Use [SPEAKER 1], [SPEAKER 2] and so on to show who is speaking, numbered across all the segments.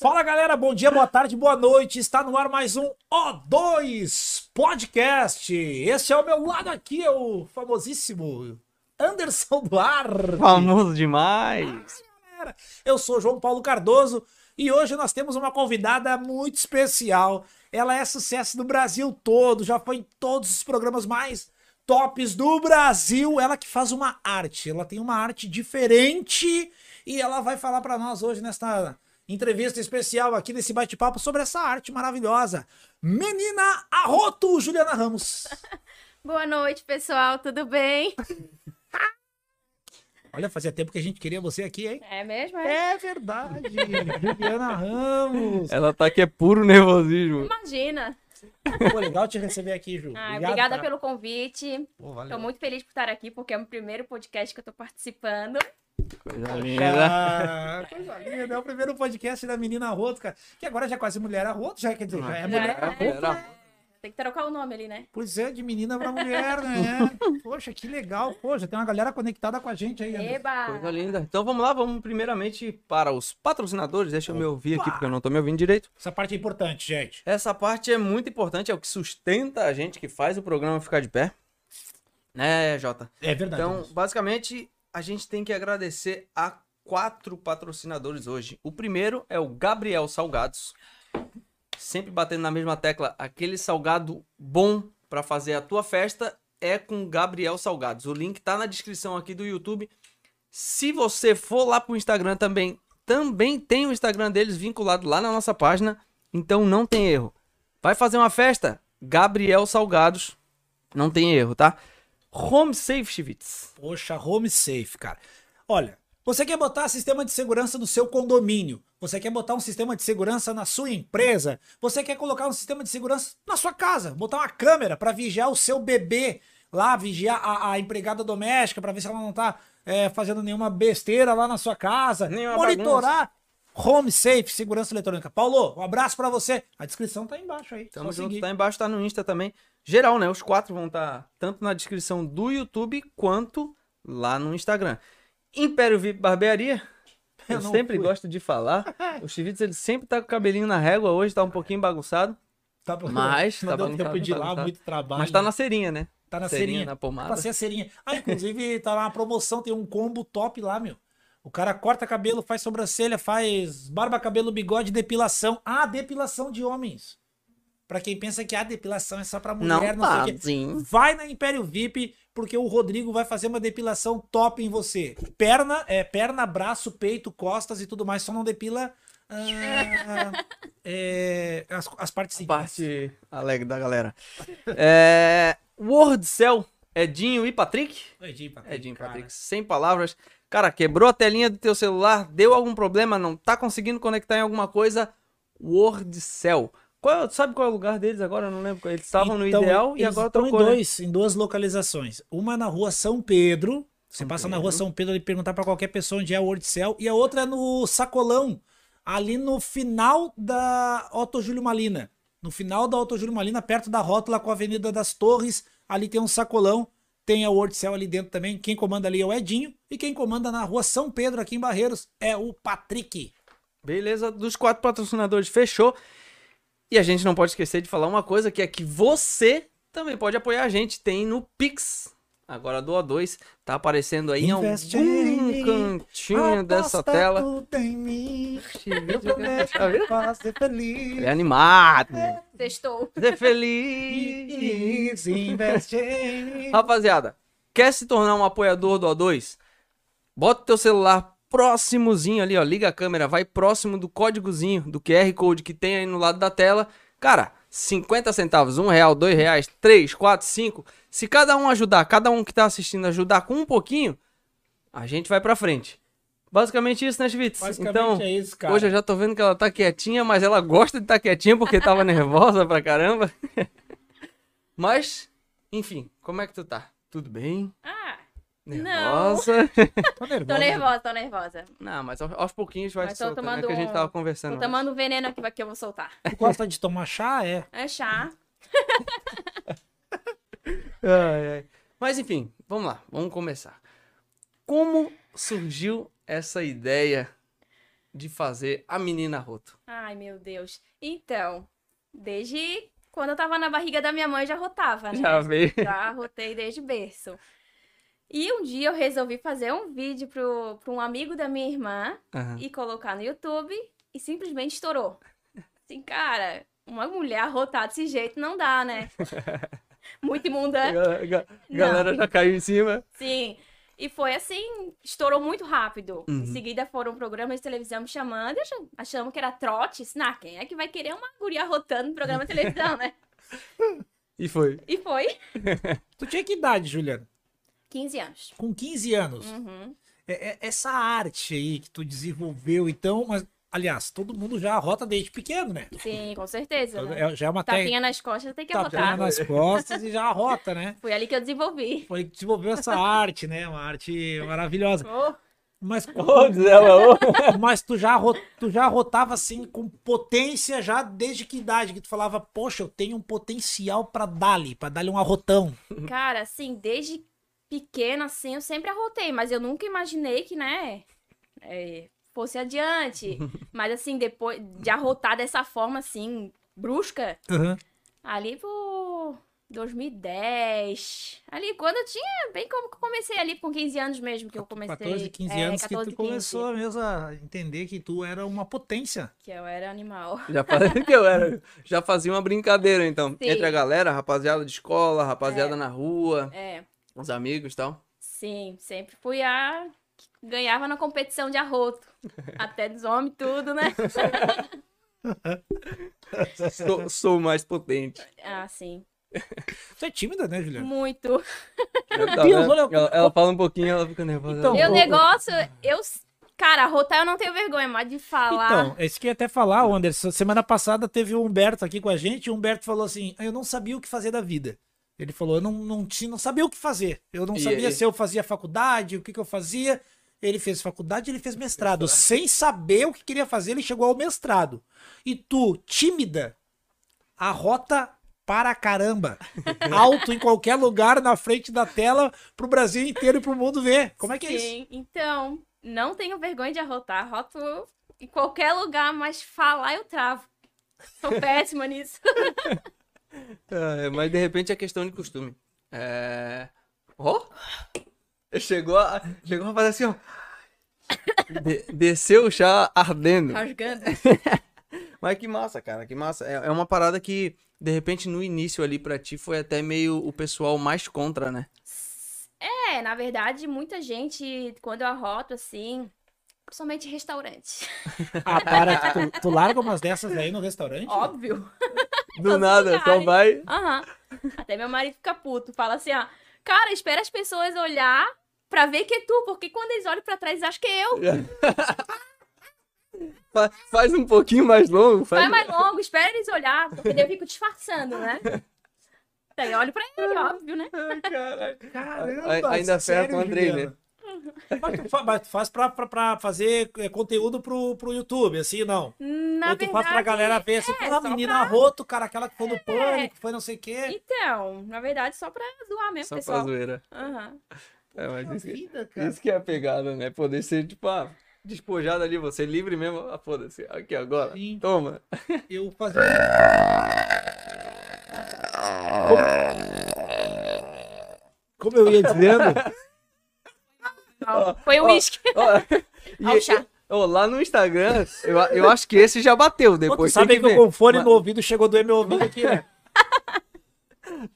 [SPEAKER 1] Fala galera, bom dia, boa tarde, boa noite. Está no ar mais um O2 Podcast. Esse é o meu lado aqui, é o famosíssimo Anderson Duarte.
[SPEAKER 2] Famoso demais.
[SPEAKER 1] Eu sou João Paulo Cardoso e hoje nós temos uma convidada muito especial. Ela é sucesso do Brasil todo, já foi em todos os programas mais tops do Brasil. Ela que faz uma arte, ela tem uma arte diferente e ela vai falar para nós hoje nesta entrevista especial aqui nesse bate-papo sobre essa arte maravilhosa. Menina Arroto, Juliana Ramos.
[SPEAKER 3] Boa noite, pessoal, tudo bem?
[SPEAKER 1] Olha, fazia tempo que a gente queria você aqui, hein?
[SPEAKER 3] É mesmo? é?
[SPEAKER 1] É verdade, Juliana Ramos.
[SPEAKER 2] Ela tá aqui é puro nervosismo.
[SPEAKER 3] Imagina.
[SPEAKER 1] Pô, legal te receber aqui, Ju.
[SPEAKER 3] Ah,
[SPEAKER 1] Obrigado,
[SPEAKER 3] obrigada
[SPEAKER 1] tá?
[SPEAKER 3] pelo convite.
[SPEAKER 1] Pô, valeu.
[SPEAKER 3] Estou muito feliz por estar aqui, porque é o primeiro podcast que eu tô participando.
[SPEAKER 2] Coisa linda.
[SPEAKER 1] Ah, coisa linda. É o primeiro podcast da menina Roto, cara. Que agora já é quase mulher Roto, já quer dizer, já é
[SPEAKER 3] Já
[SPEAKER 1] mulher.
[SPEAKER 3] é.
[SPEAKER 1] Arroto.
[SPEAKER 3] Tem que trocar o nome ali, né?
[SPEAKER 1] Pois é, de menina pra mulher, né? Poxa, que legal. Poxa, tem uma galera conectada com a gente aí. Anderson.
[SPEAKER 3] Eba!
[SPEAKER 2] Coisa linda. Então vamos lá, vamos primeiramente para os patrocinadores. Deixa eu me ouvir aqui porque eu não tô me ouvindo direito.
[SPEAKER 1] Essa parte é importante, gente.
[SPEAKER 2] Essa parte é muito importante, é o que sustenta a gente, que faz o programa ficar de pé. Né, Jota?
[SPEAKER 1] É verdade.
[SPEAKER 2] Então,
[SPEAKER 1] Anderson.
[SPEAKER 2] basicamente, a gente tem que agradecer a quatro patrocinadores hoje. O primeiro é o Gabriel Salgados. Sempre batendo na mesma tecla, aquele salgado bom para fazer a tua festa é com Gabriel Salgados. O link tá na descrição aqui do YouTube. Se você for lá pro Instagram também, também tem o Instagram deles vinculado lá na nossa página, então não tem erro. Vai fazer uma festa? Gabriel Salgados. Não tem erro, tá? Home Safety Bits.
[SPEAKER 1] Poxa, home safe, cara. Olha, você quer botar sistema de segurança no seu condomínio? Você quer botar um sistema de segurança na sua empresa? Você quer colocar um sistema de segurança na sua casa? Botar uma câmera para vigiar o seu bebê lá, vigiar a, a empregada doméstica para ver se ela não tá é, fazendo nenhuma besteira lá na sua casa?
[SPEAKER 2] Nenhuma
[SPEAKER 1] Monitorar home safe, segurança eletrônica. Paulo, um abraço para você. A descrição tá aí embaixo aí.
[SPEAKER 2] Tamo
[SPEAKER 1] Só
[SPEAKER 2] junto,
[SPEAKER 1] seguir.
[SPEAKER 2] tá embaixo, tá no Insta também. Geral, né? Os quatro vão estar tanto na descrição do YouTube quanto lá no Instagram. Império VIP Barbearia.
[SPEAKER 1] Eu
[SPEAKER 2] Eu,
[SPEAKER 1] não
[SPEAKER 2] sempre
[SPEAKER 1] fui.
[SPEAKER 2] gosto de falar. O Chivitz, ele sempre tá com o cabelinho na régua, hoje tá um pouquinho bagunçado.
[SPEAKER 1] Tá bom.
[SPEAKER 2] Mas
[SPEAKER 1] não
[SPEAKER 2] tá
[SPEAKER 1] deu
[SPEAKER 2] bagunçado,
[SPEAKER 1] tempo de ir
[SPEAKER 2] tá
[SPEAKER 1] lá,
[SPEAKER 2] bagunçado.
[SPEAKER 1] muito trabalho.
[SPEAKER 2] Mas tá na serinha, né?
[SPEAKER 1] Tá na
[SPEAKER 2] Serinha,
[SPEAKER 1] serinha.
[SPEAKER 2] na pomada.
[SPEAKER 1] Passei a serinha. Ah, inclusive, tá lá uma promoção, tem um combo top lá, meu. O cara corta cabelo, faz sobrancelha, faz barba, cabelo, bigode, depilação. Ah, depilação de homens. Pra quem pensa que a depilação é só pra mulher, não, sei o quê.
[SPEAKER 2] tá, sim.
[SPEAKER 1] Vai na Império VIP, porque o Rodrigo vai fazer uma depilação top em você. Perna, é, perna, braço, peito, costas e tudo mais, só não depila ah, é, as, as partes íntimas.
[SPEAKER 2] Parte alegre da galera. É... Wordcell, Edinho e Patrick.
[SPEAKER 1] É Edinho, Patrick,
[SPEAKER 2] é Edinho,
[SPEAKER 1] cara.
[SPEAKER 2] Patrick, sem palavras. Cara, quebrou a telinha do teu celular, deu algum problema, não tá conseguindo conectar em alguma coisa, Wordcell. Qual, é- sabe qual é o lugar deles agora? Eu não lembro. é. Eles estavam no
[SPEAKER 1] Então,
[SPEAKER 2] Ideal e
[SPEAKER 1] eles
[SPEAKER 2] agora
[SPEAKER 1] estão
[SPEAKER 2] trocou,
[SPEAKER 1] em
[SPEAKER 2] né?
[SPEAKER 1] dois, em duas localizações. Uma na rua São Pedro. Você
[SPEAKER 2] São
[SPEAKER 1] passa na
[SPEAKER 2] Pedro.
[SPEAKER 1] rua São Pedro e perguntar pra qualquer pessoa onde é o Wordcell. E a outra é no Sacolão, ali no final da Otto Júlio Malina. No final da Otto Júlio Malina, perto da rótula com a Avenida das Torres, ali tem um sacolão. Tem a Wordcell ali dentro também. Quem comanda ali é o Edinho. E quem comanda na rua São Pedro, aqui em Barreiros, é o Patrick.
[SPEAKER 2] Beleza, dos quatro patrocinadores, fechou. E a gente não pode esquecer de falar uma coisa, que é que você também pode apoiar a gente. Tem no Pix, agora do O2, tá aparecendo aí
[SPEAKER 1] Investe
[SPEAKER 2] em
[SPEAKER 1] em
[SPEAKER 2] algum
[SPEAKER 1] mim,
[SPEAKER 2] cantinho dessa
[SPEAKER 1] Aposta
[SPEAKER 2] tela.
[SPEAKER 1] tudo em mim, eu prometo
[SPEAKER 2] Tá vendo?
[SPEAKER 1] fazer feliz.
[SPEAKER 2] Ele é animado.
[SPEAKER 3] Sextou.
[SPEAKER 2] Ser feliz.
[SPEAKER 1] Investe em-
[SPEAKER 2] Rapaziada, quer se tornar um apoiador do O2? Bota o teu celular próximozinho ali, ó. Liga a câmera, vai próximo do códigozinho, do QR Code que tem aí no lado da tela. Cara, 50 centavos, 1 real, 2 reais, 3, 4, 5. Se cada um ajudar, cada um que tá assistindo ajudar com um pouquinho, a gente vai pra frente. Basicamente isso, né, Schwitz?
[SPEAKER 1] Basicamente
[SPEAKER 2] Então,
[SPEAKER 1] é isso, cara.
[SPEAKER 2] hoje eu já tô vendo que ela tá quietinha, mas ela gosta de estar quietinha porque tava nervosa pra caramba. Mas, enfim, como é que tu tá? Tudo bem?
[SPEAKER 3] Ah, Não.
[SPEAKER 2] Nervosa?
[SPEAKER 1] tô tá nervoso.
[SPEAKER 3] tô nervosa, tô nervosa.
[SPEAKER 2] Não, mas aos, aos pouquinhos vai
[SPEAKER 3] Mas
[SPEAKER 2] se
[SPEAKER 3] tô
[SPEAKER 2] soltando, né?
[SPEAKER 3] tomando
[SPEAKER 2] Que a gente
[SPEAKER 3] um-
[SPEAKER 2] tava conversando.
[SPEAKER 3] Tô tomando um veneno aqui que eu vou soltar.
[SPEAKER 1] Tu gosta de tomar chá? É.
[SPEAKER 3] É chá.
[SPEAKER 2] Ai, ai.
[SPEAKER 3] um-
[SPEAKER 2] Mas enfim, vamos lá, vamos começar. Como surgiu essa ideia de fazer a menina roto?
[SPEAKER 3] Ai, meu Deus. Então, desde quando eu tava na barriga da minha mãe, já rotava, né?
[SPEAKER 2] Já veio.
[SPEAKER 3] Já rotei desde berço. E um dia eu resolvi fazer um vídeo pro, pro um amigo da minha irmã
[SPEAKER 2] Aham.
[SPEAKER 3] e né? colocar no YouTube e simplesmente estourou. Assim, cara, uma mulher rotar desse jeito não dá, né? Muito
[SPEAKER 2] A
[SPEAKER 3] imunda.
[SPEAKER 2] ga- ga-
[SPEAKER 3] Não.
[SPEAKER 2] galera já caiu em cima.
[SPEAKER 3] Sim. E foi assim, estourou muito rápido.
[SPEAKER 2] Uhum.
[SPEAKER 3] Em seguida foram programas de televisão me chamando, e acham- achamos que era trote. Disse, "Nah, quem é que vai querer uma guria rotando no programa de televisão, né?
[SPEAKER 2] E foi.
[SPEAKER 3] E foi
[SPEAKER 1] Tu tinha que idade, Juliana?
[SPEAKER 3] 15 anos.
[SPEAKER 1] Com 15 anos.
[SPEAKER 3] Uhum.
[SPEAKER 1] É- é- essa arte aí que tu desenvolveu, então, mas, aliás, todo mundo já rota desde pequeno, né?
[SPEAKER 3] Sim, com certeza. né?
[SPEAKER 1] É- já é uma técnica.
[SPEAKER 3] Tapinha nas costas tem que é
[SPEAKER 1] Tapinha
[SPEAKER 3] arrotar.
[SPEAKER 1] nas costas e já rota, né?
[SPEAKER 3] Foi ali que eu desenvolvi.
[SPEAKER 1] Foi que desenvolveu essa arte, né? Uma arte maravilhosa.
[SPEAKER 3] Oh,
[SPEAKER 1] Mas,
[SPEAKER 2] Ô, Gisela, ô.
[SPEAKER 1] mas tu, já, ro- tu já rotava assim com potência já desde que idade? Que tu falava, poxa, eu tenho um potencial pra dali, pra dali um arrotão.
[SPEAKER 3] cara, assim, desde pequena, assim, eu sempre arrotei, mas eu nunca imaginei que, né, é, fosse adiante. Mas, assim, depois de arrotar dessa forma, assim, brusca, ali por 2010. Ali, quando eu tinha, bem como que eu comecei ali com 15 anos mesmo, que eu comecei.
[SPEAKER 1] 14, 15
[SPEAKER 3] é,
[SPEAKER 1] anos que
[SPEAKER 3] 14,
[SPEAKER 1] tu começou mesmo a entender que tu era uma potência.
[SPEAKER 3] Que eu era animal.
[SPEAKER 2] Já falei que eu era. Já fazia uma brincadeira, então.
[SPEAKER 3] Sim.
[SPEAKER 2] Entre a galera, rapaziada de escola, rapaziada na rua,
[SPEAKER 3] É.
[SPEAKER 2] os amigos e tal.
[SPEAKER 3] Sim, sempre fui a que ganhava na competição de arroto. Até dos homens, tudo, né?
[SPEAKER 2] Sou, sou mais potente.
[SPEAKER 3] Ah, sim.
[SPEAKER 1] Tu é tímida, né, Juliana?
[SPEAKER 3] Muito.
[SPEAKER 2] Tá
[SPEAKER 1] Deus,
[SPEAKER 2] vendo?
[SPEAKER 1] olha-
[SPEAKER 2] ela, ela fala um pouquinho, ela fica nervosa.
[SPEAKER 1] Então,
[SPEAKER 3] Meu
[SPEAKER 1] o-
[SPEAKER 3] negócio, eu. Cara, arrotar eu não tenho vergonha, mas de falar.
[SPEAKER 1] Então, é isso que eu ia até falar, ô Anderson. Semana passada teve o Humberto aqui com a gente, e o Humberto falou assim: eu não sabia o que fazer da vida. Ele falou, eu não, não, tinha, não sabia o que fazer. Eu não
[SPEAKER 2] E
[SPEAKER 1] sabia
[SPEAKER 2] aí?
[SPEAKER 1] se eu fazia faculdade, o que, que eu fazia. Ele fez faculdade, ele fez mestrado. Sem saber o que queria fazer, ele chegou ao mestrado. E tu, tímida, arrota para caramba. Alto em qualquer lugar, na frente da tela, pro Brasil inteiro e pro mundo ver. Como é que é isso?
[SPEAKER 3] Sim, então, não tenho vergonha de arrotar. Arroto em qualquer lugar, mas falar eu travo. Sou péssima nisso.
[SPEAKER 2] É, mas de repente é questão de costume. É. Ó! Chegou a, chegou a fazer assim, ó. De- desceu o chá ardendo.
[SPEAKER 1] Tá
[SPEAKER 3] Rasgando.
[SPEAKER 2] Mas que massa, cara, que massa. É, é uma parada que, de repente, no início ali pra ti foi até meio o pessoal mais contra, né?
[SPEAKER 3] É, na verdade, muita gente, quando eu arroto assim, principalmente em restaurante.
[SPEAKER 1] Ah, para, que tu, tu larga umas dessas aí no restaurante?
[SPEAKER 3] Óbvio.
[SPEAKER 2] Do
[SPEAKER 3] Todo
[SPEAKER 2] nada, só
[SPEAKER 3] lugar.
[SPEAKER 2] vai.
[SPEAKER 3] Aham. Até meu marido fica puto. Fala assim, ó. Cara, espera as pessoas olhar pra ver que é tu. Porque quando eles olham pra trás, acham que é eu.
[SPEAKER 2] Fa- faz um pouquinho mais longo.
[SPEAKER 3] Vai
[SPEAKER 2] Faz... um-
[SPEAKER 3] mais longo, espera eles olhar. Porque daí eu fico disfarçando, né? Daí eu olho pra ele, óbvio, né?
[SPEAKER 2] Ai, caralho.
[SPEAKER 1] Caramba,
[SPEAKER 2] A- ainda ferra com o Andrei, né?
[SPEAKER 1] né? Mas tu, fa- mas tu faz pra, pra, pra fazer é, conteúdo pro, pro YouTube, assim, não.
[SPEAKER 3] Na
[SPEAKER 1] Ou tu faz pra galera ver, assim,
[SPEAKER 3] é,
[SPEAKER 1] pô, a
[SPEAKER 3] só É.
[SPEAKER 1] menina roto, cara, aquela que foi no pânico, foi não sei o quê.
[SPEAKER 3] Então, na verdade, só pra zoar mesmo,
[SPEAKER 2] Só pra
[SPEAKER 3] pessoal.
[SPEAKER 2] zoeira.
[SPEAKER 3] Aham.
[SPEAKER 2] É, mas
[SPEAKER 3] Então,
[SPEAKER 2] isso, que-
[SPEAKER 1] Vida, cara.
[SPEAKER 2] isso que é a pegada, né? Poder ser, tipo, ah, despojado ali, você livre mesmo. Ah, foda-se. Aqui, agora.
[SPEAKER 1] Sim.
[SPEAKER 2] Toma.
[SPEAKER 1] Eu fazia. Como, como eu ia dizendo,
[SPEAKER 3] Ó, Foi o
[SPEAKER 2] ó,
[SPEAKER 3] uísque.
[SPEAKER 2] Ó, e-
[SPEAKER 3] Ao chá.
[SPEAKER 2] ó, lá no Instagram, eu, a- eu acho que esse já bateu
[SPEAKER 1] Pô, tu
[SPEAKER 2] depois.
[SPEAKER 1] sabe
[SPEAKER 2] tem
[SPEAKER 1] que, o com fone
[SPEAKER 2] Mas-
[SPEAKER 1] no ouvido chegou a doer meu ouvido aqui, né?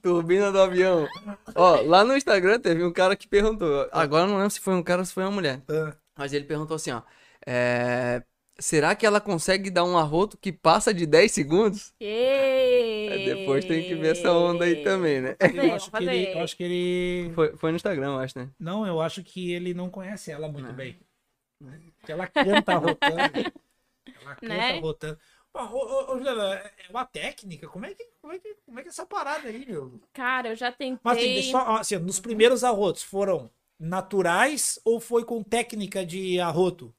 [SPEAKER 2] Turbina do avião. Ó, lá no Instagram teve um cara que perguntou. Agora eu não lembro se foi um cara ou se foi uma mulher.
[SPEAKER 1] Ah.
[SPEAKER 2] Mas ele perguntou assim, ó. é, Será que ela consegue dar um arroto que passa de 10 segundos? É, depois tem que ver essa onda aí também, né?
[SPEAKER 1] Eu acho,
[SPEAKER 3] vou
[SPEAKER 1] que ele,
[SPEAKER 3] fazer.
[SPEAKER 1] eu acho que ele.
[SPEAKER 2] Foi, foi no Instagram, eu acho, né?
[SPEAKER 1] Não, eu acho que ele não conhece ela muito bem. Porque ela canta rotando. Ela canta
[SPEAKER 3] Né?
[SPEAKER 1] rotando. Pô, ô, ô, ô, Juliana, é uma técnica? Como é, que, como, é que, como é que é essa parada aí, meu?
[SPEAKER 3] Cara, eu já tentei.
[SPEAKER 1] Mas assim, deixa eu só, assim, nos primeiros arrotos foram naturais ou foi com técnica de arroto?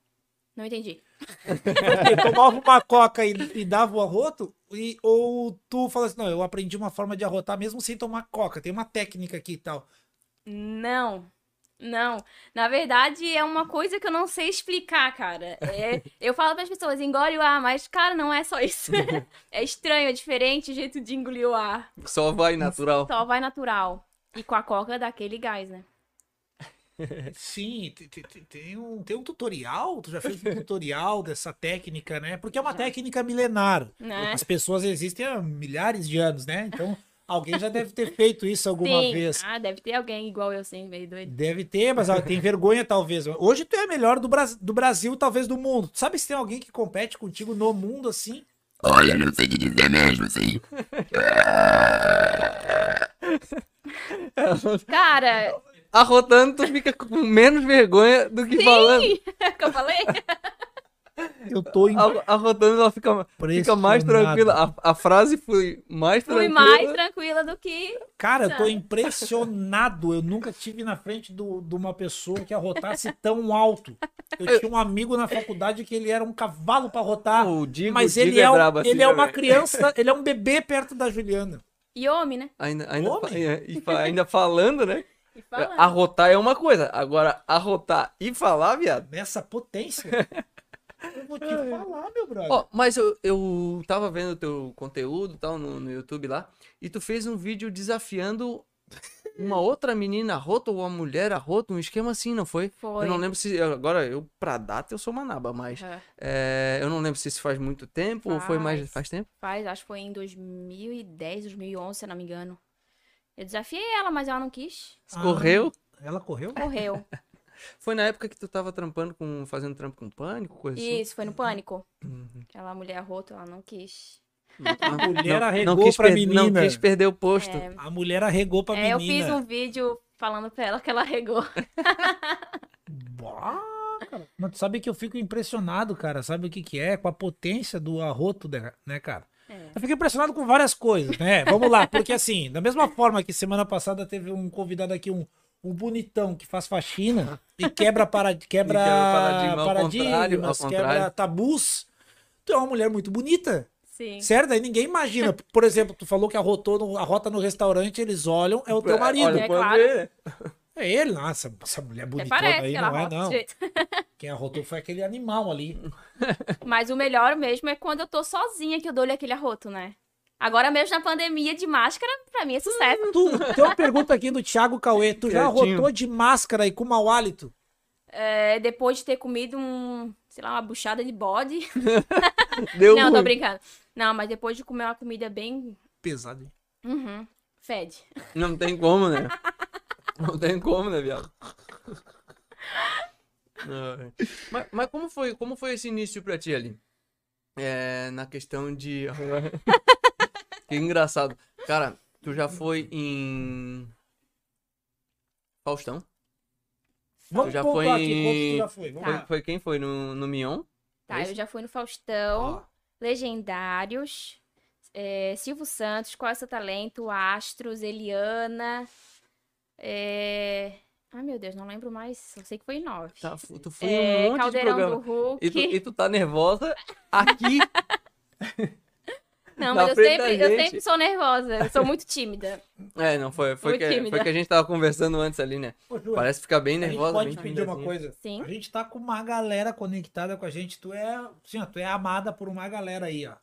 [SPEAKER 3] Não entendi.
[SPEAKER 1] Porque tomava uma coca e, e dava o arroto? E, ou tu fala assim, não, eu aprendi uma forma de arrotar mesmo sem tomar coca, tem uma técnica aqui e tal.
[SPEAKER 3] Não. Não, na verdade é uma coisa que eu não sei explicar, cara. É, eu falo para as pessoas, engole o ar, mas, cara, não é só isso. é estranho, é diferente o jeito de engolir o ar.
[SPEAKER 2] Só vai natural.
[SPEAKER 3] Só vai natural. E com a coca dá aquele gás, né?
[SPEAKER 1] Sim, te- te- te- tem um, tem um tutorial, tu já fez um tutorial dessa técnica, né? Porque é uma técnica milenar.
[SPEAKER 3] Né?
[SPEAKER 1] As pessoas existem há milhares de anos, né? Então, alguém já deve ter feito isso alguma
[SPEAKER 3] Sim.
[SPEAKER 1] vez.
[SPEAKER 3] Ah, deve ter alguém igual eu, sim, meio doido.
[SPEAKER 1] Deve ter, mas ela tem vergonha, talvez. Hoje tu é a melhor do, Bras- do Brasil, talvez do mundo. Tu sabe se tem alguém que compete contigo no mundo assim?
[SPEAKER 4] Olha, não sei o que dizer mesmo, sim.
[SPEAKER 3] Cara,
[SPEAKER 2] Arrotando, tu fica com menos vergonha do que falando.
[SPEAKER 3] é o que eu falei?
[SPEAKER 1] Eu tô em...
[SPEAKER 2] Ar- Arrotando, ela fica, fica mais tranquila. A, a frase foi mais
[SPEAKER 3] Fui
[SPEAKER 2] tranquila.
[SPEAKER 3] mais tranquila do que.
[SPEAKER 1] Cara, eu tô impressionado. Eu nunca tive na frente do- de uma pessoa que arrotasse tão alto. Eu tinha um amigo na faculdade que ele era um cavalo pra arrotar.
[SPEAKER 2] O Digo,
[SPEAKER 1] Mas
[SPEAKER 2] o Digo
[SPEAKER 1] ele é, um-
[SPEAKER 2] brabo assim
[SPEAKER 1] ele é uma
[SPEAKER 2] também.
[SPEAKER 1] criança, ele é um bebê perto da Juliana.
[SPEAKER 3] E homem, né?
[SPEAKER 2] Ainda, ainda,
[SPEAKER 1] Homem?
[SPEAKER 2] fa- e- e fa- ainda falando, né?
[SPEAKER 3] E falando.
[SPEAKER 2] Arrotar é uma coisa. Agora, arrotar e falar, viado.
[SPEAKER 1] Nessa potência. Eu vou te falar, meu brother.
[SPEAKER 2] Ó, mas eu, eu tava vendo o teu conteúdo e tal no, no YouTube lá, e tu fez um vídeo desafiando uma outra menina rota ou uma mulher rota, um esquema assim, não foi?
[SPEAKER 3] Foi.
[SPEAKER 2] Eu não lembro se. eu- Agora, eu, pra data, eu sou manaba, mas.
[SPEAKER 3] Aham.
[SPEAKER 2] é, eu não lembro se isso faz muito tempo ou foi mais.
[SPEAKER 3] Faz.
[SPEAKER 2] Faz tempo?
[SPEAKER 3] Faz, acho que foi em 2010, 2011, se eu não me engano. Eu desafiei ela, mas ela não quis.
[SPEAKER 2] Escorreu.
[SPEAKER 1] Ela correu?
[SPEAKER 3] Correu.
[SPEAKER 2] Foi na época que tu tava trampando com. fazendo trampo com pânico, coisa assim.
[SPEAKER 3] Isso, foi no pânico.
[SPEAKER 1] Uhum.
[SPEAKER 3] Aquela mulher rota, ela não quis.
[SPEAKER 1] A mulher
[SPEAKER 2] Não
[SPEAKER 1] arregou
[SPEAKER 2] quis,
[SPEAKER 1] pra
[SPEAKER 2] per-
[SPEAKER 1] menina.
[SPEAKER 2] não quis perder o posto.
[SPEAKER 3] É,
[SPEAKER 1] A mulher arregou pra
[SPEAKER 3] é, eu
[SPEAKER 1] menina.
[SPEAKER 3] fiz um vídeo falando pra ela que ela regou.
[SPEAKER 1] Bah, cara. Mas tu sabe que eu fico impressionado, cara. Sabe o que que é? Com a potência do arroto, né, né, cara?
[SPEAKER 3] É.
[SPEAKER 1] Eu fico impressionado com várias coisas, né? Vamos lá, porque assim, da mesma forma que semana passada teve um convidado aqui, um, um bonitão que faz faxina e quebra, para, quebra,
[SPEAKER 2] E quebra paradigma ao contrário, ao
[SPEAKER 1] paradigmas, quebra
[SPEAKER 2] contrário.
[SPEAKER 1] tabus. Tu é uma mulher muito bonita,
[SPEAKER 3] Sim.
[SPEAKER 1] certo? Aí ninguém imagina. Por exemplo, tu falou que arrotou no, arrota no restaurante, eles olham, é o teu marido.
[SPEAKER 2] Olha,
[SPEAKER 3] É
[SPEAKER 2] quando
[SPEAKER 3] claro.
[SPEAKER 2] ele-
[SPEAKER 1] É ele, nossa, essa mulher
[SPEAKER 3] Até
[SPEAKER 1] bonitona
[SPEAKER 3] parece
[SPEAKER 1] aí
[SPEAKER 3] que ela
[SPEAKER 1] não é,
[SPEAKER 3] rota
[SPEAKER 1] não.
[SPEAKER 3] desse jeito.
[SPEAKER 1] Quem arrotou foi aquele animal ali.
[SPEAKER 3] Mas o melhor mesmo é quando eu tô sozinha que eu dou-lhe aquele arroto, né? Agora mesmo na pandemia de máscara, pra mim é sucesso.
[SPEAKER 1] Tu, tem uma pergunta aqui do Thiago Cauê. Tu já
[SPEAKER 2] Quietinho.
[SPEAKER 1] arrotou de máscara e com mau hálito?
[SPEAKER 3] É, depois de ter comido um, sei lá, uma buchada de bode.
[SPEAKER 2] Deu
[SPEAKER 3] não, tô
[SPEAKER 2] ruim.
[SPEAKER 3] brincando. Não, mas depois de comer uma comida bem.
[SPEAKER 1] Pesado. hein?
[SPEAKER 3] Uhum, fede.
[SPEAKER 2] Não tem como, né? Não tem como, né, viado? Ai. Mas, mas como, foi, como foi esse início pra ti ali? É, na questão de. que engraçado. Cara, tu já foi em. Faustão?
[SPEAKER 1] Vamos
[SPEAKER 2] já
[SPEAKER 1] pontuar
[SPEAKER 2] foi
[SPEAKER 1] aqui
[SPEAKER 2] em-
[SPEAKER 1] quanto tu já foi. Vamos
[SPEAKER 2] Foi,
[SPEAKER 1] lá.
[SPEAKER 2] foi quem foi? No, no Mion?
[SPEAKER 3] Tá,
[SPEAKER 2] Esse?
[SPEAKER 3] eu já fui no
[SPEAKER 1] Então,
[SPEAKER 3] Faustão,
[SPEAKER 2] É Ó.
[SPEAKER 3] Legendários, é, Silvio Santos, Qual é o seu talento? Astros, Eliana. É... Ai, meu Deus, não lembro mais. Só sei que foi em nove.
[SPEAKER 2] Tá, fu- tu foi em
[SPEAKER 3] É,
[SPEAKER 2] um monte
[SPEAKER 3] Caldeirão
[SPEAKER 2] de
[SPEAKER 3] do
[SPEAKER 2] programa.
[SPEAKER 3] Hulk.
[SPEAKER 2] E tu, e tu tá nervosa aqui.
[SPEAKER 3] Não,
[SPEAKER 2] na
[SPEAKER 3] mas eu
[SPEAKER 2] frente da
[SPEAKER 3] sempre,
[SPEAKER 2] tá
[SPEAKER 3] eu
[SPEAKER 2] gente.
[SPEAKER 3] sempre sou nervosa. Eu sou muito tímida.
[SPEAKER 2] É, não, foi, foi,
[SPEAKER 3] Muito
[SPEAKER 2] que,
[SPEAKER 3] tímida.
[SPEAKER 2] foi que a gente tava conversando antes ali, né?
[SPEAKER 1] Ô, Ju,
[SPEAKER 2] Parece ficar bem
[SPEAKER 1] a gente
[SPEAKER 2] nervosa.
[SPEAKER 1] pode
[SPEAKER 2] bem assim.
[SPEAKER 1] pedir uma
[SPEAKER 2] tímidazinha.
[SPEAKER 1] coisa?
[SPEAKER 3] Sim.
[SPEAKER 1] A gente tá com uma galera conectada com a gente. Tu é, sim, ó, tu é amada por uma galera aí, ó.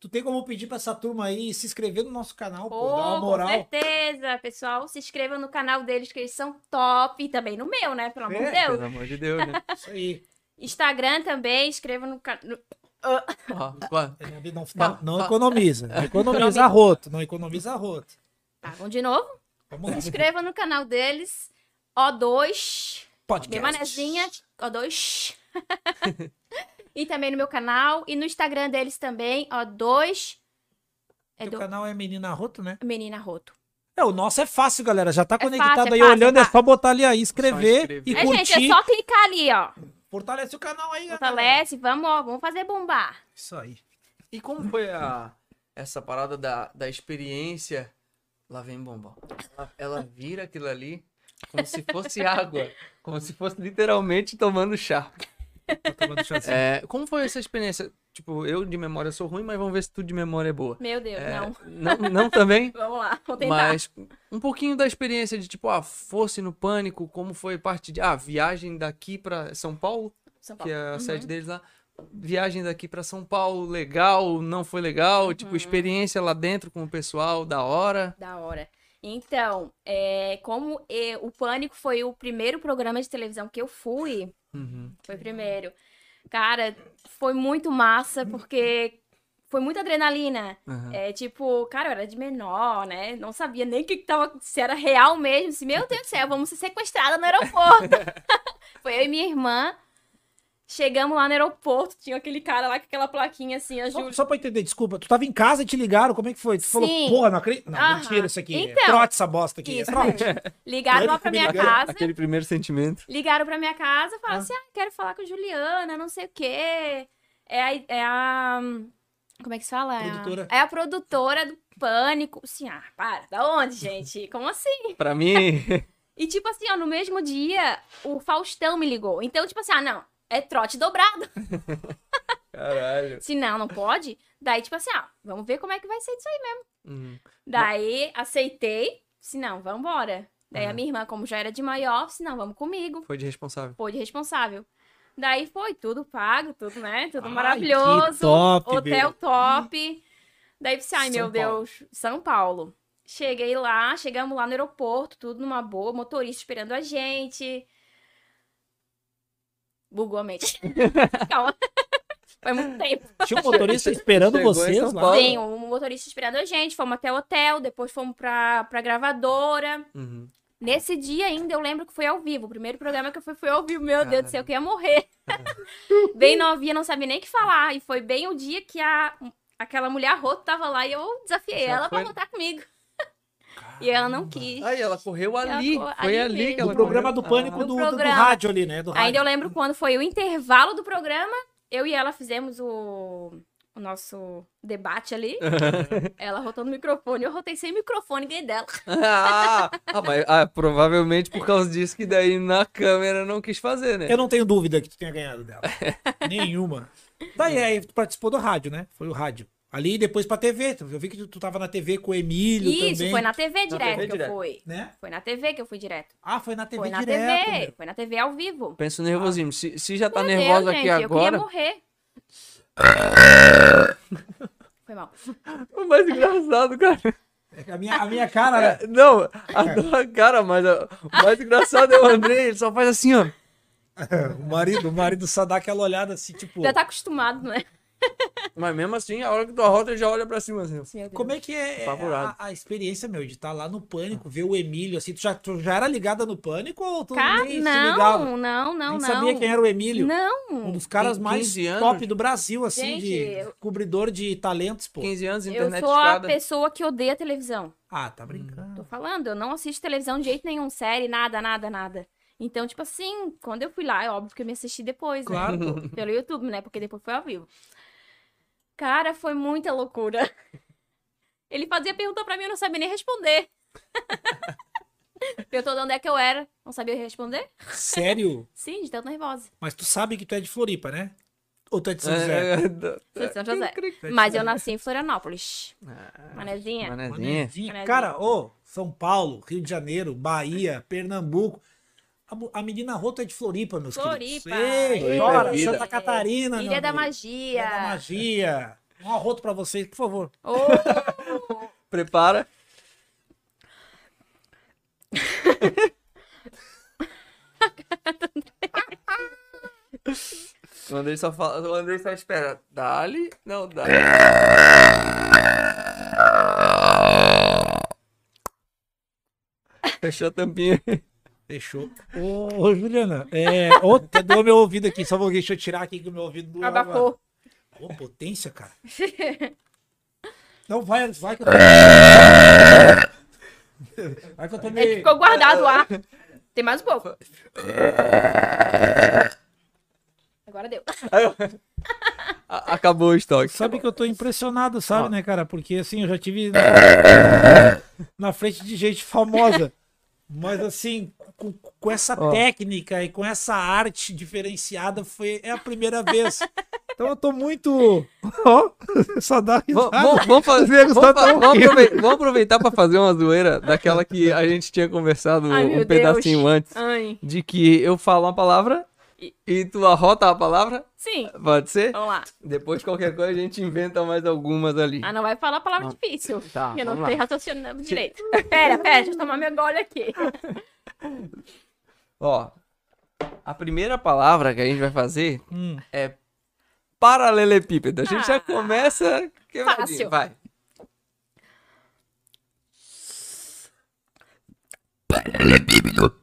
[SPEAKER 1] Tu tem como pedir pra essa turma aí se inscrever no nosso canal, pô, dar uma
[SPEAKER 3] Oh, com
[SPEAKER 1] moral.
[SPEAKER 3] certeza, pessoal. Se inscrevam no canal deles, que eles são top. E também no meu, né? Pelo amor de
[SPEAKER 1] É,
[SPEAKER 3] Deus.
[SPEAKER 2] Pelo amor de Deus, né?
[SPEAKER 1] Isso aí.
[SPEAKER 3] Instagram também, escreva no canal.
[SPEAKER 2] Ó, ó,
[SPEAKER 1] Não,
[SPEAKER 2] Fa-
[SPEAKER 1] não
[SPEAKER 2] fa-
[SPEAKER 1] economiza. Não economiza arroto. Não economiza arroto.
[SPEAKER 3] Tá, vamos de novo.
[SPEAKER 1] Vamos lá.
[SPEAKER 3] Se inscreva no canal deles, O2, minha
[SPEAKER 1] Podcast.
[SPEAKER 3] manezinha, é O2. e também no meu canal e no Instagram deles também, O2. É
[SPEAKER 1] O
[SPEAKER 3] do
[SPEAKER 1] canal é Menina Arroto, né?
[SPEAKER 3] Menina Roto.
[SPEAKER 1] É, o nosso é fácil, galera. Já tá conectado
[SPEAKER 3] fácil, é
[SPEAKER 1] aí
[SPEAKER 3] fácil,
[SPEAKER 1] olhando,
[SPEAKER 3] é
[SPEAKER 1] é só botar ali aí,
[SPEAKER 2] Só
[SPEAKER 1] escrever,
[SPEAKER 2] escrever.
[SPEAKER 1] e
[SPEAKER 3] É,
[SPEAKER 1] curtir.
[SPEAKER 3] gente, é só clicar ali, ó.
[SPEAKER 1] Fortalece o canal aí, galera.
[SPEAKER 3] Fortalece, vamos, ó, vamos fazer bombar.
[SPEAKER 1] Isso aí.
[SPEAKER 2] E como foi a, essa parada da, da experiência? Lá vem bomba. Ela, ela vira aquilo ali como se fosse água. Como se fosse literalmente tomando chá.
[SPEAKER 1] Tô tomando chazinho.
[SPEAKER 2] É, como foi essa experiência? Tipo, eu de memória sou ruim, mas vamos ver se tu de memória é boa.
[SPEAKER 3] Meu Deus,
[SPEAKER 2] É,
[SPEAKER 3] não.
[SPEAKER 2] Não, não também?
[SPEAKER 3] Vamos lá, vou tentar.
[SPEAKER 2] Mas um pouquinho da experiência de, tipo, ah, fosse no pânico, como foi parte de. Ah, viagem daqui pra São Paulo,
[SPEAKER 3] São
[SPEAKER 2] que
[SPEAKER 3] Paulo.
[SPEAKER 2] é a
[SPEAKER 3] Uhum.
[SPEAKER 2] sede deles lá. Viagem daqui pra São Paulo, legal, não foi legal.
[SPEAKER 3] Uhum.
[SPEAKER 2] Tipo, experiência lá dentro com o pessoal, da hora.
[SPEAKER 3] Da hora. Então, é, como eh, o Pânico foi o primeiro programa de televisão que eu fui,
[SPEAKER 2] Uhum.
[SPEAKER 3] Foi o primeiro. Cara, foi muito massa, porque foi muita adrenalina.
[SPEAKER 2] Aham.
[SPEAKER 3] É tipo, cara, eu era de menor, né? Não sabia nem o que, que tava. Se era real mesmo. Se, meu Deus do céu, vamos ser sequestrada no aeroporto. foi eu e minha irmã. Chegamos lá no aeroporto, tinha aquele cara lá com aquela plaquinha assim, a
[SPEAKER 1] Só,
[SPEAKER 3] Júlia.
[SPEAKER 1] só pra entender, desculpa, tu tava em casa e te ligaram, como é que foi? Tu falou,
[SPEAKER 3] Sim.
[SPEAKER 1] porra, não acredito. Não,
[SPEAKER 3] Aham.
[SPEAKER 1] mentira isso aqui.
[SPEAKER 3] Então.
[SPEAKER 1] trote essa bosta aqui.
[SPEAKER 3] Isso,
[SPEAKER 1] é trote.
[SPEAKER 3] Ligaram lá pra minha casa.
[SPEAKER 2] Aquele primeiro sentimento.
[SPEAKER 3] Ligaram pra minha casa e falaram assim: ah, quero falar com a Juliana, não sei o quê. É a. É a como é que se fala? É a-
[SPEAKER 1] Produtora.
[SPEAKER 3] É a, produtora do Pânico. Assim, ah, para, da onde, gente? Como assim?
[SPEAKER 2] Pra mim,
[SPEAKER 3] E tipo assim, ó, no mesmo dia, o Faustão me ligou. Então, tipo assim, ah, não, é trote dobrado.
[SPEAKER 2] caralho.
[SPEAKER 3] Se não, não pode. Daí, tipo assim, ah, vamos ver como é que vai ser disso aí.
[SPEAKER 2] Uhum.
[SPEAKER 3] Daí, aceitei. Se não, vambora. Daí
[SPEAKER 2] Aham.
[SPEAKER 3] a minha irmã, como já era de maior, se não, vamos comigo.
[SPEAKER 2] Foi de responsável.
[SPEAKER 3] foi de responsável. Daí foi tudo pago, tudo, né? Tudo
[SPEAKER 1] Ai,
[SPEAKER 3] maravilhoso.
[SPEAKER 1] que top,
[SPEAKER 3] hotel
[SPEAKER 1] Bi.
[SPEAKER 3] top. Daí disse, ai
[SPEAKER 1] São
[SPEAKER 3] meu Deus, São Paulo. Cheguei lá, chegamos lá no aeroporto, tudo numa boa, motorista esperando a gente. Bugou a mente. Calma. Foi muito tempo.
[SPEAKER 1] Tinha um motorista esperando
[SPEAKER 2] Chegou em
[SPEAKER 1] vocês
[SPEAKER 2] São
[SPEAKER 1] lá.
[SPEAKER 2] Paulo.
[SPEAKER 3] Sim, o motorista esperando a gente, fomos até o hotel, depois fomos pra, pra gravadora.
[SPEAKER 2] Uhum.
[SPEAKER 3] Nesse dia ainda eu lembro que foi ao vivo. O primeiro programa que eu fui foi ao vivo. Meu Deus do céu, que eu ia morrer. bem novinha, não sabia nem o que falar. E foi bem o dia que a, aquela mulher rota tava lá e eu desafiei
[SPEAKER 2] Já
[SPEAKER 3] ela
[SPEAKER 2] foi-
[SPEAKER 3] pra lutar comigo. e ela não quis.
[SPEAKER 2] Aí ela correu
[SPEAKER 3] Ela
[SPEAKER 2] ali.
[SPEAKER 3] cor-
[SPEAKER 2] Foi ali,
[SPEAKER 3] ali
[SPEAKER 2] que
[SPEAKER 3] mesmo.
[SPEAKER 2] ela
[SPEAKER 1] Do programa do
[SPEAKER 2] correu.
[SPEAKER 1] pânico do,
[SPEAKER 3] Do
[SPEAKER 1] do- do
[SPEAKER 3] programa.
[SPEAKER 1] rádio ali, né? Do
[SPEAKER 3] Ainda
[SPEAKER 1] rádio.
[SPEAKER 3] eu lembro quando foi o intervalo do programa, eu e ela fizemos o, o nosso debate ali. ela rotou no microfone, eu rotei sem microfone, ganhei dela.
[SPEAKER 2] ah, ah, mas ah, provavelmente por causa disso que daí na câmera não quis fazer, né?
[SPEAKER 1] Eu não tenho dúvida que tu tenha ganhado dela. Nenhuma. Daí aí tu participou do rádio, né? Foi o rádio. Ali e depois pra TV. Eu vi que tu, tu tava na TV com o Emílio
[SPEAKER 3] Isso,
[SPEAKER 1] também.
[SPEAKER 3] foi na TV direto
[SPEAKER 2] TV
[SPEAKER 3] que
[SPEAKER 2] direto.
[SPEAKER 3] eu fui.
[SPEAKER 1] Né?
[SPEAKER 3] Foi na TV que eu fui direto.
[SPEAKER 1] Ah, foi na TV
[SPEAKER 3] Foi na
[SPEAKER 1] direto.
[SPEAKER 3] TV,
[SPEAKER 1] meu.
[SPEAKER 3] foi na TV ao vivo.
[SPEAKER 2] Penso nervosismo. Se, se já tá
[SPEAKER 3] Meu Deus,
[SPEAKER 2] nervosa aqui
[SPEAKER 3] gente, Eu queria
[SPEAKER 2] agora.
[SPEAKER 3] morrer. Foi mal.
[SPEAKER 2] O mais engraçado, cara.
[SPEAKER 1] É que A minha, a minha cara. né?
[SPEAKER 2] Não, a cara, mas ah, o mais engraçado é o André, ele só faz assim, ó.
[SPEAKER 1] o, marido, o marido só dá aquela olhada assim, tipo.
[SPEAKER 3] Já tá acostumado, né?
[SPEAKER 2] Mas mesmo assim, a hora que tu arrota, ele já olha pra cima assim. ó.
[SPEAKER 1] Como é que é é
[SPEAKER 2] Apavorado.
[SPEAKER 1] a, a experiência, meu, de estar lá no pânico, ver o Emílio, assim, tu já, tu já era ligada no pânico ou tu
[SPEAKER 3] Cara,
[SPEAKER 1] nem se ligava?
[SPEAKER 3] não, não,
[SPEAKER 1] nem
[SPEAKER 3] não, não.
[SPEAKER 1] sabia quem era o Emílio.
[SPEAKER 3] Não,
[SPEAKER 1] Um dos caras
[SPEAKER 2] Tem
[SPEAKER 1] mais
[SPEAKER 2] 15 anos.
[SPEAKER 1] top do Brasil, assim,
[SPEAKER 3] Gente,
[SPEAKER 1] de
[SPEAKER 3] eu-
[SPEAKER 1] cobridor de talentos, pô.
[SPEAKER 2] 15 anos,
[SPEAKER 3] eu
[SPEAKER 2] internet
[SPEAKER 3] sou a
[SPEAKER 2] escada.
[SPEAKER 3] pessoa que odeia televisão.
[SPEAKER 1] Ah, tá brincando.
[SPEAKER 3] Tô falando, eu não assisto televisão de jeito nenhum, série, nada, nada, nada. Então, tipo assim, quando eu fui lá, é óbvio que eu me assisti depois, né?
[SPEAKER 1] Claro, pô.
[SPEAKER 3] Pelo YouTube, né? Porque depois foi ao vivo. Cara, foi muita loucura. Ele fazia pergunta pra mim, eu não sabia nem responder. Perguntou de onde é que eu era, não sabia responder?
[SPEAKER 2] Hum.
[SPEAKER 1] Sério?
[SPEAKER 3] Sim, de tanto nervosa.
[SPEAKER 1] Mas tu sabe que tu é de Floripa, né? Ou tu é de São José?
[SPEAKER 2] É, é, da-
[SPEAKER 3] Sou de São José.
[SPEAKER 1] Tu é de
[SPEAKER 3] Mas
[SPEAKER 1] São
[SPEAKER 3] eu nasci em Florianópolis. Manezinha.
[SPEAKER 2] é.
[SPEAKER 1] José.
[SPEAKER 2] Manezinha.
[SPEAKER 1] Ah, Manezinha.
[SPEAKER 3] Manezinha.
[SPEAKER 1] Cara, ô, São Paulo, Rio de Janeiro, Bahia, Pernambuco. A, bu- a menina rota é de Floripa, meus queridos.
[SPEAKER 3] Floripa. É,
[SPEAKER 1] Ei,
[SPEAKER 2] Floripa é
[SPEAKER 1] chora,
[SPEAKER 2] vida.
[SPEAKER 1] Santa Catarina. meu
[SPEAKER 3] Ilha da
[SPEAKER 1] amigo.
[SPEAKER 3] Magia.
[SPEAKER 1] Ilha da É Magia. Um arroto pra vocês, por favor.
[SPEAKER 3] Ô,
[SPEAKER 2] Prepara. O Andrei só fala, o Andrei só espera. Dali? Não, dali. Fechou a tampinha.
[SPEAKER 1] Fechou. Ô, ô, Juliana, é. Ô, até doeu meu ouvido aqui. Só vou deixa eu tirar aqui que o meu ouvido doeu agora.
[SPEAKER 3] abafou.
[SPEAKER 1] Ô, potência, cara. Não, vai, vai que eu tô. Vai que eu tô
[SPEAKER 3] É que
[SPEAKER 1] meio.
[SPEAKER 3] ficou guardado lá. Tem mais um pouco. Agora deu.
[SPEAKER 2] A- Acabou o estoque.
[SPEAKER 1] Sabe que eu tô impressionado, sabe,
[SPEAKER 2] Ah.
[SPEAKER 1] né, cara? Porque assim, eu já tive na, na frente de gente famosa. Mas assim, com, com essa
[SPEAKER 2] Ó.
[SPEAKER 1] técnica e com essa arte diferenciada, foi é a primeira vez. Então eu tô muito. Ó, só dá
[SPEAKER 2] Vamos,
[SPEAKER 1] risada.
[SPEAKER 2] vamos, vamos fazer.
[SPEAKER 1] Os negros tá
[SPEAKER 2] Vamos,
[SPEAKER 1] tão
[SPEAKER 2] fa- vamos
[SPEAKER 1] rindo.
[SPEAKER 2] aproveitar, vamos aproveitar pra fazer uma zoeira daquela que a gente tinha conversado
[SPEAKER 3] Ai,
[SPEAKER 2] um
[SPEAKER 3] meu
[SPEAKER 2] pedacinho
[SPEAKER 3] Deus.
[SPEAKER 2] antes.
[SPEAKER 3] Ai.
[SPEAKER 2] De que eu falo uma palavra
[SPEAKER 3] E-
[SPEAKER 2] e tu arrota a palavra.
[SPEAKER 3] Sim.
[SPEAKER 2] Pode ser?
[SPEAKER 3] Vamos lá.
[SPEAKER 2] Depois, qualquer coisa, a gente inventa mais algumas ali.
[SPEAKER 3] Ah, não vai falar palavra difícil.
[SPEAKER 2] Tá,
[SPEAKER 3] eu
[SPEAKER 2] vamos
[SPEAKER 3] não
[SPEAKER 2] lá.
[SPEAKER 3] tô raciocinando direito. Pera, pera, deixa eu tomar meu gole aqui.
[SPEAKER 2] Ó, a primeira palavra que a gente vai fazer
[SPEAKER 1] Hum.
[SPEAKER 2] é paralelepípedo. A gente já
[SPEAKER 3] Ah.
[SPEAKER 2] começa quebradinho.
[SPEAKER 3] Fácil.
[SPEAKER 2] Vai.
[SPEAKER 4] Paralelepípedo.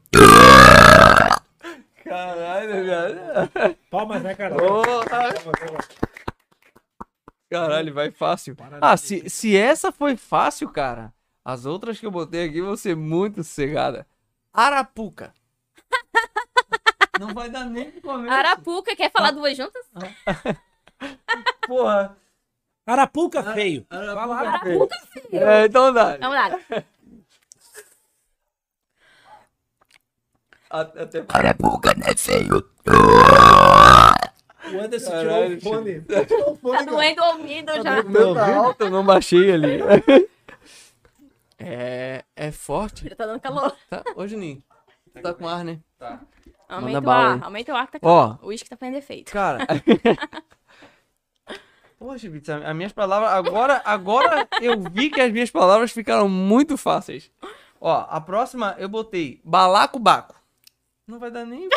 [SPEAKER 2] Caralho, cara.
[SPEAKER 1] Palmas, né, cara?
[SPEAKER 2] Porra. Caralho, vai fácil. Ah, se, se essa foi fácil, cara, as outras que eu botei aqui vão ser muito cegada. Arapuca. Não vai dar nem pro começo.
[SPEAKER 3] Arapuca, quer falar duas juntas?
[SPEAKER 2] Porra.
[SPEAKER 1] Arapuca feio.
[SPEAKER 2] Arapuca. É, então dá.
[SPEAKER 3] Vamos lá. Tá
[SPEAKER 2] A- Até
[SPEAKER 4] Arapuca não é feio.
[SPEAKER 1] O Anderson
[SPEAKER 2] Caralho,
[SPEAKER 1] tirou o fone. Tirou o fone,
[SPEAKER 3] Tá
[SPEAKER 1] cara.
[SPEAKER 3] doendo o ouvido já.
[SPEAKER 2] O meu tá alto, eu não baixei ali. É, é forte.
[SPEAKER 3] Já tá dando calor.
[SPEAKER 2] Tá? Ô, Juninho, tu tá com ar, né?
[SPEAKER 3] Aumenta o
[SPEAKER 2] bala aí.
[SPEAKER 3] ar, aumenta o ar que tá
[SPEAKER 2] Ó.
[SPEAKER 3] calor. O uísque tá fazendo efeito.
[SPEAKER 2] Cara. Poxa, Bitsa, as minhas palavras. Agora, agora eu vi que as minhas palavras ficaram muito fáceis. Ó, a próxima eu botei balacobaco. Não vai dar nem.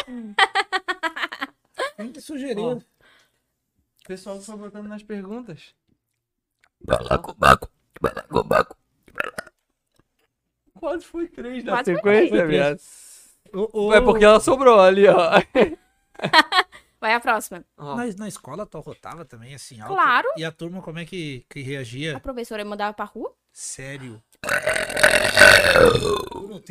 [SPEAKER 1] Quem que sugeriu?
[SPEAKER 2] O pessoal que foi botando nas perguntas.
[SPEAKER 4] Balacobaco. Balacobaco.
[SPEAKER 2] Quase foi três na
[SPEAKER 3] Quase foi
[SPEAKER 2] sequência,
[SPEAKER 1] três.
[SPEAKER 2] viado.
[SPEAKER 1] O- o-
[SPEAKER 2] É porque ela sobrou ali, ó.
[SPEAKER 3] Vai a próxima.
[SPEAKER 2] Ó,
[SPEAKER 1] Na, na escola tu arrotava também, assim, alto.
[SPEAKER 3] Claro.
[SPEAKER 1] E a turma, como é que, que
[SPEAKER 3] A
[SPEAKER 1] reagia?
[SPEAKER 3] professora me mandava pra rua.
[SPEAKER 1] Sério.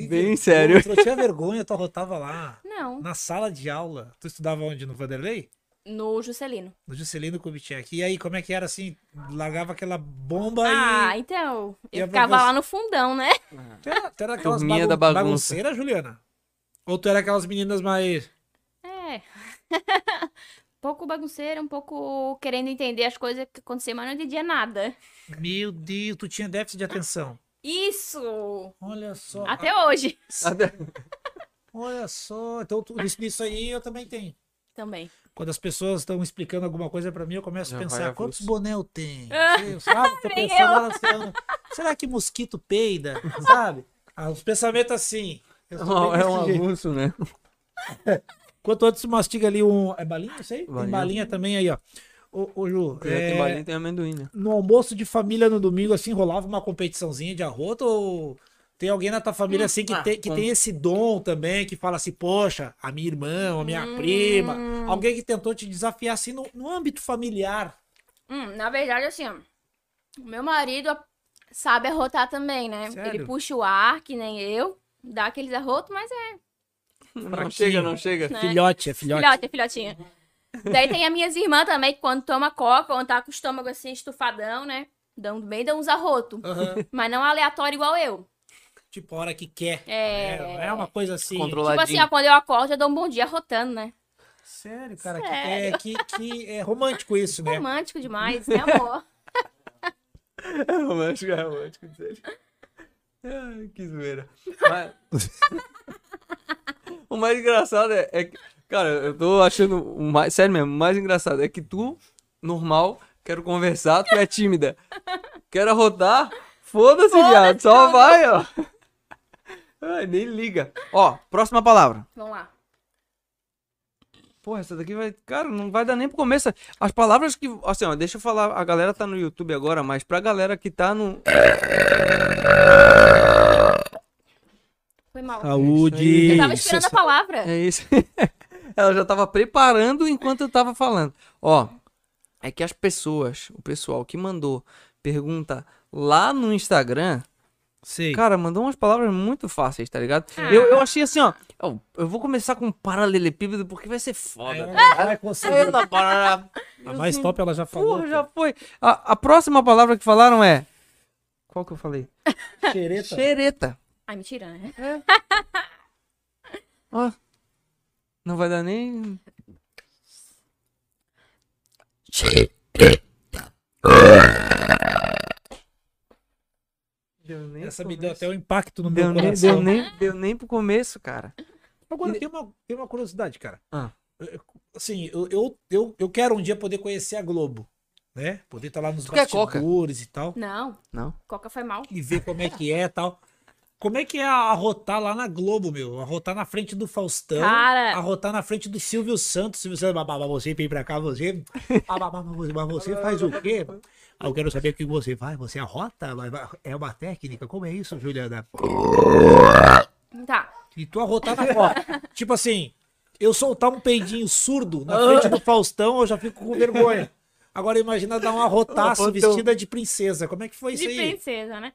[SPEAKER 2] Bem sério.
[SPEAKER 1] Tu não tinha vergonha, tu arrotava lá.
[SPEAKER 3] Não.
[SPEAKER 1] Na sala de aula. Tu estudava onde? No Vanderlei?
[SPEAKER 3] No Juscelino.
[SPEAKER 1] No Juscelino Kubitschek. E aí, como é que era assim? Largava aquela bomba
[SPEAKER 3] Ah,
[SPEAKER 1] e.
[SPEAKER 3] então.
[SPEAKER 1] E
[SPEAKER 3] Eu
[SPEAKER 1] a
[SPEAKER 3] ficava
[SPEAKER 1] professora-
[SPEAKER 3] lá no fundão, né?
[SPEAKER 1] Tu era, tu era aquelas
[SPEAKER 2] Turminha da bagunça.
[SPEAKER 1] bagunceira, Juliana? Ou tu era aquelas meninas mais.
[SPEAKER 3] É. pouco bagunceira, um pouco querendo entender as coisas que aconteciam, mas não entendia nada.
[SPEAKER 1] Meu Deus, tu tinha déficit de atenção.
[SPEAKER 3] Isso!
[SPEAKER 1] Olha só.
[SPEAKER 3] Até hoje.
[SPEAKER 2] até-
[SPEAKER 1] Olha só. Então, tu, isso, isso aí eu também tenho.
[SPEAKER 3] Também.
[SPEAKER 1] Quando as pessoas estão explicando alguma coisa pra mim, eu começo
[SPEAKER 2] Já
[SPEAKER 1] a
[SPEAKER 2] vai
[SPEAKER 1] pensar
[SPEAKER 2] avulso.
[SPEAKER 1] quantos boné eu tenho. Eu, sabe? Tô
[SPEAKER 3] Nem
[SPEAKER 1] pensando, lá no céu, será que mosquito peida? Sabe? Ah, os pensamentos assim. Eu
[SPEAKER 2] É
[SPEAKER 1] sou
[SPEAKER 2] um-
[SPEAKER 1] bem
[SPEAKER 2] é
[SPEAKER 1] desse
[SPEAKER 2] um
[SPEAKER 1] jeito.
[SPEAKER 2] avulso, né?
[SPEAKER 1] Quanto antes tu mastiga ali um. É balinha? Não sei. Tem
[SPEAKER 2] Balinha.
[SPEAKER 1] balinha também aí, ó. Ô, ô Ju,
[SPEAKER 2] É... Tem
[SPEAKER 1] é,
[SPEAKER 2] balinha, tem amendoim, né?
[SPEAKER 1] no almoço de família no domingo, assim, rolava uma competiçãozinha de arroto ou. Tem alguém na tua família assim que,
[SPEAKER 2] ah,
[SPEAKER 1] tem, que
[SPEAKER 2] com-
[SPEAKER 1] tem esse dom também, que fala assim, poxa, a minha irmã, ou a minha prima, alguém que tentou te desafiar assim no- no âmbito familiar.
[SPEAKER 3] Hum, na verdade, assim, ó, o meu marido sabe arrotar também, né?
[SPEAKER 1] Sério?
[SPEAKER 3] Ele puxa o ar, que nem eu, dá aqueles arrotos, mas é
[SPEAKER 2] Não chega, não chega.
[SPEAKER 3] né?
[SPEAKER 1] Filhote, Uhum. é filhote.
[SPEAKER 3] filhote, é filhotinho. Daí tem as minhas irmãs também, que quando toma coca, quando tá com o estômago assim, estufadão, né? Dão bem, dão uns arrotos.
[SPEAKER 1] Aham.
[SPEAKER 3] Mas não aleatório igual eu.
[SPEAKER 1] Tipo, a hora que quer.
[SPEAKER 3] É.
[SPEAKER 1] É, é uma coisa assim.
[SPEAKER 3] Tipo
[SPEAKER 2] Controladinho.
[SPEAKER 3] assim, ó, quando eu acordo, eu dou um bom dia arrotando, né?
[SPEAKER 1] Sério, cara. Que, é, que, que é romântico isso, né?
[SPEAKER 3] Romântico demais, né, amor?
[SPEAKER 2] É romântico, é romântico dele. Ai, que zoeira. Mas- o mais engraçado é, é que. Cara, eu tô achando. o mais- sério mesmo, o mais engraçado é que tu, normal, quero conversar, tu é tímida. Quero arrotar, foda-se, viado. Só vai, ó. Ai, nem liga. Ó, próxima palavra.
[SPEAKER 3] Vamos lá.
[SPEAKER 2] Porra, essa daqui vai. Cara, não vai dar nem pro começo. As palavras que. Assim, ó, deixa eu falar. A galera tá no YouTube agora, mas pra galera que tá no.
[SPEAKER 3] Foi mal.
[SPEAKER 1] Saúde.
[SPEAKER 3] Eu tava esperando a palavra.
[SPEAKER 2] É isso. Ela já tava preparando enquanto eu tava falando. Ó, é que as pessoas, o pessoal que mandou pergunta lá no Instagram,
[SPEAKER 1] Sei.
[SPEAKER 2] cara, mandou umas palavras muito fáceis, tá ligado? Eu, eu achei assim, ó, ó, eu vou começar com um paralelepípedo porque vai ser
[SPEAKER 1] Ela
[SPEAKER 2] foda.
[SPEAKER 1] não É, vai conseguir.
[SPEAKER 2] Ela- barará.
[SPEAKER 1] A Tá mais top ela já falou.
[SPEAKER 2] Ah! Porra, já foi. A, a próxima palavra que falaram é. Qual que eu falei?
[SPEAKER 1] cara. Xereta.
[SPEAKER 2] Xereta.
[SPEAKER 3] Ai, mentira, né?
[SPEAKER 2] Ó. Não vai dar nem. Deu nem
[SPEAKER 1] Essa
[SPEAKER 2] pro
[SPEAKER 1] me deu
[SPEAKER 2] começo.
[SPEAKER 1] até um impacto no
[SPEAKER 2] Deu
[SPEAKER 1] meu
[SPEAKER 2] nem,
[SPEAKER 1] coração.
[SPEAKER 2] deu, nem, deu nem pro começo, cara.
[SPEAKER 1] Agora, tem uma, tem uma curiosidade, cara.
[SPEAKER 2] Ah.
[SPEAKER 1] Eu- Assim, eu, eu, eu, eu quero um dia poder conhecer a Globo, né? Poder estar lá nos
[SPEAKER 2] Tu quer coca?
[SPEAKER 1] bastidores e tal.
[SPEAKER 3] Não,
[SPEAKER 2] Não.
[SPEAKER 3] Coca foi mal.
[SPEAKER 1] E ver como é que é e tal. Como é que é arrotar lá na Globo, meu? Arrotar na frente do Faustão.
[SPEAKER 3] Cara.
[SPEAKER 1] Arrotar na frente do Silvio Santos. Silvio Santos, babá, você vem pra cá, você. babá, mas você- mas você faz o quê? Ah, Eu quero saber o que você faz. Você arrota? Vai- vai- É uma técnica? Como é isso, Juliana?
[SPEAKER 3] Tá.
[SPEAKER 1] E tu arrotar na Copa. tipo assim, eu soltar um peidinho surdo na frente
[SPEAKER 3] Ah.
[SPEAKER 1] do Faustão, eu já fico com vergonha. Agora imagina dar uma rotaço
[SPEAKER 2] Arrotou.
[SPEAKER 1] vestida de princesa. Como é que foi
[SPEAKER 3] De
[SPEAKER 1] isso aí?
[SPEAKER 3] princesa, né?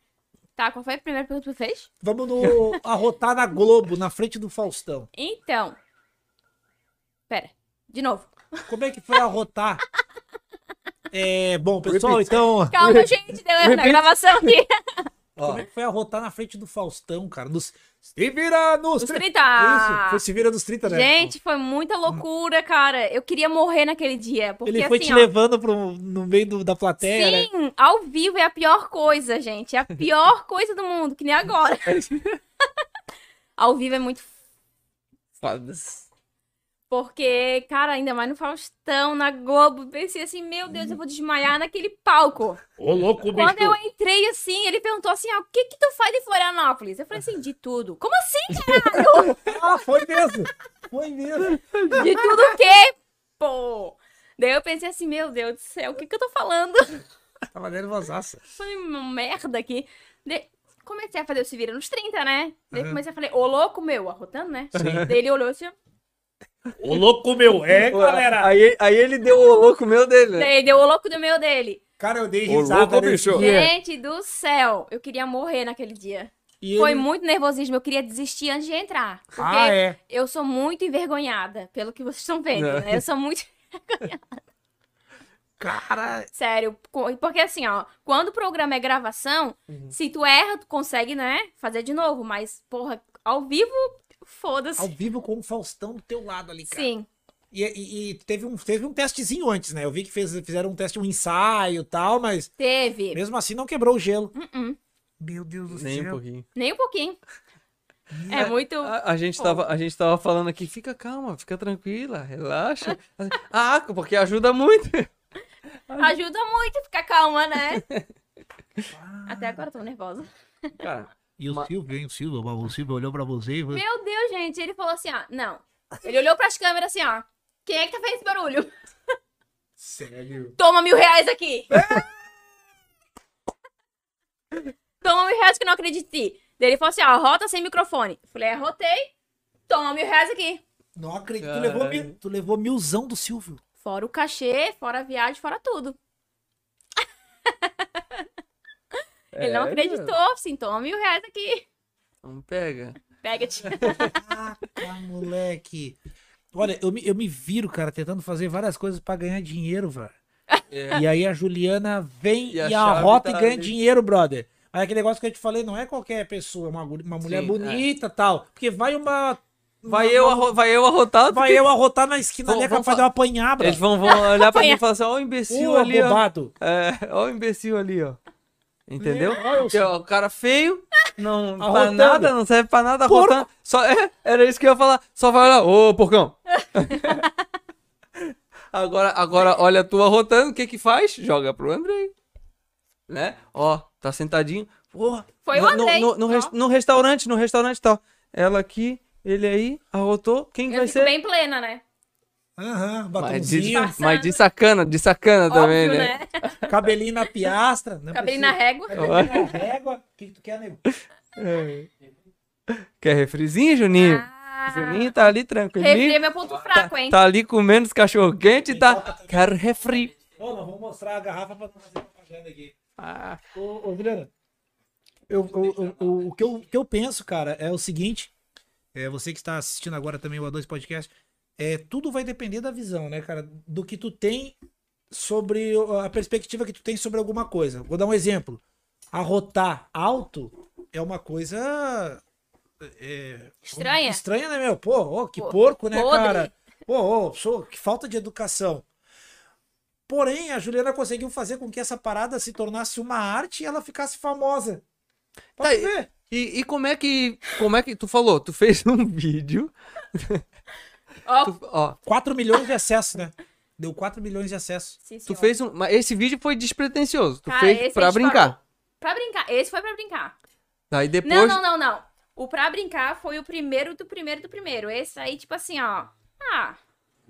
[SPEAKER 3] Tá, qual foi a primeira pergunta que tu fez?
[SPEAKER 1] Vamos no arrotar na Globo, na frente do Faustão.
[SPEAKER 3] Então. Pera. De novo.
[SPEAKER 1] Como é que foi arrotar? É, bom, pessoal,
[SPEAKER 2] Repeat.
[SPEAKER 1] então,
[SPEAKER 3] Calma, gente. Deu erro na gravação aqui.
[SPEAKER 1] como é que foi arrotar na frente do Faustão, cara? Nos... Se vira nos,
[SPEAKER 3] Os
[SPEAKER 1] tri-
[SPEAKER 3] 30.
[SPEAKER 1] Isso, foi se vira nos 30, né?
[SPEAKER 3] Gente, foi muita loucura, cara. Eu queria morrer naquele dia. Porque
[SPEAKER 1] Ele foi
[SPEAKER 3] assim,
[SPEAKER 1] te
[SPEAKER 3] ó.
[SPEAKER 1] levando pro, no meio do- da plateia, né?
[SPEAKER 3] Sim, ao vivo é a pior coisa, gente. É a pior coisa do mundo, que nem agora. ao vivo é muito. f-
[SPEAKER 2] Foda-se.
[SPEAKER 3] Porque, cara, ainda mais no Faustão, na Globo, pensei assim, meu Deus, eu vou desmaiar naquele palco.
[SPEAKER 1] Ô, louco,
[SPEAKER 3] Quando eu entrei assim, ele perguntou assim: ah, o que que tu faz em Florianópolis? Eu falei assim: de tudo. Como assim?
[SPEAKER 1] Ah, foi mesmo. Foi mesmo.
[SPEAKER 3] De tudo o quê? Pô! Daí eu pensei assim: meu Deus do céu, o que que eu tô falando?
[SPEAKER 1] Tava nervosaça.
[SPEAKER 3] falei, uma merda aqui. De- Comecei a fazer o Se Vira nos 30, né? Daí
[SPEAKER 1] Aham.
[SPEAKER 3] comecei a falar, ô louco meu, arrotando, né? Daí ele olhou assim,
[SPEAKER 1] Ô, louco meu. É, galera.
[SPEAKER 2] Aí, aí ele deu o louco meu
[SPEAKER 1] É.
[SPEAKER 2] dele, né?
[SPEAKER 3] daí deu o louco do meu dele.
[SPEAKER 1] Cara, eu dei
[SPEAKER 2] Ô,
[SPEAKER 1] risada
[SPEAKER 2] louco,
[SPEAKER 1] nesse
[SPEAKER 2] bicho.
[SPEAKER 1] dia.
[SPEAKER 3] Gente do céu, eu queria morrer naquele dia.
[SPEAKER 1] E
[SPEAKER 3] Foi
[SPEAKER 1] ele-
[SPEAKER 3] muito nervosismo, eu queria desistir antes de entrar. Porque
[SPEAKER 1] Ah, é.
[SPEAKER 3] eu sou muito envergonhada, pelo que vocês estão vendo,
[SPEAKER 2] É.
[SPEAKER 3] né? Eu sou muito...
[SPEAKER 1] Cara,
[SPEAKER 3] Sério, co- porque assim, ó, quando o programa é gravação,
[SPEAKER 1] Uhum.
[SPEAKER 3] se tu erra, tu consegue, né, fazer de novo. Mas, porra, ao vivo,
[SPEAKER 1] ao
[SPEAKER 3] foda-se.
[SPEAKER 1] vivo com o Faustão do teu lado ali, cara.
[SPEAKER 3] Sim.
[SPEAKER 1] E, e- e teve, um, teve um testezinho antes, né? Eu vi que fez- fizeram um teste, um ensaio e tal, mas
[SPEAKER 3] Teve.
[SPEAKER 1] mesmo assim não quebrou o gelo.
[SPEAKER 3] Uh-uh.
[SPEAKER 1] Meu Deus do
[SPEAKER 2] Nem um
[SPEAKER 1] céu.
[SPEAKER 2] pouquinho.
[SPEAKER 3] Nem um pouquinho. É muito.
[SPEAKER 2] A, a gente tava, a gente tava falando aqui, fica calma, fica tranquila, relaxa. Ah, porque ajuda muito.
[SPEAKER 3] Ajuda muito ficar calma, né? Até agora eu tô nervosa.
[SPEAKER 2] Cara,
[SPEAKER 1] E o
[SPEAKER 2] Ma-
[SPEAKER 1] Silvio, hein? O Silvio, o Silvio olhou pra você e falou...
[SPEAKER 3] Meu Deus, gente. Ele falou assim, ó. Não. Ele olhou pras câmeras assim, ó. Quem é que tá fazendo esse barulho?
[SPEAKER 1] Sério?
[SPEAKER 3] Toma mil reais aqui. Toma mil reais que eu não acredito em ti. Daí ele falou assim, ó, rota sem microfone. Falei, arrotei. Toma mil reais aqui.
[SPEAKER 1] Não acredito. Tu
[SPEAKER 2] Caralho.
[SPEAKER 1] levou, mil, tu levou milzão do Silvio.
[SPEAKER 3] Fora o cachê, fora a viagem, fora tudo. Ele não
[SPEAKER 2] é,
[SPEAKER 3] acreditou, assim, toma mil reais aqui.
[SPEAKER 2] Não pega.
[SPEAKER 3] Pega-te.
[SPEAKER 1] Caraca, moleque. Olha, eu me, eu me viro, cara, tentando fazer várias coisas pra ganhar dinheiro, velho.
[SPEAKER 2] É.
[SPEAKER 1] E aí a Juliana vem
[SPEAKER 2] E
[SPEAKER 1] e,
[SPEAKER 2] a chave
[SPEAKER 1] arrota
[SPEAKER 2] tá
[SPEAKER 1] e ganha
[SPEAKER 2] ali.
[SPEAKER 1] dinheiro, brother. Aí aquele negócio que eu te falei, não é qualquer pessoa, uma, gu- uma mulher
[SPEAKER 2] Sim, é.
[SPEAKER 1] bonita tal. Porque vai uma.
[SPEAKER 2] Vai
[SPEAKER 1] uma-
[SPEAKER 2] eu,
[SPEAKER 1] uma-
[SPEAKER 2] arro- vai eu arrotado.
[SPEAKER 1] Vai eu arrotar na esquina
[SPEAKER 2] Vamos-
[SPEAKER 1] ali, é pra
[SPEAKER 2] vamos
[SPEAKER 1] fazer
[SPEAKER 2] fa-
[SPEAKER 1] uma apanhada.
[SPEAKER 2] Eles vão, vão olhar pra mim
[SPEAKER 3] Apanhar.
[SPEAKER 2] e falar assim, ó o imbecil
[SPEAKER 1] Ô,
[SPEAKER 2] ali, ó.
[SPEAKER 1] bobado.
[SPEAKER 2] É, ó o imbecil ali, ó. Entendeu?
[SPEAKER 1] Olha o-
[SPEAKER 2] Que, ó, o cara feio, não tá
[SPEAKER 1] Arrotando.
[SPEAKER 2] nada, não serve pra nada,
[SPEAKER 1] Porco.
[SPEAKER 2] arrotando. Só, é, era isso que eu ia falar. Só vai olhar, ô, porcão. agora, agora, olha tu arrotando, o que que faz? Joga pro Andrei. Né? Ó, tá sentadinho. Porra.
[SPEAKER 3] Foi o
[SPEAKER 2] no, no,
[SPEAKER 3] Andrei,
[SPEAKER 2] no, no,
[SPEAKER 3] ó.
[SPEAKER 2] res- no restaurante, no restaurante tal. Ela aqui, ele aí, arrotou. Quem
[SPEAKER 3] Eu
[SPEAKER 2] vai
[SPEAKER 3] fico
[SPEAKER 2] ser?
[SPEAKER 3] bem plena, né?
[SPEAKER 1] Aham,
[SPEAKER 2] Mas de,
[SPEAKER 1] batomzinho,
[SPEAKER 3] Disfarçado.
[SPEAKER 2] mas de sacana, de sacana também,
[SPEAKER 3] Óbvio,
[SPEAKER 2] né?
[SPEAKER 3] né?
[SPEAKER 1] cabelinho na piastra. Não
[SPEAKER 3] Cabelinho na
[SPEAKER 1] precisa.
[SPEAKER 3] régua.
[SPEAKER 1] Cabelinho na régua. O que, que tu quer, nego?
[SPEAKER 2] Quer refrizinho, Juninho?
[SPEAKER 3] Ah,
[SPEAKER 2] Juninho tá ali
[SPEAKER 3] refri é
[SPEAKER 2] tranquilinho.
[SPEAKER 3] meu ponto
[SPEAKER 2] Tá,
[SPEAKER 3] fraco, hein?
[SPEAKER 2] tá ali comendo os cachorro quente e tá. Quero refri.
[SPEAKER 1] Ô, nós vamos mostrar a garrafa pra não fazer propaganda aqui.
[SPEAKER 2] Ah,
[SPEAKER 1] Ô, ô Juliana, eu, eu- eu- eu- o, que eu, o que eu penso, cara, é o seguinte: é, você que está assistindo agora também o A2 Podcast, é, tudo vai depender da visão, né, cara? Do que tu tem sobre o- a perspectiva que tu tem sobre alguma coisa. Vou dar um exemplo. Arrotar alto é uma coisa. é,
[SPEAKER 3] Estranha.
[SPEAKER 1] Estranha, né, meu? Pô, ô, que
[SPEAKER 3] Pô,
[SPEAKER 1] porco, né,
[SPEAKER 3] podre.
[SPEAKER 1] cara? Pô, ô, sou- que falta de educação. Porém, a Juliana conseguiu fazer com que essa parada se tornasse uma arte e ela ficasse famosa. Pode
[SPEAKER 2] Tá, e-
[SPEAKER 1] ver.
[SPEAKER 2] E, e como é que. Como é que. Tu falou, tu fez um vídeo.
[SPEAKER 3] Ó,
[SPEAKER 2] tu- ó,
[SPEAKER 1] 4 milhões de acessos, né? Deu 4 milhões de acessos.
[SPEAKER 3] sim,
[SPEAKER 2] tu
[SPEAKER 3] senhor.
[SPEAKER 2] fez um. Mas esse vídeo foi despretensioso. Tu
[SPEAKER 3] Cara,
[SPEAKER 2] fez
[SPEAKER 3] esse
[SPEAKER 2] pra
[SPEAKER 3] a gente
[SPEAKER 2] brincar.
[SPEAKER 3] Pra brincar. Esse foi pra brincar.
[SPEAKER 2] Aí depois.
[SPEAKER 3] Não, não, não, não. O pra brincar foi o primeiro do primeiro do primeiro. Esse aí, tipo assim, ó. Ah,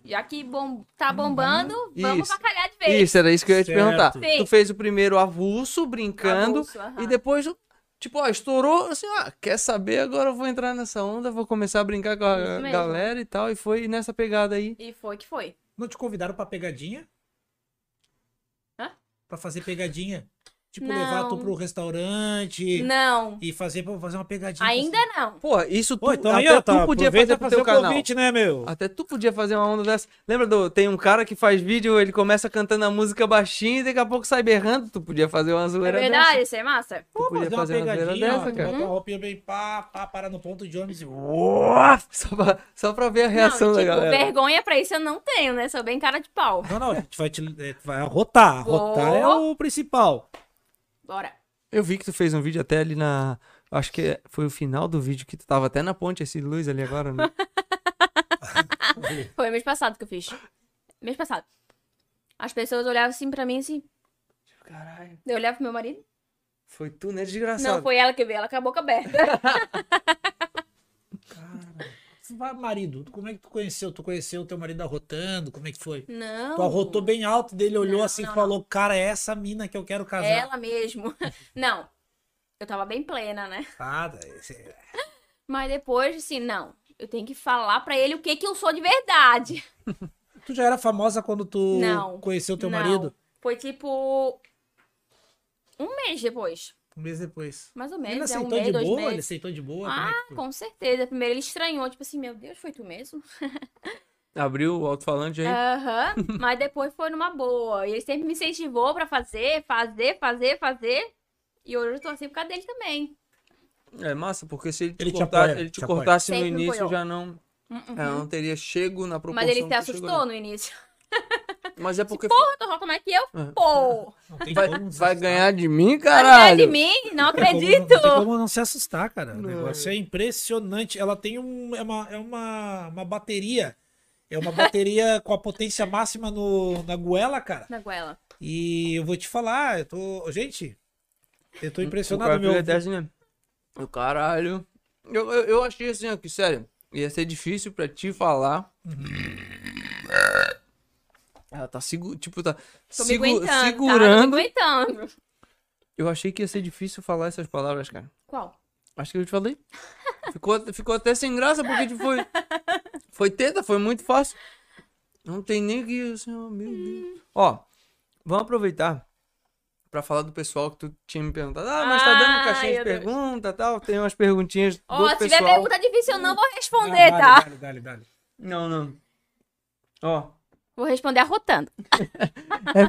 [SPEAKER 3] já que bom, tá bombando, vamos
[SPEAKER 2] Uhum. Isso.
[SPEAKER 3] bacalhar de vez.
[SPEAKER 2] Isso, era isso que eu ia te
[SPEAKER 1] Certo.
[SPEAKER 2] perguntar.
[SPEAKER 3] Sim.
[SPEAKER 2] Tu fez o primeiro avulso, brincando.
[SPEAKER 3] Avulso, aham.
[SPEAKER 2] E depois, tipo, ó, estourou, assim, ó, quer saber, agora eu vou entrar nessa onda, vou começar a brincar com a
[SPEAKER 3] Isso mesmo.
[SPEAKER 2] galera e tal, e foi nessa pegada aí.
[SPEAKER 3] E foi que foi.
[SPEAKER 1] Não te convidaram pra pegadinha?
[SPEAKER 3] Hã?
[SPEAKER 1] Pra fazer pegadinha. Tipo,
[SPEAKER 3] Não.
[SPEAKER 1] levar tu pro restaurante
[SPEAKER 3] Não,
[SPEAKER 1] e fazer, pra fazer uma pegadinha.
[SPEAKER 3] ainda não.
[SPEAKER 2] Porra, isso tu,
[SPEAKER 1] Pô, então aí,
[SPEAKER 2] até
[SPEAKER 1] ó,
[SPEAKER 2] tu
[SPEAKER 1] tá,
[SPEAKER 2] podia
[SPEAKER 1] aproveita pra
[SPEAKER 2] fazer pro
[SPEAKER 1] fazer
[SPEAKER 2] teu
[SPEAKER 1] o
[SPEAKER 2] canal.
[SPEAKER 1] convite, né, meu?
[SPEAKER 2] Até tu podia fazer uma onda dessa. Lembra do, tem um cara que faz vídeo, ele começa cantando a música baixinha e daqui a pouco sai berrando, tu podia fazer uma
[SPEAKER 3] É
[SPEAKER 2] zoeira
[SPEAKER 3] verdade, isso é massa.
[SPEAKER 2] Pô, podia fazer uma zoeira dessa,
[SPEAKER 1] tu
[SPEAKER 2] cara.
[SPEAKER 1] bota uma roupinha bem pá, pá, para no ponto de ônibus e...
[SPEAKER 2] dessa. Só pra, só pra ver a reação
[SPEAKER 3] não,
[SPEAKER 2] da
[SPEAKER 3] tipo,
[SPEAKER 2] galera.
[SPEAKER 3] vergonha pra isso eu não tenho, né? Sou bem cara de pau.
[SPEAKER 1] Não, não, a gente vai, te, eh, vai arrotar. Arrotar é o principal.
[SPEAKER 3] Bora.
[SPEAKER 2] Eu vi que tu fez um vídeo até ali na. Acho que é, foi o final do vídeo que tu tava até na ponte esse luz ali agora, né?
[SPEAKER 3] Foi mês passado que eu fiz. Mês passado. As pessoas olhavam assim pra mim, assim.
[SPEAKER 2] Caralho,
[SPEAKER 3] Eu olhava pro meu marido.
[SPEAKER 2] foi tu, né? Desgraçado.
[SPEAKER 3] Não, foi ela que veio, ela com a boca aberta.
[SPEAKER 1] Vai, marido, como é que tu conheceu? Tu conheceu o teu marido arrotando? Como é que foi?
[SPEAKER 3] Não.
[SPEAKER 1] Tu arrotou bem alto, dele olhou
[SPEAKER 3] Não,
[SPEAKER 1] assim e
[SPEAKER 3] não, É.
[SPEAKER 1] falou, cara, é essa mina que eu quero casar.
[SPEAKER 3] Ela mesmo. Não. Eu tava bem plena, né?
[SPEAKER 1] Ah, tá, esse-
[SPEAKER 3] Mas depois, assim, não. Eu tenho que falar pra ele o que que eu sou de verdade.
[SPEAKER 1] tu já era famosa quando tu
[SPEAKER 3] Não,
[SPEAKER 1] conheceu teu
[SPEAKER 3] Não.
[SPEAKER 1] marido?
[SPEAKER 3] Foi tipo. Um mês depois.
[SPEAKER 1] Um mês depois.
[SPEAKER 3] Mais ou
[SPEAKER 1] ele
[SPEAKER 3] menos. É um
[SPEAKER 1] aceitou
[SPEAKER 3] mês,
[SPEAKER 1] assim, então, de
[SPEAKER 3] dois
[SPEAKER 1] boa? Ele
[SPEAKER 3] meses.
[SPEAKER 1] aceitou de boa? Como é que
[SPEAKER 3] Ah,
[SPEAKER 1] foi?
[SPEAKER 3] com certeza. Primeiro ele estranhou, tipo assim, meu Deus, foi tu mesmo?
[SPEAKER 2] Abriu o alto-falante
[SPEAKER 3] É.
[SPEAKER 2] aí.
[SPEAKER 3] Aham, mas depois foi numa boa. E ele sempre me incentivou pra fazer, fazer, fazer, fazer. E hoje eu tô assim por causa dele também.
[SPEAKER 2] É massa, porque se ele te,
[SPEAKER 1] Ele te
[SPEAKER 2] cortar-
[SPEAKER 1] apoia,
[SPEAKER 2] ele te
[SPEAKER 1] te apoia.
[SPEAKER 2] cortasse no
[SPEAKER 3] Sempre me
[SPEAKER 2] início,
[SPEAKER 3] apoiou.
[SPEAKER 2] já não,
[SPEAKER 3] Uhum.
[SPEAKER 2] é, não teria chego na proporção tá
[SPEAKER 3] Mas ele se
[SPEAKER 2] que chegou,
[SPEAKER 3] assustou no início.
[SPEAKER 2] né? Mas é porque
[SPEAKER 3] Porra, tu como é que eu?
[SPEAKER 2] É.
[SPEAKER 3] Pô!
[SPEAKER 1] Não tem
[SPEAKER 3] tá
[SPEAKER 2] vai,
[SPEAKER 1] como não se
[SPEAKER 2] vai
[SPEAKER 1] assustar.
[SPEAKER 2] ganhar de mim,
[SPEAKER 3] Atrás de
[SPEAKER 2] caralho.
[SPEAKER 1] Não
[SPEAKER 3] mim? Não
[SPEAKER 1] tem como- Não tem
[SPEAKER 3] acredito!
[SPEAKER 1] como não se assustar, cara. O
[SPEAKER 2] Não.
[SPEAKER 1] negócio é impressionante. Ela tem um, é uma, é uma, uma bateria. É uma bateria com a potência máxima no, na goela, cara.
[SPEAKER 3] Na goela.
[SPEAKER 1] E eu vou te falar, eu tô. Gente, eu tô
[SPEAKER 2] O
[SPEAKER 1] impressionado,
[SPEAKER 2] cara
[SPEAKER 1] meu.
[SPEAKER 2] fica até assim, né? Eu, caralho. Eu, eu, eu achei assim, ó, que sério, ia ser difícil pra te falar.
[SPEAKER 3] Uhum.
[SPEAKER 2] Ela tá segurando, tipo, tá
[SPEAKER 3] Tô
[SPEAKER 2] segu-
[SPEAKER 3] me aguentando. Tava
[SPEAKER 2] segurando.
[SPEAKER 3] me aguentando.
[SPEAKER 2] Eu achei que ia ser difícil falar essas palavras, cara.
[SPEAKER 3] Qual?
[SPEAKER 2] Acho que eu te falei. Ficou, ficou até sem graça, porque tipo, foi. Foi teta, foi muito fácil. Não tem nem que. Assim, ó, meu
[SPEAKER 3] Hum.
[SPEAKER 2] Deus. Ó, vamos aproveitar pra falar do pessoal que tu tinha me perguntado. Ah, mas tá dando
[SPEAKER 3] Ai,
[SPEAKER 2] caixinha de
[SPEAKER 3] meu Deus.
[SPEAKER 2] pergunta e tal. Tem umas perguntinhas
[SPEAKER 3] Ó,
[SPEAKER 2] do
[SPEAKER 3] se tiver
[SPEAKER 2] pessoal. né?
[SPEAKER 3] pergunta difícil, eu não vou
[SPEAKER 1] Ah,
[SPEAKER 3] responder, tá?
[SPEAKER 1] Dale, dale, dale.
[SPEAKER 2] Não, não. Ó,
[SPEAKER 3] Vou responder arrotando.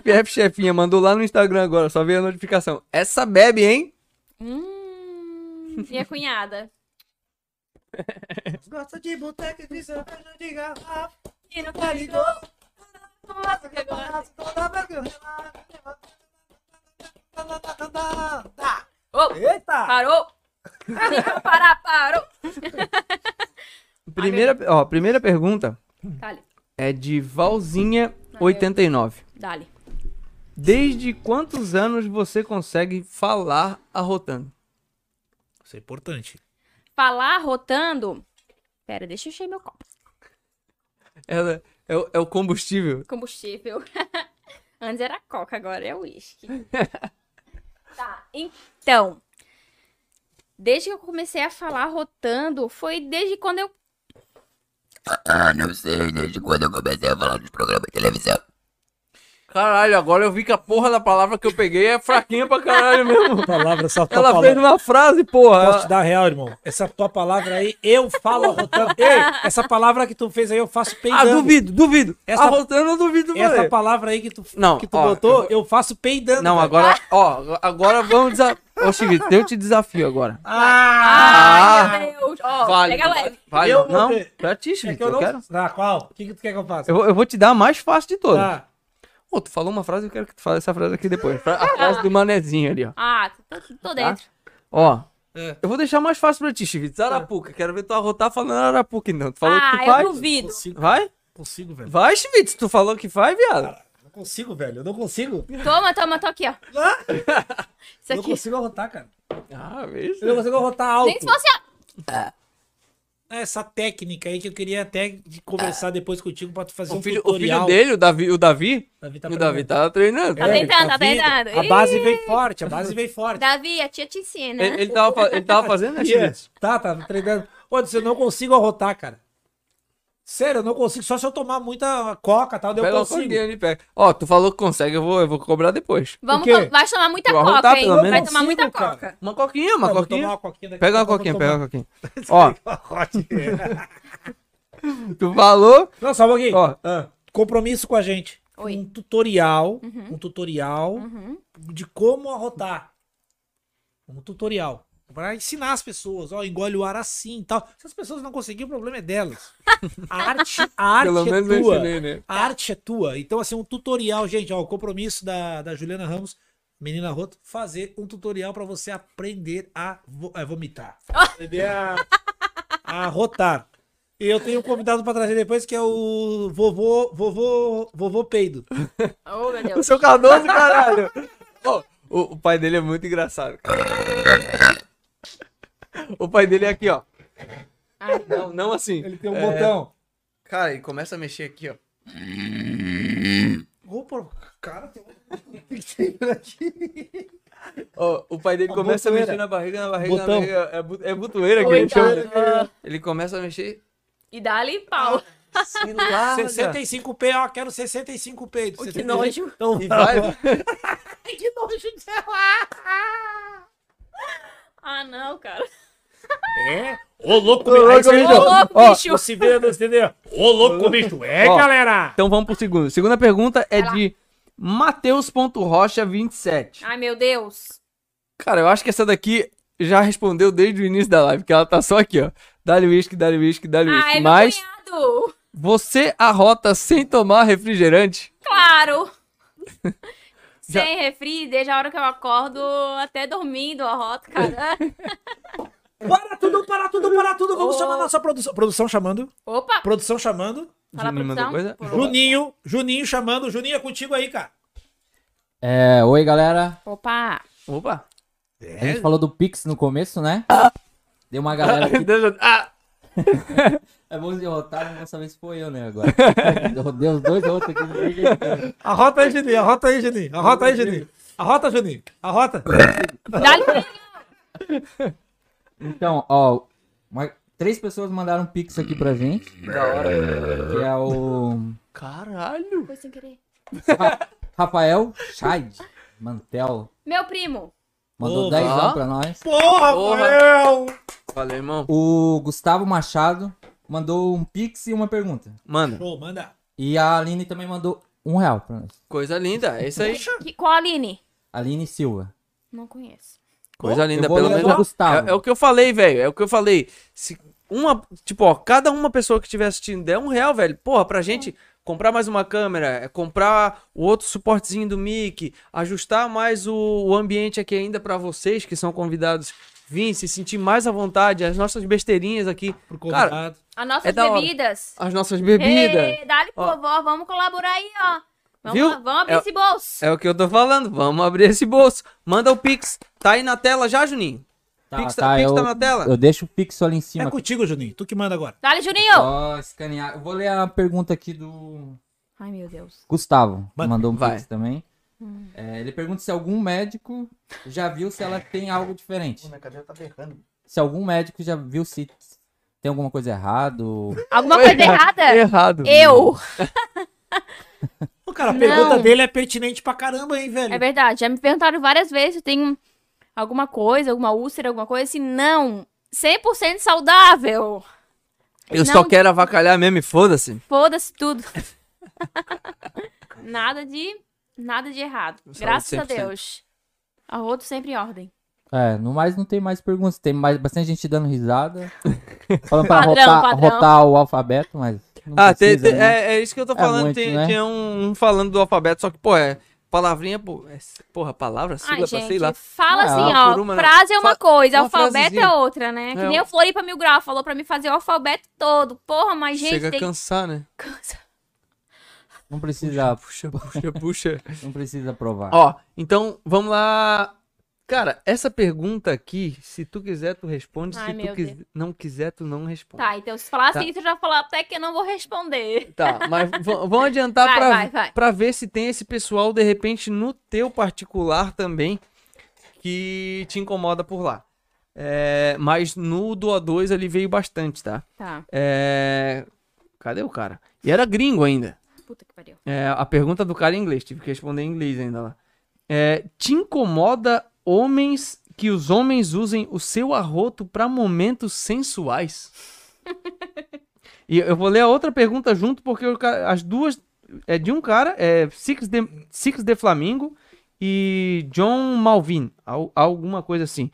[SPEAKER 2] FF Chefinha mandou lá no Instagram agora, só veio a notificação. Essa bebe, hein?
[SPEAKER 3] Hum. Minha cunhada.
[SPEAKER 1] Gosta de boteca de cerveja de garrafa.
[SPEAKER 3] E não
[SPEAKER 1] tá ligou?
[SPEAKER 3] Nossa, que agora. Ô,
[SPEAKER 1] Eita!
[SPEAKER 3] parou! Tem que parar, parou!
[SPEAKER 2] Primeira, ó, primeira pergunta
[SPEAKER 3] Dale,
[SPEAKER 2] é de Valzinha89.
[SPEAKER 3] dale.
[SPEAKER 2] Desde quantos anos você consegue falar arrotando?
[SPEAKER 1] Isso é importante.
[SPEAKER 3] Falar rotando. Pera, deixa eu encher meu copo.
[SPEAKER 2] Ela é, o- é o combustível.
[SPEAKER 3] Combustível. Antes era coca, agora é uísque. tá, então. Desde que eu comecei a falar rotando, foi desde quando eu.
[SPEAKER 4] Ah, não sei desde quando eu comecei a falar dos programas de televisão.
[SPEAKER 2] Caralho, agora eu vi que a porra da palavra que eu peguei é fraquinha pra caralho mesmo.
[SPEAKER 1] Palavra só tua
[SPEAKER 2] Ela
[SPEAKER 1] palavra.
[SPEAKER 2] fez uma frase, porra.
[SPEAKER 1] Tá Posso te
[SPEAKER 2] Ela-
[SPEAKER 1] dar real, irmão? Essa tua palavra aí, eu falo arrotando. Ei, essa palavra que tu fez aí, eu faço
[SPEAKER 2] Ah,
[SPEAKER 1] peidando.
[SPEAKER 2] duvido, duvido.
[SPEAKER 1] Essa-
[SPEAKER 2] Arrotando, eu duvido,
[SPEAKER 1] Essa
[SPEAKER 2] mano.
[SPEAKER 1] palavra aí que tu,
[SPEAKER 2] Não,
[SPEAKER 1] que tu
[SPEAKER 2] ó,
[SPEAKER 1] botou,
[SPEAKER 2] eu
[SPEAKER 1] eu, faço peidando.
[SPEAKER 2] Não,
[SPEAKER 1] velho.
[SPEAKER 2] agora, ó, agora vamos desafiar. Ô, Chiquito, eu te desafio agora.
[SPEAKER 1] Ah!
[SPEAKER 3] Ai, meu Deus! Ó,
[SPEAKER 2] Vale.
[SPEAKER 3] pega leve.
[SPEAKER 2] Vale.
[SPEAKER 1] Eu vou
[SPEAKER 2] Não,
[SPEAKER 1] ter-
[SPEAKER 2] pra ti,
[SPEAKER 1] É
[SPEAKER 2] Chiquito,
[SPEAKER 1] que eu
[SPEAKER 2] eu
[SPEAKER 1] não...
[SPEAKER 2] quero.
[SPEAKER 1] Ah, qual? O que, que tu quer que eu faça?
[SPEAKER 2] Eu, vou- eu vou te dar a mais fácil de todas.
[SPEAKER 1] Tá.
[SPEAKER 2] Pô, tu falou uma frase, eu quero que tu fale essa frase aqui depois. Fra- A frase do manezinho ali, ó.
[SPEAKER 3] Ah, tô, tô dentro.
[SPEAKER 2] Ó.
[SPEAKER 1] É.
[SPEAKER 2] Eu vou deixar mais fácil pra ti, É. Chivito. Arapuca. Tá Quero ver tu arrotar falando Arapuca, então. Tu falou que
[SPEAKER 3] ah,
[SPEAKER 2] tu
[SPEAKER 3] eu
[SPEAKER 2] vai?
[SPEAKER 3] duvido.
[SPEAKER 1] Consigo,
[SPEAKER 2] Vai?
[SPEAKER 1] consigo, velho.
[SPEAKER 2] Vai, Chivito. Tu falou que vai, viado.
[SPEAKER 1] Cara, não consigo, velho. Eu não consigo.
[SPEAKER 3] Toma, toma, tô aqui, ó.
[SPEAKER 1] Ah,
[SPEAKER 3] Isso
[SPEAKER 1] eu não
[SPEAKER 3] aqui.
[SPEAKER 1] consigo arrotar, cara.
[SPEAKER 2] Ah, mesmo.
[SPEAKER 1] Eu não consigo arrotar alto. É
[SPEAKER 3] Nem se fosse a...
[SPEAKER 1] Essa técnica aí que eu queria até de conversar depois contigo pra tu fazer
[SPEAKER 2] Tá. O
[SPEAKER 1] um
[SPEAKER 2] filho, o
[SPEAKER 1] tutorial.
[SPEAKER 2] filho dele, o Davi, o Davi,
[SPEAKER 1] Davi tá
[SPEAKER 2] o Davi
[SPEAKER 1] aprendendo.
[SPEAKER 2] tá treinando.
[SPEAKER 3] Tá
[SPEAKER 1] É,
[SPEAKER 3] tentando,
[SPEAKER 1] ele
[SPEAKER 3] tá
[SPEAKER 1] vindo.
[SPEAKER 3] tentando. Tá.
[SPEAKER 1] A base veio forte, a base veio forte.
[SPEAKER 3] Davi, a tia te ensina. né?
[SPEAKER 2] Ele, ele tava, fa- ele tava fazendo, né,
[SPEAKER 1] Yeah.
[SPEAKER 2] Chivito?
[SPEAKER 1] Tá, tá treinando. Ô, eu não consigo arrotar, cara. Sério, eu não consigo. Só se eu tomar muita coca e tal, daí eu
[SPEAKER 2] Pega uma
[SPEAKER 1] consigo.
[SPEAKER 2] coquinha ali, pega. Ó, tu falou que consegue, eu vou, eu vou cobrar depois.
[SPEAKER 3] Vamos,
[SPEAKER 1] quê?
[SPEAKER 3] to- vai tomar muita
[SPEAKER 2] Vai
[SPEAKER 3] coca,
[SPEAKER 2] arrotar,
[SPEAKER 3] hein?
[SPEAKER 2] pelo
[SPEAKER 3] Vai
[SPEAKER 2] menos.
[SPEAKER 3] tomar muita
[SPEAKER 1] Consigo, cara.
[SPEAKER 3] coca.
[SPEAKER 2] Uma coquinha, uma
[SPEAKER 1] Ah, vou tomar
[SPEAKER 2] coquinha.
[SPEAKER 1] uma coquinha daqui.
[SPEAKER 2] Pega uma
[SPEAKER 1] a pouco eu
[SPEAKER 2] coquinha,
[SPEAKER 1] vou
[SPEAKER 2] pega
[SPEAKER 1] tomar.
[SPEAKER 2] uma coquinha. Ó, tu falou.
[SPEAKER 1] Não, só um pouquinho.
[SPEAKER 2] Ó.
[SPEAKER 1] Ah, compromisso com a gente.
[SPEAKER 3] Oi.
[SPEAKER 1] Um tutorial. Um tutorial de como arrotar. Um tutorial. Pra ensinar as pessoas, ó, engole o ar assim e tal. Se as pessoas não conseguirem, o problema é delas. A arte, a arte
[SPEAKER 2] Pelo
[SPEAKER 1] é
[SPEAKER 2] menos eu
[SPEAKER 1] tua.
[SPEAKER 2] ensinei, né?
[SPEAKER 1] A arte é tua. Então, assim, um tutorial, gente, ó, o compromisso da, da Juliana Ramos, menina Roto, fazer um tutorial pra você aprender a vo- é, vomitar.
[SPEAKER 3] Ah!
[SPEAKER 1] Aprender a, a rotar. E eu tenho um convidado pra trazer depois que é o vovô, vovô, vovô peido.
[SPEAKER 3] Oh, meu
[SPEAKER 2] O
[SPEAKER 3] Deus.
[SPEAKER 2] seu Cardoso, caralho. Ó, o, o pai dele é muito engraçado, cara. O pai dele é aqui, ó.
[SPEAKER 3] Ai.
[SPEAKER 2] Não, não assim.
[SPEAKER 1] Ele tem um
[SPEAKER 2] É,
[SPEAKER 1] botão.
[SPEAKER 2] Cara, ele começa a mexer aqui, ó.
[SPEAKER 1] Opa, cara, tem um- tem que ter por aqui.
[SPEAKER 2] Ó, o pai dele
[SPEAKER 1] A
[SPEAKER 2] começa a
[SPEAKER 1] botoeira.
[SPEAKER 2] mexer na barriga, na barriga,
[SPEAKER 1] Botão.
[SPEAKER 2] na barriga. É, bu- é butoeira que ele chama.
[SPEAKER 3] né?
[SPEAKER 1] Coitado.
[SPEAKER 2] Ele começa a mexer.
[SPEAKER 3] E dá-lhe pau.
[SPEAKER 2] Se larga.
[SPEAKER 1] 65p, ó, quero 65 peidos.
[SPEAKER 3] que nojo.
[SPEAKER 1] Então,
[SPEAKER 2] E vai.
[SPEAKER 1] que nojo de
[SPEAKER 3] Ah, não, cara.
[SPEAKER 1] É? Ô louco,
[SPEAKER 2] Ô, louco,
[SPEAKER 1] aí você-
[SPEAKER 2] bicho.
[SPEAKER 3] Ô, louco,
[SPEAKER 2] Ó,
[SPEAKER 3] bicho.
[SPEAKER 1] Não se vira, não se entendeu? Ô, louco, bicho. É,
[SPEAKER 2] Ó.
[SPEAKER 1] galera.
[SPEAKER 2] Então vamos pro segundo. Segunda pergunta é
[SPEAKER 3] Vai lá.
[SPEAKER 2] de Mateus.rocha27.
[SPEAKER 3] Ai, meu Deus.
[SPEAKER 2] Cara, eu acho que essa daqui já respondeu desde o início da live, que ela tá só aqui, ó. Dá-lhe uísque, dá-lhe uísque, dá-lhe
[SPEAKER 3] Ah,
[SPEAKER 2] uísque.
[SPEAKER 3] é
[SPEAKER 2] Mas
[SPEAKER 3] meu cunhado.
[SPEAKER 2] você arrota sem tomar refrigerante?
[SPEAKER 3] Claro.
[SPEAKER 2] Já-
[SPEAKER 3] Sem refri, desde a hora que eu acordo, até dormindo, a rota, cara.
[SPEAKER 1] Para tudo, para tudo, para tudo. Vamos
[SPEAKER 3] Ô.
[SPEAKER 1] chamar nossa produção. Produção chamando.
[SPEAKER 3] Opa,
[SPEAKER 1] Produção chamando.
[SPEAKER 3] fala
[SPEAKER 2] Juninho mandou
[SPEAKER 3] produção.
[SPEAKER 2] coisa?
[SPEAKER 3] Por-
[SPEAKER 1] Juninho, Juninho chamando. Juninho, é contigo aí, cara.
[SPEAKER 5] É, oi galera.
[SPEAKER 3] Opa.
[SPEAKER 2] Opa!
[SPEAKER 5] A
[SPEAKER 1] É.
[SPEAKER 5] gente falou do Pix no começo, né? Deu uma galera que.
[SPEAKER 2] Deixa- Ah,
[SPEAKER 5] É bom derrotar, mas dessa vez foi eu, né? Agora. Derrotei os dois outros aqui. não tem jeito, cara.
[SPEAKER 1] Arrota aí, Juninho. Arrota aí, Juninho. Arrota aí, Juninho. Arrota, Juninho. Arrota.
[SPEAKER 3] Dá-lhe um
[SPEAKER 5] Então, ó. uma- Três pessoas mandaram Pix aqui pra gente.
[SPEAKER 2] da hora.
[SPEAKER 5] Que é o.
[SPEAKER 2] Caralho!
[SPEAKER 3] Foi sem querer.
[SPEAKER 5] Ra- Rafael Scheid Mantel.
[SPEAKER 3] Meu primo.
[SPEAKER 5] Mandou
[SPEAKER 1] Opa.
[SPEAKER 5] 10 anos pra nós.
[SPEAKER 1] Porra,
[SPEAKER 2] Porra.
[SPEAKER 1] Rafael.
[SPEAKER 2] Valeu, irmão.
[SPEAKER 5] O Gustavo Machado mandou um Pix e uma pergunta.
[SPEAKER 2] Mano,
[SPEAKER 1] Show, manda.
[SPEAKER 5] E a Aline também mandou um real pra nós.
[SPEAKER 2] coisa linda. É isso aí.
[SPEAKER 3] Que, qual a Aline?
[SPEAKER 5] Aline Silva.
[SPEAKER 3] Não conheço.
[SPEAKER 2] Coisa linda,
[SPEAKER 5] eu vou
[SPEAKER 2] pelo
[SPEAKER 5] ler
[SPEAKER 2] menos.
[SPEAKER 5] do Gustavo.
[SPEAKER 2] É, é o que eu falei, velho. É o que eu falei. Se uma, tipo, ó, cada uma pessoa que estiver assistindo der um real, velho. Porra, pra gente comprar mais uma câmera, é comprar o outro suportezinho do mic, ajustar mais o, o ambiente aqui ainda pra vocês que são convidados vir, se sentir mais à vontade, as nossas besteirinhas aqui,
[SPEAKER 1] Pro
[SPEAKER 2] Cara,
[SPEAKER 1] convidado.
[SPEAKER 3] As nossas
[SPEAKER 2] É da hora.
[SPEAKER 3] bebidas.
[SPEAKER 2] as nossas bebidas.
[SPEAKER 3] Ei, Dá-lhe, por
[SPEAKER 2] Ó.
[SPEAKER 3] favor. Vamos colaborar aí, ó. Vamos,
[SPEAKER 2] Viu?
[SPEAKER 3] lá, vamos abrir
[SPEAKER 2] É-
[SPEAKER 3] esse bolso.
[SPEAKER 2] É o que eu tô falando. Vamos abrir esse bolso. Manda o Pix. Tá aí na tela já, Juninho?
[SPEAKER 5] Tá,
[SPEAKER 2] Pix,
[SPEAKER 5] tá,
[SPEAKER 2] Pix
[SPEAKER 5] eu,
[SPEAKER 2] tá na tela?
[SPEAKER 5] eu deixo o Pix ali em cima.
[SPEAKER 1] É contigo, Juninho. Tu que manda agora.
[SPEAKER 3] Dá-lhe, Juninho.
[SPEAKER 5] Só escanear. Eu vou ler a pergunta aqui do
[SPEAKER 3] Ai, meu Deus.
[SPEAKER 5] Gustavo. que
[SPEAKER 1] Manda.
[SPEAKER 5] Mandou um
[SPEAKER 2] Vai.
[SPEAKER 5] Pix também. É, ele pergunta se algum médico já viu se ela tem algo diferente.
[SPEAKER 2] Minha cadeira tá berrando.
[SPEAKER 5] Se algum médico já viu se tem alguma coisa errada. ou-
[SPEAKER 3] Alguma coisa
[SPEAKER 2] É
[SPEAKER 3] errada?
[SPEAKER 2] Errado.
[SPEAKER 3] Eu.
[SPEAKER 1] Ô, cara, a
[SPEAKER 3] Não.
[SPEAKER 1] pergunta dele é pertinente pra caramba, hein, velho.
[SPEAKER 3] É verdade. Já me perguntaram várias vezes se tem alguma coisa, alguma úlcera, alguma coisa assim. Não. 100% saudável.
[SPEAKER 2] Eu
[SPEAKER 3] Não.
[SPEAKER 2] só quero avacalhar mesmo e foda-se.
[SPEAKER 3] Foda-se tudo. nada de nada de errado. Graças a
[SPEAKER 2] 100%.
[SPEAKER 3] Deus. A outro sempre em ordem.
[SPEAKER 5] É, no mais não tem mais perguntas. Tem mais, bastante gente dando risada. Falando pra
[SPEAKER 3] Padrão,
[SPEAKER 5] rotar,
[SPEAKER 3] padrão.
[SPEAKER 5] rotar o alfabeto, mas Não
[SPEAKER 2] Ah, tem-
[SPEAKER 5] precisa,
[SPEAKER 2] tem-
[SPEAKER 5] né?
[SPEAKER 2] é, é isso que eu tô falando.
[SPEAKER 5] muito,
[SPEAKER 2] tem,
[SPEAKER 5] né?
[SPEAKER 2] Tinha um, um falando do alfabeto, só que, pô, é palavrinha, pô, é, porra, palavra,
[SPEAKER 3] Ai,
[SPEAKER 2] sílaba,
[SPEAKER 3] gente,
[SPEAKER 2] sei lá.
[SPEAKER 3] fala
[SPEAKER 5] Ah,
[SPEAKER 3] assim,
[SPEAKER 2] por
[SPEAKER 3] ó.
[SPEAKER 2] uma-
[SPEAKER 3] frase é uma
[SPEAKER 2] fa-
[SPEAKER 3] coisa,
[SPEAKER 2] uma
[SPEAKER 3] alfabeto é
[SPEAKER 2] frasezinha.
[SPEAKER 3] outra, né? Que
[SPEAKER 2] É,
[SPEAKER 3] nem
[SPEAKER 2] um-
[SPEAKER 3] o Floripa Mil Grau falou pra mim fazer o alfabeto todo. Porra, mas gente,
[SPEAKER 2] Chega a
[SPEAKER 3] tem
[SPEAKER 2] cansar, né?
[SPEAKER 3] cansa.
[SPEAKER 5] Não precisa,
[SPEAKER 2] Puxa, puxa, puxa.
[SPEAKER 5] não precisa provar.
[SPEAKER 2] Ó, então, vamos lá. Cara, essa pergunta aqui, se tu quiser, tu responde.
[SPEAKER 3] Ai,
[SPEAKER 2] se tu
[SPEAKER 3] meu
[SPEAKER 2] quis- não quiser, tu não responde.
[SPEAKER 3] Tá, então se falar
[SPEAKER 2] Tá.
[SPEAKER 3] assim, tu já falar até que eu não vou responder.
[SPEAKER 2] Tá, mas v- vamos adiantar
[SPEAKER 3] Vai,
[SPEAKER 2] pra,
[SPEAKER 3] vai, vai.
[SPEAKER 2] pra ver se tem esse pessoal, de repente, no teu particular também, que te incomoda por lá. É, mas no do A2 ele veio bastante, tá?
[SPEAKER 3] Tá.
[SPEAKER 2] É, Cadê o cara? E era gringo ainda.
[SPEAKER 3] Puta que pariu.
[SPEAKER 2] É, a pergunta do cara em inglês, tive que responder em inglês ainda lá. É, te incomoda homens que os homens usem o seu arroto pra momentos sensuais? e eu vou ler a outra pergunta junto, porque o cara- as duas é de um cara, é Six de, Six de Flamingo e John Malvin, al- alguma coisa assim.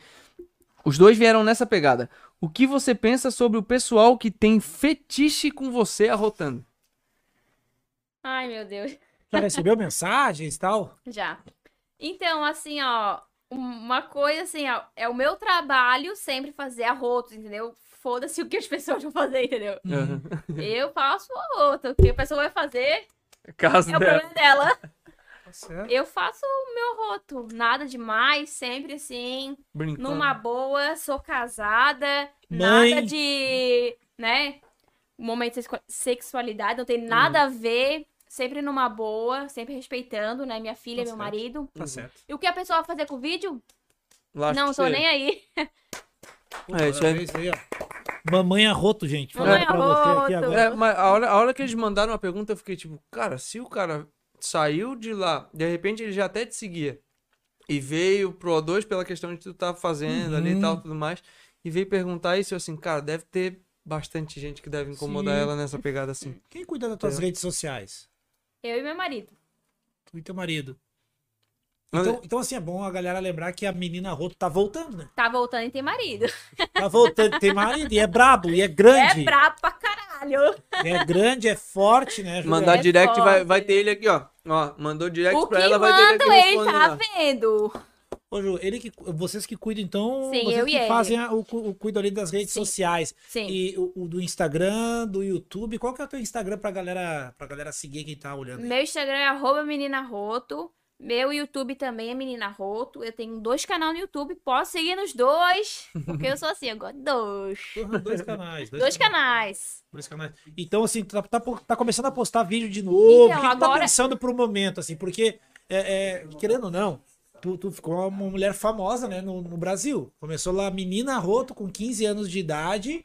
[SPEAKER 2] Os dois vieram nessa pegada. O que você pensa sobre o pessoal que tem fetiche com você arrotando?
[SPEAKER 3] Ai, meu Deus.
[SPEAKER 1] Já recebeu mensagens e tal?
[SPEAKER 3] Já. Então, assim, ó, uma coisa assim, ó, é o meu trabalho sempre fazer arrotos, entendeu? Foda-se o que as pessoas vão fazer, entendeu? Eu faço arroto. O que a pessoa vai fazer
[SPEAKER 2] Caso
[SPEAKER 3] é o problema dela.
[SPEAKER 1] Tá certo.
[SPEAKER 3] Eu faço o meu roto, nada demais, sempre assim,
[SPEAKER 2] Brincando.
[SPEAKER 3] numa boa, sou casada,
[SPEAKER 1] Mãe.
[SPEAKER 3] nada de, né, momento de sexua- sexualidade, não tem nada
[SPEAKER 2] Hum.
[SPEAKER 3] a ver, sempre numa boa, sempre respeitando, né, minha filha,
[SPEAKER 2] Tá
[SPEAKER 3] meu
[SPEAKER 2] certo.
[SPEAKER 3] marido.
[SPEAKER 1] Tá certo.
[SPEAKER 3] E o que a pessoa vai fazer com o vídeo?
[SPEAKER 2] Lá
[SPEAKER 3] não, tô
[SPEAKER 2] você-
[SPEAKER 3] nem aí.
[SPEAKER 1] Puta,
[SPEAKER 2] É, isso aí.
[SPEAKER 1] é isso aí, ó. Mamãe arroto, gente. Falando
[SPEAKER 3] Mamãe
[SPEAKER 1] pra você aqui
[SPEAKER 3] arroto.
[SPEAKER 1] agora.
[SPEAKER 2] É, mas a hora, a hora que eles mandaram a pergunta, eu fiquei tipo, cara, se o cara saiu de lá, de repente ele já até te seguia. E veio pro O2 pela questão de tu tá fazendo ali e tal, tudo mais. E veio perguntar isso, eu assim, cara, deve ter bastante gente que deve incomodar
[SPEAKER 1] Sim.
[SPEAKER 2] ela nessa pegada assim.
[SPEAKER 1] Quem cuida das tuas
[SPEAKER 2] É.
[SPEAKER 1] redes sociais?
[SPEAKER 3] Eu e meu marido.
[SPEAKER 1] Tu e teu marido.
[SPEAKER 2] Ah,
[SPEAKER 1] Então, então, assim, é bom a galera lembrar que a menina arroto tá voltando, né?
[SPEAKER 3] Tá voltando e tem marido.
[SPEAKER 1] Tá voltando, tem marido, e é brabo, e é grande.
[SPEAKER 3] É brabo pra caralho.
[SPEAKER 1] É grande, é forte, né? Juliana?
[SPEAKER 2] mandar
[SPEAKER 3] é
[SPEAKER 2] direct, vai,
[SPEAKER 3] forte.
[SPEAKER 2] vai ter ele aqui, ó. Ó, mandou direct
[SPEAKER 3] O que
[SPEAKER 2] pra ela, vai ter ele
[SPEAKER 3] mando
[SPEAKER 2] aqui
[SPEAKER 3] ele
[SPEAKER 2] respondendo.
[SPEAKER 3] tá
[SPEAKER 2] ó.
[SPEAKER 3] vendo.
[SPEAKER 1] Ô, Ju, ele que, vocês que cuidam, então,
[SPEAKER 3] Sim,
[SPEAKER 1] vocês
[SPEAKER 3] eu
[SPEAKER 1] que
[SPEAKER 3] e ele.
[SPEAKER 1] fazem a- o, cu- o cuido ali das redes sociais.
[SPEAKER 3] Sim.
[SPEAKER 1] E o, o do Instagram, do YouTube. Qual que é o teu Instagram pra galera, pra galera seguir quem tá olhando? aí?
[SPEAKER 3] Meu Instagram é arroba Menina Roto. Meu YouTube também é Menina Roto. Eu tenho dois canais no YouTube. Posso seguir nos dois. Porque eu sou assim, eu gosto de dois.
[SPEAKER 1] Porra, Dois canais.
[SPEAKER 3] Dois canais.
[SPEAKER 1] Dois canais. Então, assim, tá, tá, tá começando a postar vídeo de novo.
[SPEAKER 3] Então,
[SPEAKER 1] o que que tu tá
[SPEAKER 3] agora-
[SPEAKER 1] pensando pro momento, assim? Porque, é, é, querendo ou não, tu, tu ficou uma mulher famosa, né, no, no Brasil. Começou lá menina roto com 15 anos de idade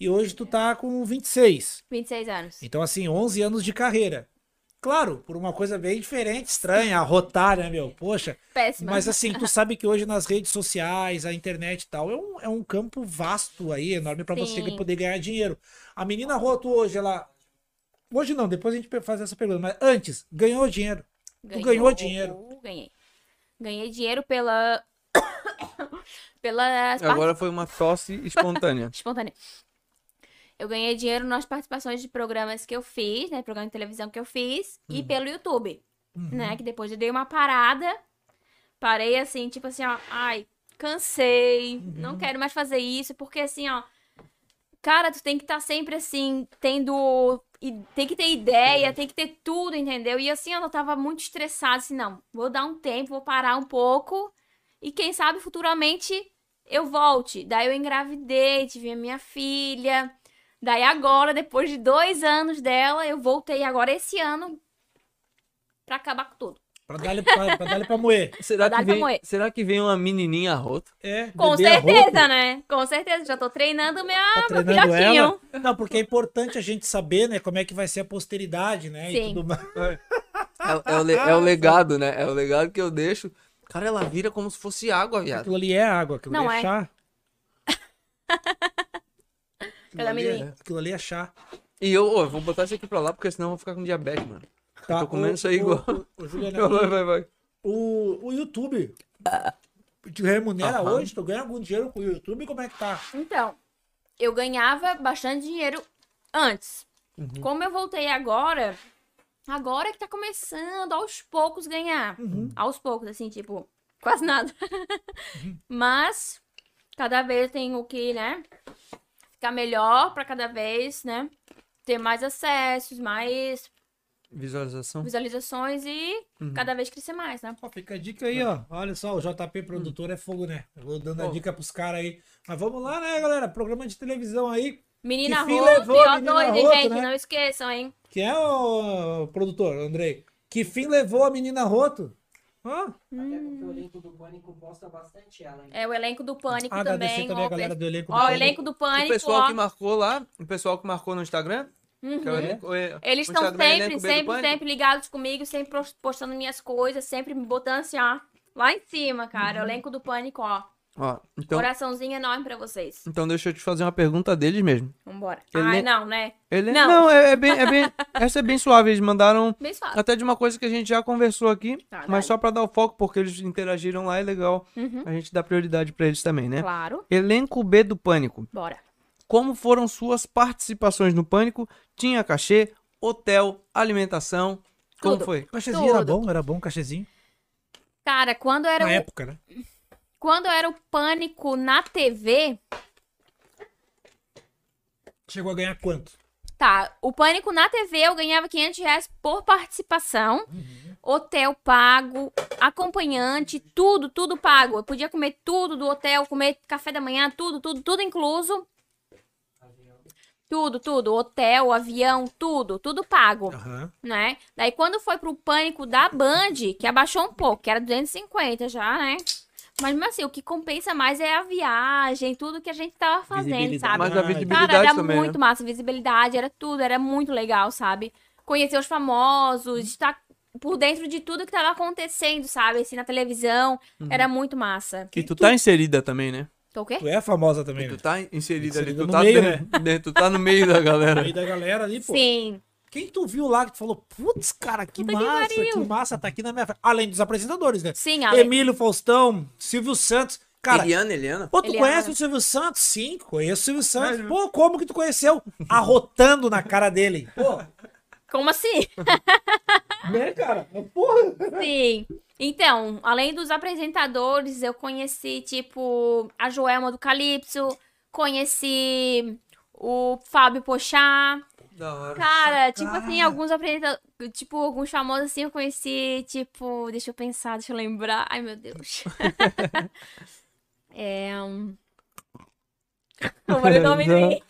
[SPEAKER 1] e hoje tu tá com 26.
[SPEAKER 3] 26 anos.
[SPEAKER 1] Então, assim, 11 anos de carreira. Claro, por uma coisa bem diferente, estranha, arrotar, né, meu? Poxa,
[SPEAKER 3] Péssima.
[SPEAKER 1] mas assim, tu sabe que hoje nas redes sociais, a internet e tal, é um, é um campo vasto aí, enorme, pra você
[SPEAKER 3] Sim.
[SPEAKER 1] poder ganhar dinheiro. A menina Roto hoje, ela. Hoje não, depois a gente pe- faz essa pergunta, mas antes, ganhou dinheiro. tu ganhou dinheiro.
[SPEAKER 3] Ganhei. Ganhei dinheiro pela. pelas
[SPEAKER 2] Agora foi uma tosse espontânea.
[SPEAKER 3] espontânea. Eu ganhei dinheiro nas participações de programas que eu fiz, né? Programa de televisão que eu fiz e pelo YouTube, né? Que depois eu dei uma parada, parei assim, tipo assim, ó, ai, cansei, não quero mais fazer isso, porque assim, ó, cara, tu tem que estar sempre assim, tendo. e Tem que ter ideia, tem que ter tudo, entendeu? E assim, ó, eu tava muito estressada, assim, não, vou dar um tempo, vou parar um pouco e quem sabe futuramente eu volte. Daí eu engravidei, tive a minha filha. Daí agora, depois de dois anos dela, eu voltei agora esse ano pra acabar com tudo.
[SPEAKER 1] Pra dar-lhe pra, pra, dar-lhe pra moer.
[SPEAKER 2] Será que,
[SPEAKER 3] Dá-lhe pra
[SPEAKER 2] vem,
[SPEAKER 3] moer.
[SPEAKER 2] será que vem uma menininha rota?
[SPEAKER 1] É,
[SPEAKER 3] Com
[SPEAKER 1] bebê
[SPEAKER 3] certeza,
[SPEAKER 1] Arroto,
[SPEAKER 3] né? Com certeza. Já tô treinando minha,
[SPEAKER 1] Tá
[SPEAKER 3] meu
[SPEAKER 1] treinando
[SPEAKER 3] filhotinho.
[SPEAKER 1] ela. Não, porque é importante a gente saber, né, como é que vai ser a posteridade, né? E
[SPEAKER 3] Sim.
[SPEAKER 1] tudo mais.
[SPEAKER 2] É, é o, le- é o legado, né? É o legado que eu deixo. Cara, ela vira como se fosse água, viado.
[SPEAKER 1] Aquilo ali é água, aquilo
[SPEAKER 3] Não
[SPEAKER 1] ali é,
[SPEAKER 3] é.
[SPEAKER 1] chá.
[SPEAKER 3] Aquela
[SPEAKER 1] ali é-
[SPEAKER 3] menininha.
[SPEAKER 1] aquilo ali é chá.
[SPEAKER 2] E eu, ô, eu vou botar isso aqui pra lá, porque senão eu vou ficar com diabetes, mano.
[SPEAKER 1] Tá,
[SPEAKER 2] tô comendo
[SPEAKER 1] o-
[SPEAKER 2] isso aí
[SPEAKER 1] o-
[SPEAKER 2] igual.
[SPEAKER 1] o- o Juliana,
[SPEAKER 2] Vai, vai, vai.
[SPEAKER 1] O, o YouTube te remunera
[SPEAKER 2] Aham.
[SPEAKER 1] hoje? Tu ganha algum dinheiro com o YouTube? Como é que tá?
[SPEAKER 3] Então, eu ganhava bastante dinheiro antes.
[SPEAKER 1] Uhum.
[SPEAKER 3] Como eu voltei agora, agora que tá começando aos poucos ganhar.
[SPEAKER 1] Uhum.
[SPEAKER 3] Aos poucos, assim, tipo, quase nada.
[SPEAKER 1] Uhum.
[SPEAKER 3] Mas cada vez tem o que, né? Ficar melhor pra cada vez, né? Ter mais acessos, mais
[SPEAKER 2] Visualização.
[SPEAKER 3] visualizações e
[SPEAKER 1] Uhum.
[SPEAKER 3] cada vez crescer mais, né?
[SPEAKER 1] Ó, fica a dica aí, ó. Olha só, o JP produtor é fogo, né? Eu Vou dando a
[SPEAKER 2] Ó.
[SPEAKER 1] dica pros caras aí. Mas vamos lá, né, galera? Programa de televisão aí.
[SPEAKER 3] Menina
[SPEAKER 1] Que fim
[SPEAKER 3] Ruth,
[SPEAKER 1] levou a
[SPEAKER 3] ó,
[SPEAKER 1] menina
[SPEAKER 3] doida, hein,
[SPEAKER 1] Ruth,
[SPEAKER 3] gente?
[SPEAKER 1] né?
[SPEAKER 3] Não esqueçam, hein?
[SPEAKER 1] Que é o produtor, Andrei. Que fim levou a menina Roto? Hã?
[SPEAKER 6] Até porque o elenco do Pânico mostra bastante ela. hein?
[SPEAKER 3] É o elenco do Pânico
[SPEAKER 1] Agradecer
[SPEAKER 3] também.
[SPEAKER 1] Ah, também
[SPEAKER 3] ó,
[SPEAKER 1] a galera do elenco.
[SPEAKER 3] ó, o elenco do
[SPEAKER 2] O
[SPEAKER 3] Pânico,
[SPEAKER 2] pessoal
[SPEAKER 3] ó.
[SPEAKER 2] que marcou lá, o pessoal que marcou no Instagram. que é o
[SPEAKER 3] Uhum.
[SPEAKER 2] elenco- é,
[SPEAKER 3] Eles
[SPEAKER 2] o
[SPEAKER 3] estão
[SPEAKER 2] Instagram é
[SPEAKER 3] sempre,
[SPEAKER 2] elenco B do
[SPEAKER 3] sempre,
[SPEAKER 2] Pânico.
[SPEAKER 3] sempre ligados comigo, sempre pos- postando minhas coisas, sempre me botando assim, ó. Lá em cima, cara. O elenco do Pânico, ó.
[SPEAKER 2] Ó, Uhum. então,
[SPEAKER 3] Coraçãozinho enorme pra vocês.
[SPEAKER 2] então deixa eu te fazer uma pergunta deles mesmo.
[SPEAKER 3] Vambora.
[SPEAKER 2] Ele-
[SPEAKER 3] Ai, não, né?
[SPEAKER 2] Ele...
[SPEAKER 3] Não.
[SPEAKER 2] Não, é, é bem, é bem- essa é bem suave. Eles mandaram
[SPEAKER 3] Bem suave.
[SPEAKER 2] até de uma coisa que a gente já conversou aqui,
[SPEAKER 3] Tá, dale.
[SPEAKER 2] mas só pra dar o foco, porque eles interagiram lá, é legal.
[SPEAKER 3] Uhum.
[SPEAKER 2] A gente dá prioridade pra eles também, né?
[SPEAKER 3] Claro.
[SPEAKER 2] Elenco B do Pânico.
[SPEAKER 3] Bora.
[SPEAKER 2] Como foram suas participações no Pânico? Tinha cachê, hotel, alimentação. Como
[SPEAKER 3] Tudo.
[SPEAKER 2] foi?
[SPEAKER 1] Cachezinho era
[SPEAKER 3] Tudo.
[SPEAKER 1] bom, era bom o cachezinho.
[SPEAKER 3] Cara, quando era um
[SPEAKER 1] Na
[SPEAKER 3] o-
[SPEAKER 1] época, né?
[SPEAKER 3] quando era o Pânico na TV,
[SPEAKER 1] Chegou a ganhar quanto?
[SPEAKER 3] Tá, o Pânico na TV eu ganhava 500 reais por participação, hotel pago, acompanhante, tudo, tudo pago. Eu podia comer tudo do hotel, comer café da manhã, tudo, tudo, tudo incluso. Tudo, tudo, hotel, avião, tudo, tudo pago,
[SPEAKER 1] Aham.
[SPEAKER 3] né? Daí quando foi pro Pânico da Band, que abaixou um pouco, que era 250 já, né? Mas mesmo assim, o que compensa mais é a viagem, tudo que a gente tava fazendo,
[SPEAKER 5] Visibilidade.
[SPEAKER 3] sabe?
[SPEAKER 2] Mas a visibilidade
[SPEAKER 3] Cara, era
[SPEAKER 2] também, né?
[SPEAKER 3] muito massa, visibilidade, era tudo, era muito legal, sabe? Conhecer os famosos, estar por dentro de tudo que tava acontecendo, sabe? Assim, na televisão,
[SPEAKER 2] Uhum.
[SPEAKER 3] era muito massa.
[SPEAKER 2] né? E tu tá inserida também, né?
[SPEAKER 3] Tô o quê?
[SPEAKER 1] Tu é famosa também,
[SPEAKER 2] E tu
[SPEAKER 1] né?
[SPEAKER 2] tá inserida ali,
[SPEAKER 1] Inserida
[SPEAKER 2] tu
[SPEAKER 1] no
[SPEAKER 2] tá,
[SPEAKER 1] meio,
[SPEAKER 2] dentro, dentro- tu tá no meio da galera.
[SPEAKER 1] Aí da galera ali, pô.
[SPEAKER 3] Sim,
[SPEAKER 1] Quem tu viu lá que tu falou, putz, cara, que
[SPEAKER 3] Puta que
[SPEAKER 1] massa, que,
[SPEAKER 3] pariu.
[SPEAKER 1] massa, tá aqui na minha frente. Além dos apresentadores, né?
[SPEAKER 3] sim, Ale.
[SPEAKER 1] Emílio Faustão, Silvio Santos. Cara,
[SPEAKER 2] Eliana, Eliana.
[SPEAKER 1] pô, tu
[SPEAKER 3] Eliana.
[SPEAKER 1] conhece o Silvio Santos? Sim, conheço o Silvio Santos. Pô, como que tu conheceu? Arrotando na cara dele. Pô,
[SPEAKER 3] Como assim?
[SPEAKER 1] né, cara? Porra.
[SPEAKER 3] É. Sim. Então, além dos apresentadores, eu conheci, tipo, a Joelma do Calypso, conheci o Fábio Pochá.
[SPEAKER 2] Da hora.
[SPEAKER 3] Cara, tipo assim, alguns apresentadores, tipo, alguns famosos assim eu conheci, tipo, deixa eu pensar, deixa eu lembrar. Ai, meu Deus. é. Um... Eu falei o nome dele.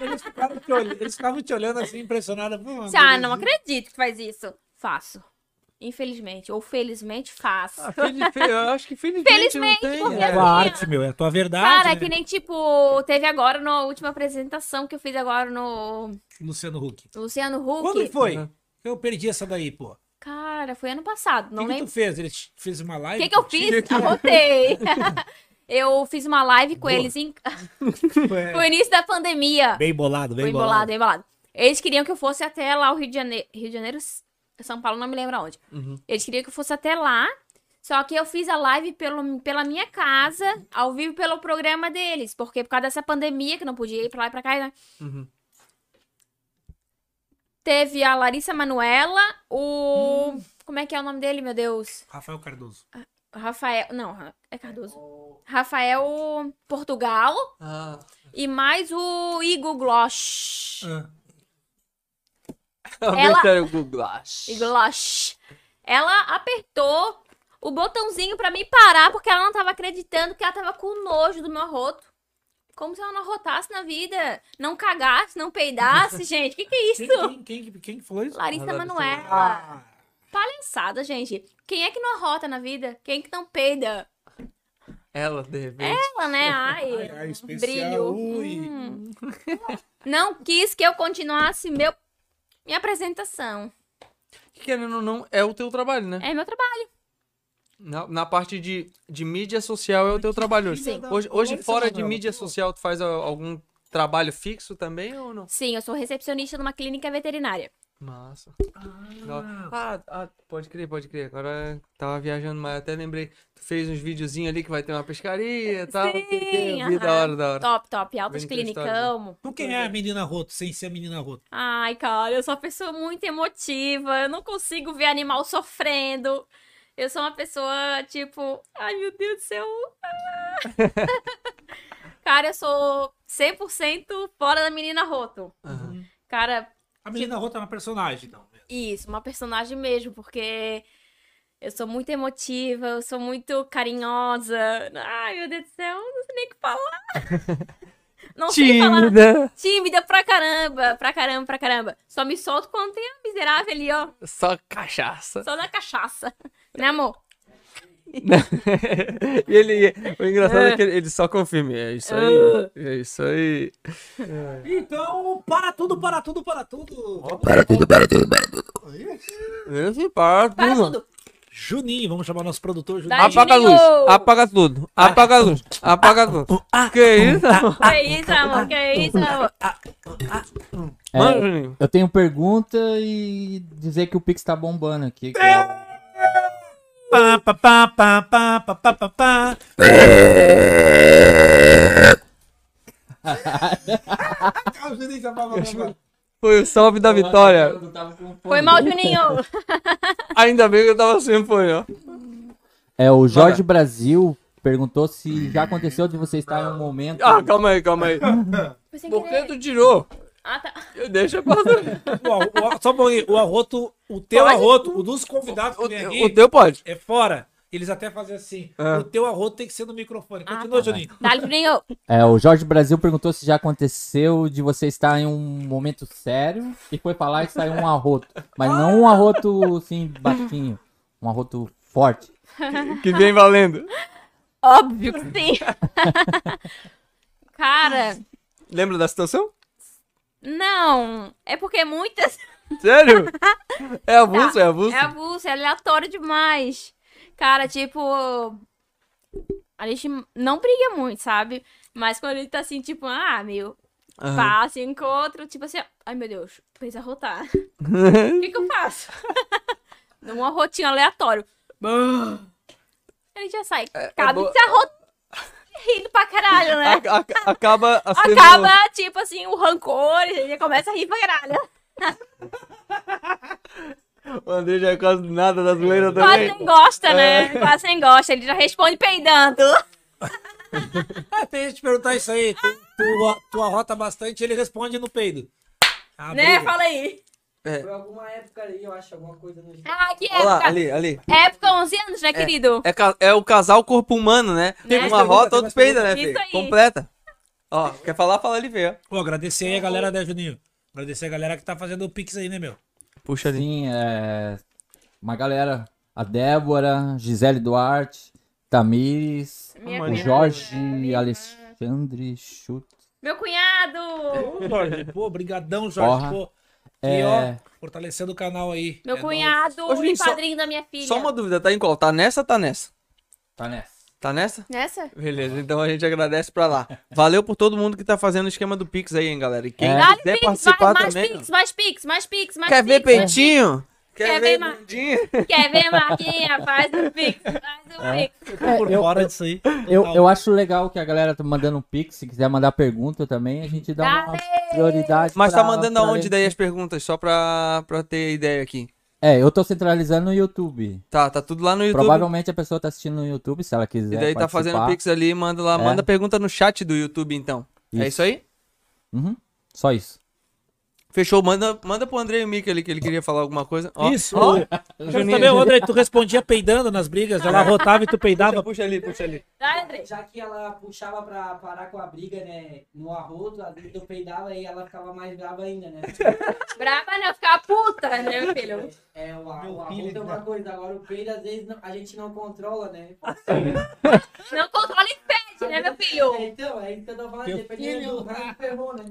[SPEAKER 1] Eles ficavam te olhando, eles ficavam te olhando assim, impressionados. Pô, é mano,
[SPEAKER 3] Ah, não acredito que faz isso. Faço. Infelizmente, ou felizmente, faço.
[SPEAKER 2] Ah, fili- fe- eu acho que felizmente,
[SPEAKER 3] Felizmente,
[SPEAKER 2] não tem.
[SPEAKER 3] porque assim,
[SPEAKER 1] É a
[SPEAKER 2] né?
[SPEAKER 1] tua arte, meu, é a tua verdade.
[SPEAKER 3] Cara, é
[SPEAKER 1] né?
[SPEAKER 3] que nem tipo, teve agora na última apresentação que eu fiz agora no
[SPEAKER 1] Luciano Huck.
[SPEAKER 3] Luciano
[SPEAKER 1] Quando
[SPEAKER 3] Huck.
[SPEAKER 1] foi?
[SPEAKER 2] Uhum.
[SPEAKER 1] Eu perdi essa daí, pô.
[SPEAKER 3] Cara, foi ano passado,
[SPEAKER 1] O
[SPEAKER 3] não
[SPEAKER 1] que, que
[SPEAKER 3] lembro.
[SPEAKER 1] tu fez? Ele te- fez uma
[SPEAKER 3] O
[SPEAKER 1] live?
[SPEAKER 3] que, que eu fiz? Arrotei. eu fiz uma live com
[SPEAKER 1] Boa. É.
[SPEAKER 3] eles em...
[SPEAKER 1] Foi-
[SPEAKER 3] no início da pandemia.
[SPEAKER 1] Bem bolado, bem
[SPEAKER 3] Bem
[SPEAKER 1] bolado.
[SPEAKER 3] bolado, bem bolado. Eles queriam que eu fosse até lá, o Rio de Janeiro. Rio de Janeiro, S- São Paulo, não me lembro aonde. Eles queriam que eu fosse até lá. Só que eu fiz a live pelo, pela minha casa, ao vivo pelo programa deles. Porque por causa dessa pandemia, que eu não podia ir pra lá e pra cá, né?
[SPEAKER 2] Uhum.
[SPEAKER 3] Teve a Larissa Manuela, o. Como é que é o nome dele, meu Deus?
[SPEAKER 1] Rafael Cardoso.
[SPEAKER 3] Rafael. Não, Ra- é Cardoso. Rafael Portugal
[SPEAKER 2] Ah,
[SPEAKER 3] e mais o Igor Glosch.
[SPEAKER 1] Ah.
[SPEAKER 3] Ela-
[SPEAKER 2] Ela... Google Glass.
[SPEAKER 3] e glosh. Ela apertou o botãozinho pra me parar porque ela não tava acreditando que ela tava com nojo do meu arroto. Como se ela não arrotasse na vida, não cagasse, não peidasse, gente. Que que é
[SPEAKER 1] Quem,
[SPEAKER 3] isso?
[SPEAKER 1] quem, quem, quem que falou isso?
[SPEAKER 3] Larissa
[SPEAKER 2] Larissa
[SPEAKER 3] Manoela.
[SPEAKER 1] Ah,
[SPEAKER 3] Palhaçada, gente. Quem é que não arrota na vida? Quem é que não peida?
[SPEAKER 2] Ela, de repente.
[SPEAKER 3] Ela, né? Ai,
[SPEAKER 1] ai, ah, especial.
[SPEAKER 3] brilho.
[SPEAKER 1] Ui.
[SPEAKER 3] Hum. Não quis que eu continuasse meu minha apresentação.
[SPEAKER 2] Que querendo ou não, é o teu trabalho, né?
[SPEAKER 3] É meu trabalho.
[SPEAKER 2] Na, na parte de, de mídia social é o teu trabalho hoje.
[SPEAKER 1] Sim.
[SPEAKER 2] Hoje, hoje
[SPEAKER 1] Larissa
[SPEAKER 2] fora de
[SPEAKER 1] Manoela,
[SPEAKER 2] mídia
[SPEAKER 1] pô.
[SPEAKER 2] social, tu faz a- algum trabalho fixo também ou não?
[SPEAKER 3] Sim, eu sou recepcionista numa clínica veterinária.
[SPEAKER 2] Massa. Da- Ah, ah, pode crer, pode crer. Agora tava viajando, mas até lembrei. Tu fez uns videozinhos ali que vai ter uma pescaria e tal. não sei o quê.
[SPEAKER 3] Sim,
[SPEAKER 2] Vi, da
[SPEAKER 3] aham. Então,
[SPEAKER 2] hora, da hora.
[SPEAKER 3] Top, top. Altas
[SPEAKER 2] Vem
[SPEAKER 3] clinicamos.
[SPEAKER 1] Tu quem é a menina Roto, sem ser a menina Roto?
[SPEAKER 3] Ai, cara, eu sou uma pessoa muito emotiva. Eu não consigo ver animal sofrendo. Eu sou uma pessoa, tipo, ai meu Deus do céu. ah." cara, eu sou 100% fora da menina Roto.
[SPEAKER 2] Aham.
[SPEAKER 3] Cara,
[SPEAKER 1] A menina Roto é uma personagem, então.
[SPEAKER 3] Isso, uma personagem mesmo, porque eu sou muito emotiva, eu sou muito carinhosa. Ai, meu Deus do céu, eu não sei nem o que falar. Não sei falar.
[SPEAKER 2] Tímida.
[SPEAKER 3] Tímida pra caramba, pra caramba, pra caramba. Só me solto quando tem a miserável ali, ó.
[SPEAKER 2] Só cachaça.
[SPEAKER 3] Só na cachaça. Né, amor?
[SPEAKER 2] e ele, o engraçado é que ele, ele só confirma. É isso aí. É isso aí.
[SPEAKER 1] Então, para tudo, para tudo, para tudo.
[SPEAKER 4] Para tudo, para tudo, para tudo.
[SPEAKER 2] Esse parto.
[SPEAKER 3] Para tudo.
[SPEAKER 1] Juninho, vamos chamar nosso produtor Juninho.
[SPEAKER 3] Dá
[SPEAKER 2] Apaga a luz. Apaga tudo. Apaga a luz. Apaga tudo. Que isso? amor?
[SPEAKER 3] Que isso, amor? Que isso, amor?
[SPEAKER 5] É,
[SPEAKER 2] Mano, Juninho.
[SPEAKER 5] eu tenho pergunta e dizer que o Pix tá bombando aqui. que é-
[SPEAKER 1] Pá, pá, pá, pá, pá, pá, pá, pá, pá. Ah, o Juninho já falou, mano.
[SPEAKER 2] Foi o salve da vitória.
[SPEAKER 5] Eu tava com fome.
[SPEAKER 3] Foi mal, Juninho.
[SPEAKER 2] Ainda bem que eu tava sem fone, ó.
[SPEAKER 5] É, o Jorge Brasil perguntou se já aconteceu de você estar em um momento.
[SPEAKER 2] Ah, calma aí, calma aí.
[SPEAKER 3] Foi sem
[SPEAKER 2] Por que
[SPEAKER 3] querer.
[SPEAKER 2] tu tirou?
[SPEAKER 3] Ah, tá.
[SPEAKER 2] Eu deixo passar.
[SPEAKER 1] O, o, só um pouquinho, o arroto, o teu
[SPEAKER 2] Pode?
[SPEAKER 1] arroto, o dos convidados que
[SPEAKER 2] O,
[SPEAKER 1] vem
[SPEAKER 2] teu- o
[SPEAKER 1] aqui,
[SPEAKER 2] teu pode.
[SPEAKER 1] é fora. Eles até fazem assim.
[SPEAKER 2] Ah.
[SPEAKER 1] O teu arroto tem que ser no microfone.
[SPEAKER 3] Ah,
[SPEAKER 1] Continua,
[SPEAKER 3] tá.
[SPEAKER 1] Juninho.
[SPEAKER 3] Dá, Juninho.
[SPEAKER 5] É, o Jorge Brasil perguntou se já aconteceu de você estar em um momento sério e foi falar e saiu um arroto. Mas não um arroto assim, baixinho. Um arroto forte.
[SPEAKER 2] Que vem valendo.
[SPEAKER 3] Óbvio que sim. Cara,
[SPEAKER 2] Lembra da situação?
[SPEAKER 3] não. É porque muitas.
[SPEAKER 2] Sério? É avulso, é avulso.
[SPEAKER 3] É abuso, é aleatório demais. Cara, tipo. A gente não briga muito, sabe? Mas quando ele tá assim, tipo, ah, meu,
[SPEAKER 2] Aham.
[SPEAKER 3] passa, encontro, tipo assim, ó, ai meu Deus, fez arrotar. O que que eu faço? Dou um arrotinho aleatório. Ele já sai. Cabe
[SPEAKER 2] Ah. É, boa.
[SPEAKER 3] se arrotando. Rindo pra caralho, né?
[SPEAKER 2] A- a- acaba a ser-
[SPEAKER 3] Acaba, tipo assim, o rancor, ele já começa a rir pra caralho.
[SPEAKER 2] O André já é quase nada da zoeira
[SPEAKER 3] Quase
[SPEAKER 2] também. É.
[SPEAKER 3] nem gosta, né? Quase nem gosta, ele já responde peidando.
[SPEAKER 1] Ah, tem gente perguntar isso aí. Tu, tu, tu arrota bastante, ele responde no peido. Ah,
[SPEAKER 3] Né?
[SPEAKER 1] briga.
[SPEAKER 3] Fala aí.
[SPEAKER 6] Foi alguma época ali, eu acho, alguma coisa no jeito.
[SPEAKER 3] Ah, que
[SPEAKER 2] Olha
[SPEAKER 3] época.
[SPEAKER 2] lá, ali, ali.
[SPEAKER 3] Época 11 anos, né, querido?
[SPEAKER 2] É, ca- é o casal corpo humano, né?
[SPEAKER 3] Tem mais
[SPEAKER 2] uma
[SPEAKER 1] pergunta,
[SPEAKER 2] rota,
[SPEAKER 1] tem
[SPEAKER 2] outro
[SPEAKER 1] mais
[SPEAKER 2] peida, né,
[SPEAKER 3] Isso
[SPEAKER 2] filho?
[SPEAKER 3] aí.
[SPEAKER 2] Completa. Ó, quer falar, fala ali, vê.
[SPEAKER 1] Pô, agradecer aí a galera, né, Juninho? Agradecer a galera que tá fazendo o Pix aí, né, meu?
[SPEAKER 2] Puxa ali.
[SPEAKER 5] Sim, é. Uma galera. A Débora, Gisele Duarte, Tamires,
[SPEAKER 3] Minha
[SPEAKER 5] o
[SPEAKER 3] cunhada.
[SPEAKER 5] Jorge Alexandre Chute.
[SPEAKER 3] Meu cunhado!
[SPEAKER 2] É,
[SPEAKER 1] Pô, brigadão, Jorge.
[SPEAKER 5] Porra.
[SPEAKER 1] Pô, que,
[SPEAKER 5] É.
[SPEAKER 1] ó, fortalecendo o canal aí.
[SPEAKER 3] Meu
[SPEAKER 2] É
[SPEAKER 3] cunhado
[SPEAKER 2] nóis. Ô, Julinho,
[SPEAKER 3] e
[SPEAKER 2] só-
[SPEAKER 3] padrinho da minha filha.
[SPEAKER 2] Só uma dúvida, tá em qual? Tá nessa ou tá nessa?
[SPEAKER 5] Tá nessa.
[SPEAKER 2] Tá nessa?
[SPEAKER 3] Nessa?
[SPEAKER 2] Beleza, então a gente agradece pra lá. Valeu por todo mundo que tá fazendo o esquema do Pix aí, hein, galera. E quem
[SPEAKER 5] É.
[SPEAKER 3] Dá-lhe
[SPEAKER 2] quiser
[SPEAKER 3] Pix,
[SPEAKER 2] participar
[SPEAKER 3] vai, mais
[SPEAKER 2] também.
[SPEAKER 3] Pix, mais Pix, mais Pix, mais
[SPEAKER 2] Quer
[SPEAKER 3] Pix. né?
[SPEAKER 2] ver peitinho?
[SPEAKER 3] Quer ver ma-
[SPEAKER 2] bundinha?
[SPEAKER 3] Quer ver, Marquinha? Faz um Pix, faz um
[SPEAKER 2] É.
[SPEAKER 3] Pix.
[SPEAKER 1] Tô por
[SPEAKER 5] É, eu-
[SPEAKER 1] fora disso aí.
[SPEAKER 5] Eu,
[SPEAKER 1] Total.
[SPEAKER 5] eu acho legal que a galera tá mandando um pix. Se quiser mandar pergunta também, a gente dá uma prioridade.
[SPEAKER 2] Mas tá
[SPEAKER 5] pra-
[SPEAKER 2] mandando
[SPEAKER 5] pra
[SPEAKER 2] aonde
[SPEAKER 5] ler.
[SPEAKER 2] daí as perguntas? Só pra, pra ter ideia aqui.
[SPEAKER 5] É, eu tô centralizando no YouTube.
[SPEAKER 2] Tá, tá tudo lá no YouTube.
[SPEAKER 5] Provavelmente a pessoa tá assistindo no YouTube, se ela quiser.
[SPEAKER 2] E daí tá fazendo
[SPEAKER 5] participar.
[SPEAKER 2] Pix ali, manda lá.
[SPEAKER 5] É.
[SPEAKER 2] Manda pergunta no chat do YouTube, então. É
[SPEAKER 5] Isso.
[SPEAKER 2] isso aí?
[SPEAKER 5] Uhum, Só isso.
[SPEAKER 2] Fechou, manda, manda pro André e o Mick ali que ele queria falar alguma coisa. Ó,
[SPEAKER 1] Isso.
[SPEAKER 2] ó.
[SPEAKER 1] Eu quero saber, ô, André, tu respondia peidando nas brigas, ela rotava e tu peidava.
[SPEAKER 2] Puxa ali, puxa ali.
[SPEAKER 3] Dá, André.
[SPEAKER 6] Já que ela puxava pra parar com a briga, né, no arroto, a eu peidava e ela ficava mais brava ainda, né?
[SPEAKER 3] Brava não, ficar puta, né, meu filho?
[SPEAKER 6] É, o, a-
[SPEAKER 1] Meu
[SPEAKER 6] o
[SPEAKER 1] filho, né?
[SPEAKER 6] arroto é uma coisa, agora o peido às vezes não- a gente não controla, né?
[SPEAKER 3] Não controla e pede, né, meu
[SPEAKER 6] É,
[SPEAKER 3] filho?
[SPEAKER 6] então, é isso que eu tô falando,
[SPEAKER 1] Meu
[SPEAKER 6] dependendo
[SPEAKER 1] filho.
[SPEAKER 6] do cara ferrou, né?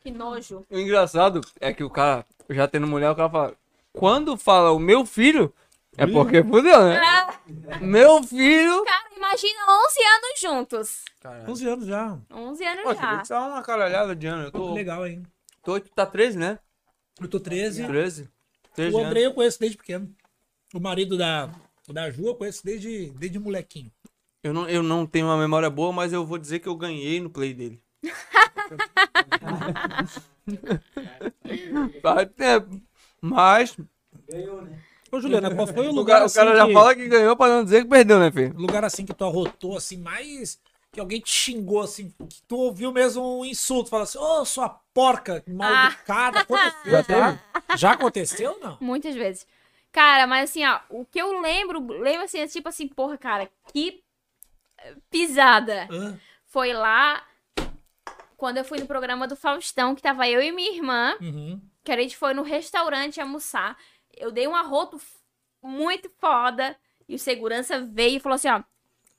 [SPEAKER 3] Que nojo.
[SPEAKER 2] O engraçado é que o cara, já tendo mulher, o cara fala. Quando fala o meu filho, é porque fudeu, né?
[SPEAKER 3] Ah,
[SPEAKER 2] Meu filho.
[SPEAKER 3] cara, imagina 11 anos juntos.
[SPEAKER 1] 11 anos já.
[SPEAKER 3] 11 anos
[SPEAKER 2] Pô,
[SPEAKER 3] já.
[SPEAKER 2] só uma caralhada de ano. Eu
[SPEAKER 1] Pô, que
[SPEAKER 2] tô.
[SPEAKER 1] legal, hein?
[SPEAKER 2] tô tá 13, né?
[SPEAKER 1] Eu tô 13.
[SPEAKER 2] 13? 13
[SPEAKER 1] O
[SPEAKER 2] anos.
[SPEAKER 1] André eu conheço desde pequeno. O marido da, da Ju eu conheço desde, desde molequinho.
[SPEAKER 2] Eu não, eu não tenho uma memória boa, mas eu vou dizer que eu ganhei no play dele. Vai ter- mas
[SPEAKER 6] Ganhou, né?
[SPEAKER 1] Ô, Juliana, qual foi o
[SPEAKER 2] o
[SPEAKER 1] lugar
[SPEAKER 2] cara, o
[SPEAKER 1] assim
[SPEAKER 2] cara já
[SPEAKER 1] que,
[SPEAKER 2] fala que ganhou pra não dizer que perdeu, né, filho?
[SPEAKER 1] lugar assim que tu arrotou assim mais... Que alguém te xingou assim, que tu ouviu mesmo um insulto, fala assim, ô sua porca, mal
[SPEAKER 3] Ah.
[SPEAKER 1] educada, aconteceu,
[SPEAKER 5] Já
[SPEAKER 1] tá? Já aconteceu, não?
[SPEAKER 3] Muitas vezes. Cara, mas assim, ó, o que eu lembro, lembro assim, é tipo assim, porra, cara, que eh, pisada.
[SPEAKER 1] Hã?
[SPEAKER 3] Foi lá quando eu fui no programa do Faustão, que tava eu e minha irmã,
[SPEAKER 1] Uhum.
[SPEAKER 3] que a gente foi no restaurante almoçar. Eu dei um arroto f- muito foda e o segurança veio e falou assim, ó,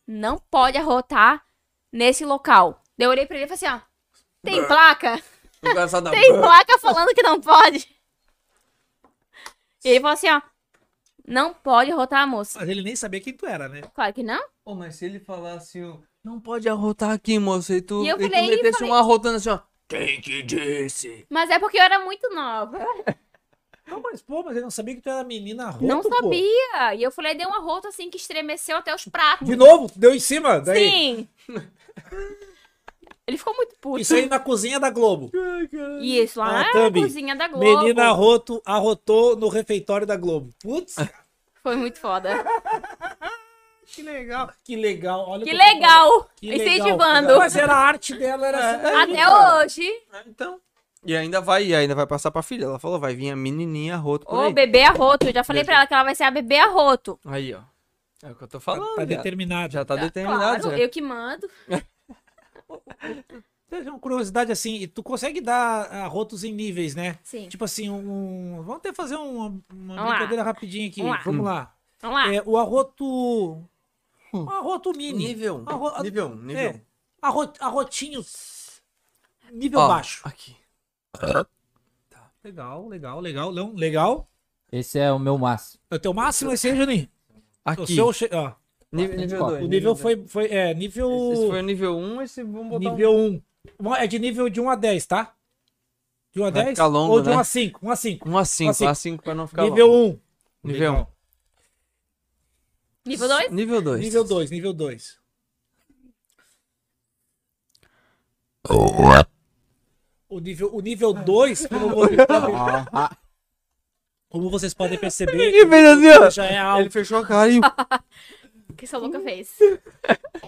[SPEAKER 3] não pode arrotar nesse local. Daí Eu olhei pra ele e falei assim, ó, tem placa?
[SPEAKER 2] O cara só dá.
[SPEAKER 3] Tem placa falando que não pode. E ele falou assim, ó. Não pode rotar a moça.
[SPEAKER 1] Mas ele nem sabia quem tu era, né?
[SPEAKER 3] Claro que não.
[SPEAKER 2] Ô, mas se ele falar assim, ó, não pode arrotar aqui, moço, e tu,
[SPEAKER 3] E eu
[SPEAKER 2] tu
[SPEAKER 3] falei,
[SPEAKER 2] metesse
[SPEAKER 3] falei-
[SPEAKER 2] um arrotando assim, ó. Quem que disse?
[SPEAKER 3] Mas é porque eu era muito nova.
[SPEAKER 1] Não, mas pô, mas ele não sabia que tu era menina roto,
[SPEAKER 3] não
[SPEAKER 1] pô.
[SPEAKER 3] sabia. E eu falei, deu uma rota assim que estremeceu até os pratos.
[SPEAKER 1] De novo, deu em cima, daí.
[SPEAKER 3] Sim. ele ficou muito puto.
[SPEAKER 1] Isso aí na cozinha da Globo.
[SPEAKER 3] Isso, lá
[SPEAKER 1] Ah,
[SPEAKER 3] na
[SPEAKER 1] Thumb.
[SPEAKER 3] cozinha da Globo.
[SPEAKER 1] Menina roto, arrotou no refeitório da Globo. Putz,
[SPEAKER 3] Foi muito foda.
[SPEAKER 1] que legal. Que legal, olha. o
[SPEAKER 3] Que
[SPEAKER 1] eu tô falando.
[SPEAKER 3] legal.
[SPEAKER 1] Que legal.
[SPEAKER 3] Incentivando.
[SPEAKER 1] Mas era a arte dela, era assim.
[SPEAKER 3] Até
[SPEAKER 1] cara.
[SPEAKER 3] hoje.
[SPEAKER 2] Ah, Então. E ainda vai, e ainda vai passar pra filha. Ela falou, vai vir a menininha arroto por
[SPEAKER 3] Ô,
[SPEAKER 2] aí.
[SPEAKER 3] bebê arroto. Eu já falei pra ela que ela vai ser a bebê arroto.
[SPEAKER 2] Aí, ó. É o que eu tô falando.
[SPEAKER 1] Tá
[SPEAKER 2] viado.
[SPEAKER 1] determinado.
[SPEAKER 2] Já tá determinado,
[SPEAKER 3] Claro,
[SPEAKER 1] é.
[SPEAKER 2] já.
[SPEAKER 3] eu que mando.
[SPEAKER 1] Tem uma curiosidade assim, e tu consegue dar arrotos em níveis, né?
[SPEAKER 3] Sim.
[SPEAKER 1] Tipo assim, um. Vamos até fazer uma, uma
[SPEAKER 3] lá.
[SPEAKER 1] brincadeira rapidinha aqui.
[SPEAKER 3] Vamos lá. Hum.
[SPEAKER 1] Vamos lá.
[SPEAKER 3] Vamos lá.
[SPEAKER 1] É, o arroto. Um arroto mini.
[SPEAKER 2] Hum. Nível.
[SPEAKER 1] Arro-
[SPEAKER 2] Nível 1, nível 1.
[SPEAKER 1] É, arro- arrotinhos. Nível
[SPEAKER 2] Ó,
[SPEAKER 1] baixo.
[SPEAKER 2] Aqui.
[SPEAKER 1] Legal, legal, legal, Leão, legal.
[SPEAKER 5] Esse é o meu máximo.
[SPEAKER 1] É O teu máximo é esse aí, Juninho.
[SPEAKER 2] Aqui.
[SPEAKER 1] O seu, che- ó,
[SPEAKER 2] Nível, nível
[SPEAKER 5] Ó,
[SPEAKER 2] 2.
[SPEAKER 1] o nível foi, foi, é, nível,
[SPEAKER 2] Esse foi o nível 1, esse vamos botar
[SPEAKER 1] nível 1. É de nível de 1 a 10, tá? De 1 a
[SPEAKER 2] Vai
[SPEAKER 1] 10
[SPEAKER 2] ficar longo,
[SPEAKER 1] ou de 1
[SPEAKER 2] né?
[SPEAKER 1] a 5, 1 a 5.
[SPEAKER 2] um. 1 a 5,
[SPEAKER 1] Assim.
[SPEAKER 2] a 5 pra não ficar
[SPEAKER 1] nível
[SPEAKER 2] longo.
[SPEAKER 1] 1.
[SPEAKER 2] Nível um.
[SPEAKER 1] Legal.
[SPEAKER 3] Nível 2?
[SPEAKER 2] Nível 2.
[SPEAKER 1] Nível 2, nível 2.
[SPEAKER 4] Oh,
[SPEAKER 1] O nível, o nível 2, como vocês podem,
[SPEAKER 5] Ah,
[SPEAKER 1] como vocês podem perceber,
[SPEAKER 2] Ele fez assim, ó.
[SPEAKER 1] já é
[SPEAKER 2] Ele
[SPEAKER 1] alto.
[SPEAKER 2] fechou a cara e...
[SPEAKER 3] que sua boca fez.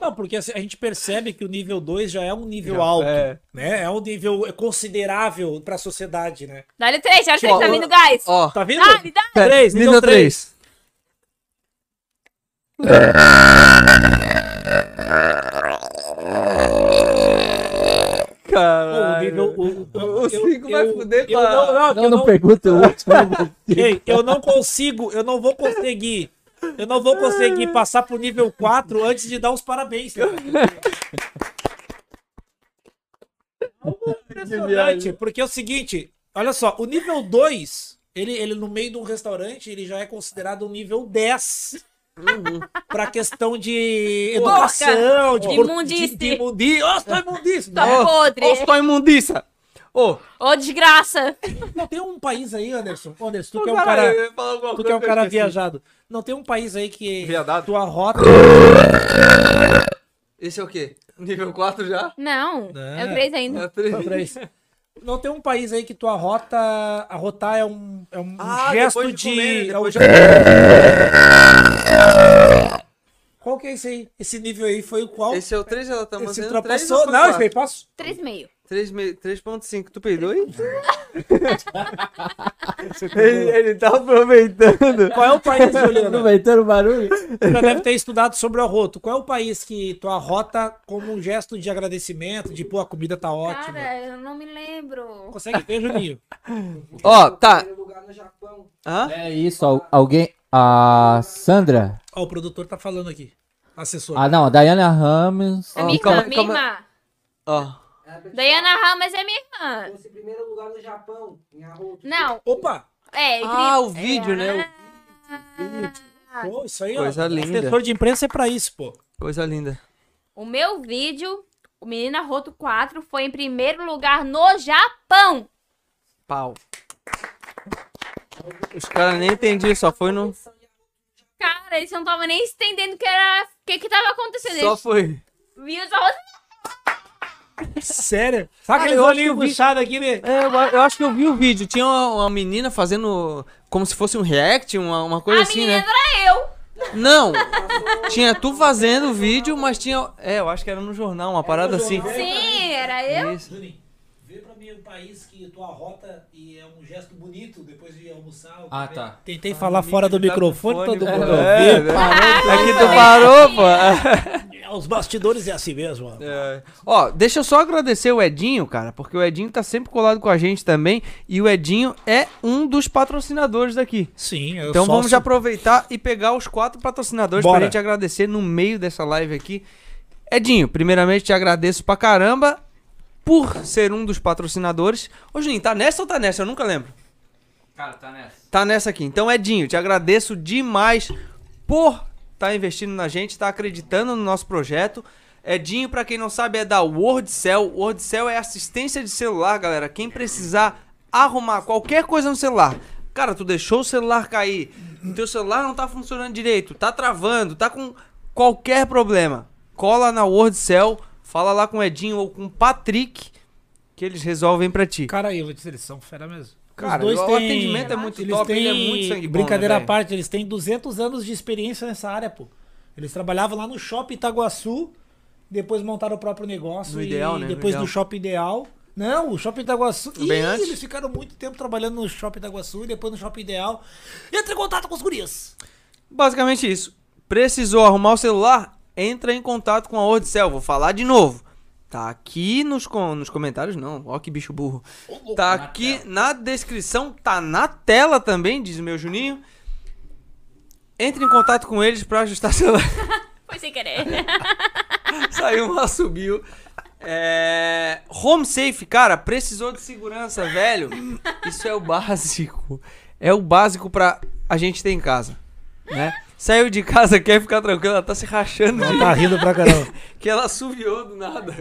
[SPEAKER 1] Não, porque assim, a gente percebe que o nível 2 já é um nível
[SPEAKER 2] Já-
[SPEAKER 1] alto,
[SPEAKER 2] é.
[SPEAKER 1] né? É um nível considerável pra sociedade, né?
[SPEAKER 3] Dá-lhe três, dá-lhe três,
[SPEAKER 2] Ó,
[SPEAKER 3] tá vindo gás.
[SPEAKER 2] Ó.
[SPEAKER 1] Tá vendo?
[SPEAKER 3] Dá-lhe, dá-lhe.
[SPEAKER 1] Três, nível três.
[SPEAKER 2] Ah, três.
[SPEAKER 1] Pô, o nível,
[SPEAKER 2] Caralho.
[SPEAKER 1] o,
[SPEAKER 2] O cinco vai fuder
[SPEAKER 1] eu
[SPEAKER 2] pra-
[SPEAKER 1] não, não,
[SPEAKER 5] ah.
[SPEAKER 1] que
[SPEAKER 5] Não,
[SPEAKER 1] eu
[SPEAKER 5] não
[SPEAKER 1] não,
[SPEAKER 5] pergunta o último.
[SPEAKER 1] Ei, eu não consigo, eu não vou conseguir. Eu não vou conseguir passar pro nível 4 antes de dar os parabéns. né? Algo Impressionante,
[SPEAKER 2] viagem.
[SPEAKER 1] porque é o seguinte, olha só, o nível 2, ele, ele no meio de um restaurante, ele já é considerado um nível 10.
[SPEAKER 2] Uhum.
[SPEAKER 1] Pra questão de
[SPEAKER 3] Porca,
[SPEAKER 1] educação, de,
[SPEAKER 3] de
[SPEAKER 1] cor-
[SPEAKER 3] imundice.
[SPEAKER 1] de imundi- Ó,
[SPEAKER 2] É.
[SPEAKER 1] só imundice.
[SPEAKER 3] Tá
[SPEAKER 2] Ó,
[SPEAKER 3] podre.
[SPEAKER 2] Ó, só imundiça. Ô,
[SPEAKER 3] Ô, desgraça.
[SPEAKER 1] Não tem um país aí, Anderson. Anderson, tu que é
[SPEAKER 2] o
[SPEAKER 1] um
[SPEAKER 2] cara-
[SPEAKER 1] cara.
[SPEAKER 2] eu ia falar alguma
[SPEAKER 1] Tu que
[SPEAKER 2] coisa assim.
[SPEAKER 1] é um cara
[SPEAKER 2] eu esqueci.
[SPEAKER 1] viajado. Não tem um país aí que
[SPEAKER 2] Viadado?
[SPEAKER 1] tua rota.
[SPEAKER 2] Esse é o quê? Nível 4 já?
[SPEAKER 3] Não,
[SPEAKER 1] Não.
[SPEAKER 3] é o três ainda.
[SPEAKER 2] É três.
[SPEAKER 1] Pra isso. Não tem um país aí que tua rota. Arrotar é um, é um
[SPEAKER 2] Ah,
[SPEAKER 1] gesto
[SPEAKER 2] depois
[SPEAKER 1] de.
[SPEAKER 2] de comer, né?
[SPEAKER 1] é um
[SPEAKER 2] Depois de
[SPEAKER 1] gesto- Qual que é esse aí? Esse nível aí foi o qual? Esse,
[SPEAKER 2] Esse é o 3, ela tá mantendo 3
[SPEAKER 1] ultrapassou. Não, esse aí passou.
[SPEAKER 3] Três e meio.
[SPEAKER 2] 3.5, tu perdeu aí?
[SPEAKER 1] Qual
[SPEAKER 2] tá aproveitando.
[SPEAKER 1] é o país, Juliana?
[SPEAKER 5] Aproveitando o barulho.
[SPEAKER 1] Tu já deve ter estudado sobre o arroto. Qual é o país que tua rota, como um gesto de agradecimento, de pô, a comida tá ótima?
[SPEAKER 3] Cara, eu não me lembro.
[SPEAKER 1] Consegue ver, Juninho?
[SPEAKER 2] Ó, tá.
[SPEAKER 6] Primeiro lugar no Japão.
[SPEAKER 2] Hã?
[SPEAKER 5] É isso, al- alguém. A Sandra.
[SPEAKER 1] Ó, o produtor tá falando aqui. Assessor.
[SPEAKER 5] Ah, não, a Diana Ramos.
[SPEAKER 3] É minha
[SPEAKER 2] calma,
[SPEAKER 3] irmã, minha
[SPEAKER 2] calma.
[SPEAKER 3] irmã.
[SPEAKER 2] Ó.
[SPEAKER 6] Era pra
[SPEAKER 3] Diana Ramos é minha irmã.
[SPEAKER 6] fosse primeiro lugar no Japão, em Arroto.
[SPEAKER 3] Não,
[SPEAKER 1] Opa!
[SPEAKER 3] é.
[SPEAKER 2] Ah,
[SPEAKER 3] gri-
[SPEAKER 2] o vídeo, né? O- Ah.
[SPEAKER 1] Pô, isso aí,
[SPEAKER 2] Coisa
[SPEAKER 1] ó.
[SPEAKER 2] linda.
[SPEAKER 1] Assessor de imprensa é pra isso, pô.
[SPEAKER 2] Coisa linda.
[SPEAKER 3] O meu vídeo, o Menina Roto 4, foi em primeiro lugar no Japão.
[SPEAKER 2] Pau. Os caras nem entendiam, só foi no.
[SPEAKER 3] Cara, eles não estavam nem entendendo o que era. O que que tava acontecendo?
[SPEAKER 2] Só foi.
[SPEAKER 3] Eles viam só-
[SPEAKER 1] Sério? Sabe
[SPEAKER 2] Cara,
[SPEAKER 1] aquele
[SPEAKER 2] Ah, eu acho
[SPEAKER 1] olhinho
[SPEAKER 2] que eu vi-
[SPEAKER 1] puxado aqui, né?
[SPEAKER 2] É, eu, eu acho que eu vi o vídeo. Tinha uma, uma menina fazendo como se fosse um react, uma, uma coisa
[SPEAKER 3] A
[SPEAKER 2] assim,
[SPEAKER 3] Ah, menina
[SPEAKER 2] né?
[SPEAKER 3] era eu.
[SPEAKER 2] Não! tinha tu fazendo o vídeo, mas tinha. É, eu acho que era no jornal, uma parada assim.
[SPEAKER 3] Sim, era eu.
[SPEAKER 2] Isso.
[SPEAKER 1] Juninho, vê pra mim um país que tu arrota e é um gesto bonito depois de almoçar.
[SPEAKER 5] Ah, tá.
[SPEAKER 1] Tentei falar fora do microfone, todo mundo
[SPEAKER 2] É,
[SPEAKER 1] ouviu.
[SPEAKER 2] tá né? é que tu parou, pô.
[SPEAKER 1] Os bastidores é assim mesmo. ó.
[SPEAKER 2] É. Ó, deixa eu só agradecer o Edinho, cara, porque o Edinho tá sempre colado com a gente também. E o Edinho é um dos patrocinadores daqui.
[SPEAKER 1] Sim, eu
[SPEAKER 2] Então
[SPEAKER 1] sócio.
[SPEAKER 2] vamos já aproveitar e pegar os quatro patrocinadores
[SPEAKER 1] Bora.
[SPEAKER 2] pra gente agradecer no meio dessa live aqui. Edinho, primeiramente te agradeço pra caramba por ser um dos patrocinadores. Ô Juninho, tá nessa ou tá nessa? Eu nunca lembro.
[SPEAKER 5] Cara, tá nessa.
[SPEAKER 2] Tá nessa aqui. Então, Edinho, te agradeço demais por tá investindo na gente, tá acreditando no nosso projeto. Edinho, pra quem não sabe, é da WorldCell. WorldCell é assistência de celular, galera. Quem precisar arrumar qualquer coisa no celular. Cara, tu deixou o celular cair, o teu celular não tá funcionando direito, tá travando, tá com qualquer problema. Cola na WorldCell, fala lá com o Edinho ou com o Patrick, que eles resolvem pra ti.
[SPEAKER 1] Cara, eu vou dizer, eles são fera mesmo.
[SPEAKER 2] Cara, o atendimento é muito
[SPEAKER 1] eles
[SPEAKER 2] top,
[SPEAKER 1] têm,
[SPEAKER 2] ele é muito sangue bom,
[SPEAKER 1] Brincadeira
[SPEAKER 2] né,
[SPEAKER 1] à
[SPEAKER 2] velho?
[SPEAKER 1] parte, eles têm 200 anos de experiência nessa área, pô. Eles trabalhavam lá no Shopping Itaguaçu, depois montaram o próprio negócio
[SPEAKER 2] No
[SPEAKER 1] e
[SPEAKER 2] Ideal, né? No
[SPEAKER 1] depois
[SPEAKER 2] Ideal.
[SPEAKER 1] no Shopping Ideal. Não, o Shopping Itaguaçu. Ih,
[SPEAKER 2] Bem antes.
[SPEAKER 1] eles ficaram muito tempo trabalhando no Shopping Itaguaçu e depois no Shopping Ideal. Entra em contato com os gurias.
[SPEAKER 2] Basicamente isso. Precisou arrumar o celular? Entra em contato com a Ordicel. Vou falar de novo. Tá aqui nos, com- nos comentários, não. Ó que bicho burro. Tá aqui na descrição, tá na tela também, diz o meu Juninho. Entre em contato com eles pra ajustar celular.
[SPEAKER 3] Foi sem querer.
[SPEAKER 2] Saiu um assobio. É... Home safe, cara, precisou de segurança, velho. Isso é o básico. É o básico pra a gente ter em casa, né? Saiu de casa, quer ficar tranquilo, ela tá se rachando de...
[SPEAKER 1] Tá rindo pra caramba.
[SPEAKER 2] que ela assobiou do nada.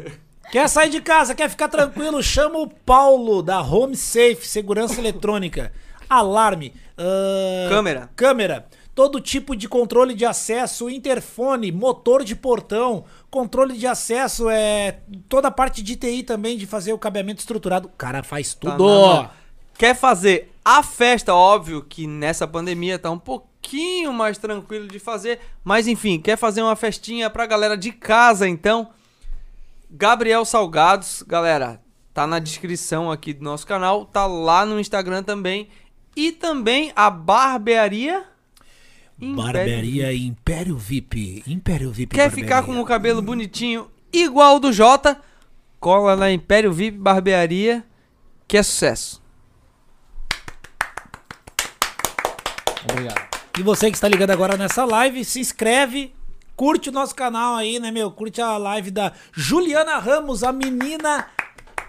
[SPEAKER 1] Quer sair de casa, quer ficar tranquilo, chama o Paulo da Home Safe Segurança Eletrônica. Alarme. ahn,
[SPEAKER 2] Câmera.
[SPEAKER 1] Câmera. Todo tipo de controle de acesso, interfone, motor de portão, controle de acesso, é toda a parte de TI também de fazer o cabeamento estruturado. O cara faz
[SPEAKER 2] Tá
[SPEAKER 1] tudo.
[SPEAKER 2] na mão. Quer fazer a festa, óbvio que nessa pandemia tá um pouquinho mais tranquilo de fazer, mas enfim, quer fazer uma festinha pra galera de casa, então Gabriel Salgados, galera, tá na descrição aqui do nosso canal, tá lá no Instagram também e também a barbearia Império.
[SPEAKER 1] Barbearia Império VIP. Império VIP.
[SPEAKER 2] Quer ficar com o cabelo bonitinho igual o do Jota? Cola na Império VIP Barbearia, que é sucesso.
[SPEAKER 5] Obrigado.
[SPEAKER 1] E você que está ligando agora nessa live, se inscreve, curte o nosso canal aí, né, meu? Curte a live da Juliana Ramos, a menina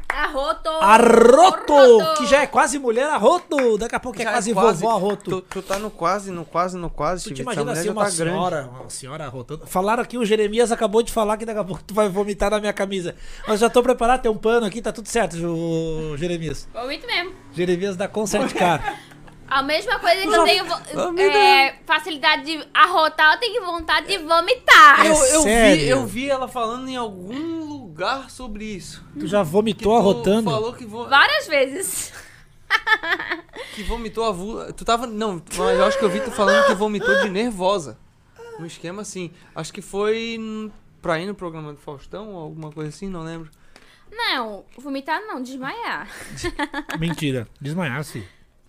[SPEAKER 3] Tá Arroto.
[SPEAKER 2] Tá
[SPEAKER 3] Tá
[SPEAKER 1] Arroto, que já é quase mulher Arroto, daqui a pouco é
[SPEAKER 2] Já
[SPEAKER 1] quase, vovó Arroto.
[SPEAKER 2] Tu, tu tá no quase, no quase, no quase.
[SPEAKER 1] Tu te
[SPEAKER 2] Chivito.
[SPEAKER 1] imagina
[SPEAKER 2] Essa
[SPEAKER 1] assim,
[SPEAKER 2] mulher já
[SPEAKER 1] uma
[SPEAKER 2] tá grande.
[SPEAKER 1] senhora, uma senhora arrotando. Falaram aqui, o Jeremias acabou de falar que daqui a pouco tu vai vomitar na minha camisa. Mas já tô preparado, tem um pano aqui, tá tudo certo, Ju- Jeremias.
[SPEAKER 3] Vomito mesmo.
[SPEAKER 1] Jeremias da Concert Car.
[SPEAKER 3] A mesma coisa que eu tenho vo- é, facilidade de arrotar, eu tenho vontade de vomitar.
[SPEAKER 2] Eu, eu vi,
[SPEAKER 1] sério?
[SPEAKER 2] eu vi ela falando em algum lugar sobre isso.
[SPEAKER 1] Tu já
[SPEAKER 2] Que
[SPEAKER 1] vomitou
[SPEAKER 2] tu
[SPEAKER 1] arrotando?
[SPEAKER 2] Falou que, vo-
[SPEAKER 3] Várias vezes.
[SPEAKER 2] que vomitou a vulva. Tu tava. Não, mas eu acho que eu vi tu falando que vomitou de nervosa. Um esquema assim. Acho que foi hum, pra ir no programa do Faustão ou alguma coisa assim, não lembro.
[SPEAKER 3] Não, vomitar não, desmaiar.
[SPEAKER 1] Mentira, desmaiasse.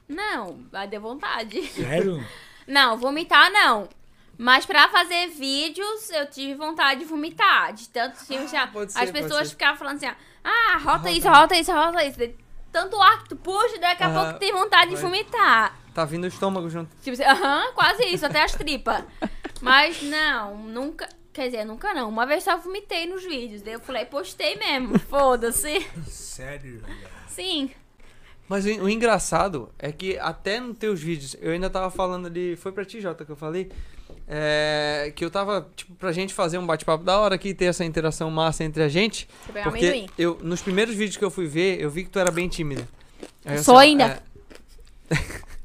[SPEAKER 3] Não, vai de vontade.
[SPEAKER 1] Sério?
[SPEAKER 3] Não, vomitar não. Mas pra fazer vídeos, eu tive vontade de vomitar. De tanto tipo, já,
[SPEAKER 2] Ah, pode ser,
[SPEAKER 3] as
[SPEAKER 2] pode
[SPEAKER 3] pessoas
[SPEAKER 2] ser.
[SPEAKER 3] ficavam falando assim, ó, ah, rota isso, rota isso, rota isso. Tanto ar que tu puxa, daqui a
[SPEAKER 2] Ah,
[SPEAKER 3] pouco tem vontade de
[SPEAKER 2] foi.
[SPEAKER 3] vomitar.
[SPEAKER 2] Tá vindo o estômago junto.
[SPEAKER 3] Tipo assim, aham, quase isso, até as tripas. Mas não, nunca. Quer dizer, nunca não. Uma vez só vomitei nos vídeos. Daí eu falei, postei mesmo. Foda-se.
[SPEAKER 1] Sério.
[SPEAKER 3] Sim.
[SPEAKER 2] Mas o, o engraçado é que até nos teus vídeos, eu ainda tava falando ali, foi pra ti, Jota, que eu falei, é, que eu tava, tipo, pra gente fazer um bate-papo da hora aqui, ter essa interação massa entre a gente.
[SPEAKER 3] Deixa eu pegar um
[SPEAKER 2] Porque
[SPEAKER 3] amendoim.
[SPEAKER 2] eu, nos primeiros vídeos que eu fui ver, eu vi que tu era bem tímida. Aí eu
[SPEAKER 3] Sou
[SPEAKER 2] assim, ó,
[SPEAKER 3] ainda.
[SPEAKER 2] É...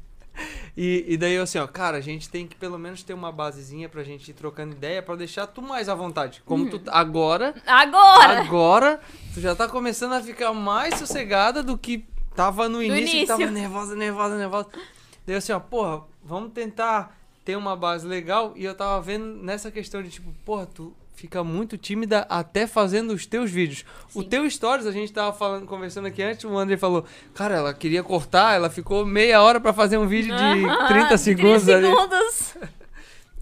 [SPEAKER 2] E, e daí eu assim, ó, cara, a gente tem que pelo menos ter uma basezinha pra gente ir trocando ideia pra deixar tu mais à vontade. Como
[SPEAKER 3] Uhum.
[SPEAKER 2] tu agora,
[SPEAKER 3] Agora!
[SPEAKER 2] agora, tu já tá começando a ficar mais sossegada do que tava no início, que tava
[SPEAKER 3] início.
[SPEAKER 2] nervosa, nervosa, nervosa. Daí eu assim, ó, porra, vamos tentar ter uma base legal. E eu tava vendo nessa questão de tipo, porra, tu fica muito tímida até fazendo os teus vídeos. O
[SPEAKER 3] Sim.
[SPEAKER 2] teu stories, a gente tava falando, conversando aqui antes, o André falou, cara, ela queria cortar, ela ficou meia hora pra fazer um vídeo de
[SPEAKER 3] Aham,
[SPEAKER 2] 30 segundos ali.
[SPEAKER 3] segundos.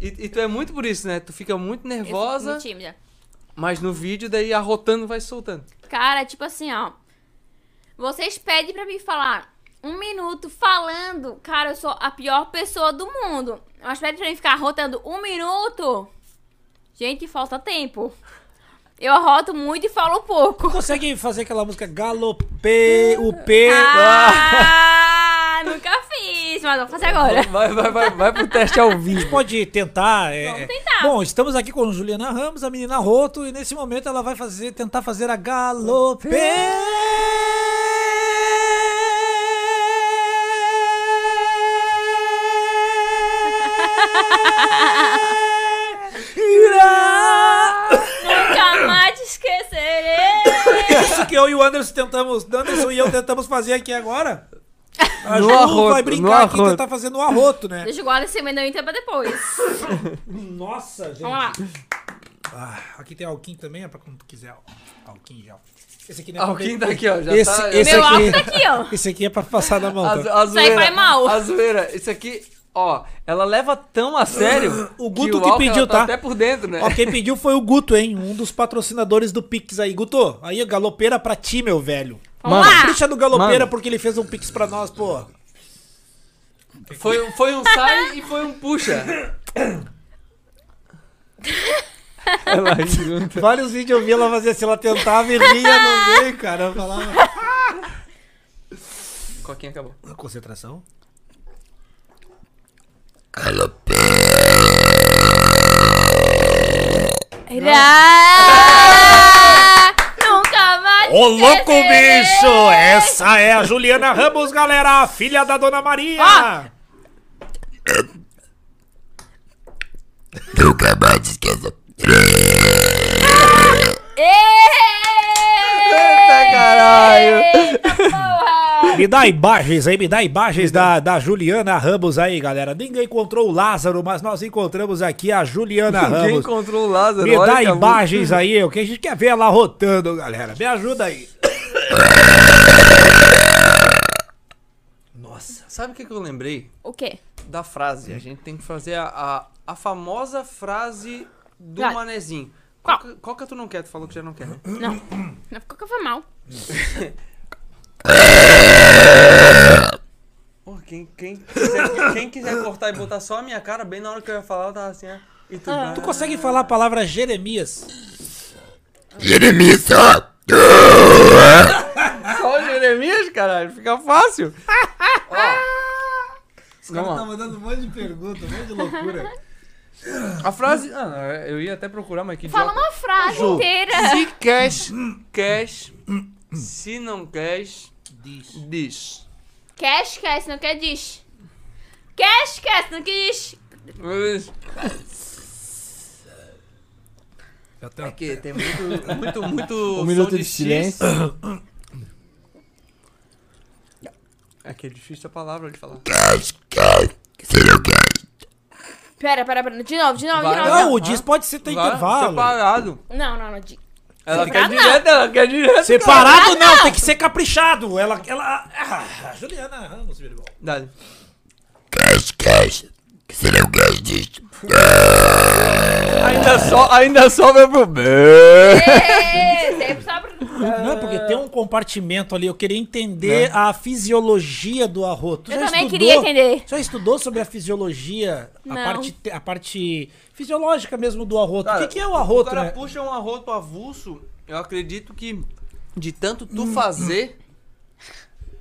[SPEAKER 2] E, e tu é muito por isso, né? Tu fica muito
[SPEAKER 3] Eu fico
[SPEAKER 2] nervosa,
[SPEAKER 3] muito tímida.
[SPEAKER 2] mas no vídeo daí arrotando vai soltando.
[SPEAKER 3] Cara, tipo assim, ó. Vocês pedem pra mim falar um minuto falando. Cara, eu sou a pior pessoa do mundo. Mas pedem pra mim ficar rotando um minuto. Gente, falta tempo. Eu arroto muito e falo pouco.
[SPEAKER 1] Consegue fazer aquela música galopê, o P.
[SPEAKER 3] Ah, nunca fiz, mas vou fazer agora.
[SPEAKER 2] Vai, vai, vai, vai pro teste ao vivo.
[SPEAKER 1] Pode tentar. é-
[SPEAKER 3] Vamos
[SPEAKER 1] é-
[SPEAKER 3] tentar.
[SPEAKER 1] Bom, estamos aqui com Juliana Ramos, a menina Roto, e nesse momento ela vai fazer, tentar fazer a galopê.
[SPEAKER 3] Nunca mais te esquecerei.
[SPEAKER 1] Isso que eu e o Anderson tentamos, Anderson e eu tentamos fazer aqui agora. A Ju
[SPEAKER 2] No
[SPEAKER 1] vai
[SPEAKER 2] arroto, no
[SPEAKER 1] brincar aqui e
[SPEAKER 2] arroto.
[SPEAKER 1] tentar fazer no arroto, né?
[SPEAKER 3] Deixa eu guardar esse amendoim até pra depois.
[SPEAKER 1] Nossa, gente.
[SPEAKER 3] Vamos lá.
[SPEAKER 1] Ah, aqui tem alquim também, é pra quando tu quiser. Alquim já. Esse aqui não é pra
[SPEAKER 2] Alguém
[SPEAKER 1] beber.
[SPEAKER 2] tá aqui, ó. Já
[SPEAKER 1] Esse-
[SPEAKER 2] tá,
[SPEAKER 1] esse-
[SPEAKER 3] Meu
[SPEAKER 1] aqui-
[SPEAKER 3] álcool tá aqui, ó.
[SPEAKER 1] Esse aqui é pra passar na mão.
[SPEAKER 2] A,
[SPEAKER 1] tá?
[SPEAKER 2] a
[SPEAKER 3] Isso aí
[SPEAKER 2] zoeira-
[SPEAKER 3] faz mal.
[SPEAKER 2] A zoeira, isso aqui, ó, ela leva tão a sério.
[SPEAKER 1] O Guto que
[SPEAKER 2] álcool,
[SPEAKER 1] pediu,
[SPEAKER 2] ela
[SPEAKER 1] tá?
[SPEAKER 2] Até por dentro, né?
[SPEAKER 1] Ó, quem pediu foi o Guto, hein? Um dos patrocinadores do Pix aí. Guto, aí galopeira pra ti, meu velho.
[SPEAKER 3] Vamos
[SPEAKER 2] Mano,
[SPEAKER 3] lá.
[SPEAKER 1] Deixa do galopeira
[SPEAKER 2] Mano.
[SPEAKER 1] porque ele fez um Pix pra nós, pô.
[SPEAKER 2] Foi, um- foi um sai e foi um puxa. Ela junta.
[SPEAKER 1] Vários vídeos eu vi ela fazer assim, ela tentava e ria no meio, cara. Eu falava. "Ah,
[SPEAKER 2] Coquinha acabou.
[SPEAKER 1] Concentração.
[SPEAKER 3] Irá! Nunca mais.
[SPEAKER 1] Ô, louco
[SPEAKER 3] esquecerei.
[SPEAKER 1] bicho! Essa é a Juliana Ramos, galera, filha da Dona Maria!
[SPEAKER 3] Ó.
[SPEAKER 4] Nunca mais te esqueça.
[SPEAKER 3] Eita,
[SPEAKER 2] Eita caralho!
[SPEAKER 3] porra!
[SPEAKER 1] Me dá imagens aí, me dá imagens da, da Juliana Ramos aí, galera. Ninguém encontrou o Lázaro, mas nós encontramos aqui a Juliana
[SPEAKER 2] Quem
[SPEAKER 1] Ramos.
[SPEAKER 2] encontrou o Lázaro?
[SPEAKER 1] Me
[SPEAKER 2] olha
[SPEAKER 1] dá
[SPEAKER 2] que a música-
[SPEAKER 1] imagens aí, o que a gente quer ver ela rotando, galera. Me ajuda aí.
[SPEAKER 2] Nossa, sabe o que, que eu lembrei?
[SPEAKER 3] O quê?
[SPEAKER 2] da frase. A gente tem que fazer a, a, a famosa frase do
[SPEAKER 3] Vai.
[SPEAKER 2] manezinho. Qual,
[SPEAKER 3] Qual?
[SPEAKER 2] que, qual que tu não quer? Tu falou que já não quer, né?
[SPEAKER 3] Não. Não ficou que foi mal.
[SPEAKER 2] Pô, quem, quem, quiser, quem quiser cortar e botar só a minha cara, bem na hora que eu ia falar, eu tava assim, ah, e tu vai.
[SPEAKER 1] Tu consegue falar a palavra Jeremias?
[SPEAKER 4] Jeremias, ó.
[SPEAKER 2] Só o Jeremias, caralho, fica fácil.
[SPEAKER 1] Os
[SPEAKER 2] caras Vamos lá. tá
[SPEAKER 1] mandando um monte de pergunta, um monte de loucura.
[SPEAKER 2] A frase... Ah, não, eu ia até procurar, mas que
[SPEAKER 3] Fala
[SPEAKER 2] idiota.
[SPEAKER 3] uma frase
[SPEAKER 2] Ju,
[SPEAKER 3] inteira.
[SPEAKER 2] Se queres, queres. Se não queres, diz.
[SPEAKER 3] Quer, esquece, não quer, diz. Quer, esquece, não quis.
[SPEAKER 2] Diz.
[SPEAKER 1] Já tem
[SPEAKER 2] É
[SPEAKER 1] uma-
[SPEAKER 2] que tem muito, muito, muito...
[SPEAKER 5] Um minuto de silêncio.
[SPEAKER 2] É que é difícil a palavra de falar.
[SPEAKER 3] Pera, pera, pera. De novo, de novo,
[SPEAKER 2] Vai.
[SPEAKER 3] de novo. de
[SPEAKER 1] Não,
[SPEAKER 3] novo.
[SPEAKER 1] o diz pode ser ter
[SPEAKER 2] Vai, tá
[SPEAKER 1] intervalo.
[SPEAKER 2] Separado.
[SPEAKER 3] Não, não, não. De...
[SPEAKER 2] Ela quer
[SPEAKER 3] Separado não.
[SPEAKER 2] direto, ela quer direto.
[SPEAKER 1] Separado não, tem que ser caprichado. Ela. ela ah, Juliana Ramos, meu irmão.
[SPEAKER 2] Dale.
[SPEAKER 4] Cash, cash. Se não queres disto.
[SPEAKER 2] Ainda só, ainda só meu
[SPEAKER 3] Ei, sempre só pra-
[SPEAKER 1] Não, porque tem um compartimento ali. Eu queria entender
[SPEAKER 2] Né?
[SPEAKER 1] a fisiologia do arroto. Tu
[SPEAKER 3] Eu
[SPEAKER 1] já
[SPEAKER 3] também
[SPEAKER 1] estudou-
[SPEAKER 3] queria entender.
[SPEAKER 1] Já estudou sobre a fisiologia, a
[SPEAKER 3] Não.
[SPEAKER 1] parte, te- a parte fisiológica mesmo do arroto?
[SPEAKER 2] Cara,
[SPEAKER 1] o que, que é o
[SPEAKER 2] O
[SPEAKER 1] arroto,
[SPEAKER 2] cara
[SPEAKER 1] né?
[SPEAKER 2] puxa um arroto avulso, eu acredito que de tanto tu fazer,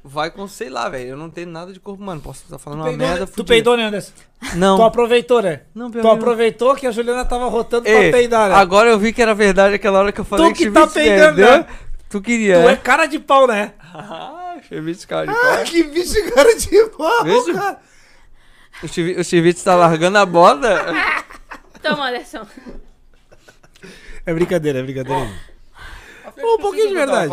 [SPEAKER 2] vai com, sei lá, velho. Eu não tenho nada de corpo humano. Posso estar falando uma
[SPEAKER 1] Peidou,
[SPEAKER 2] merda.
[SPEAKER 1] né? Tu
[SPEAKER 2] fudida.
[SPEAKER 1] peidou, né, Anderson?
[SPEAKER 2] Não.
[SPEAKER 1] Tu aproveitou, né?
[SPEAKER 2] Não,
[SPEAKER 1] tu
[SPEAKER 2] peidei, não.
[SPEAKER 1] aproveitou que a Juliana tava rotando
[SPEAKER 2] Ei,
[SPEAKER 1] pra peidar, né?
[SPEAKER 2] Agora eu vi que era verdade aquela hora que eu falei
[SPEAKER 1] Tu que
[SPEAKER 2] o
[SPEAKER 1] tá
[SPEAKER 2] Schmitz
[SPEAKER 1] peidando,
[SPEAKER 2] perdeu.
[SPEAKER 1] né?
[SPEAKER 2] Tu
[SPEAKER 1] Tu
[SPEAKER 2] queria.
[SPEAKER 1] é cara de pau, né?
[SPEAKER 2] Ah, Schmitz, cara. de pau.
[SPEAKER 1] que bicho cara de pau,
[SPEAKER 2] Vejo.
[SPEAKER 1] cara.
[SPEAKER 2] O Chivite o Chivite tá largando a borda.
[SPEAKER 3] Toma, Anderson.
[SPEAKER 1] É brincadeira, é brincadeira. Um pouquinho de verdade.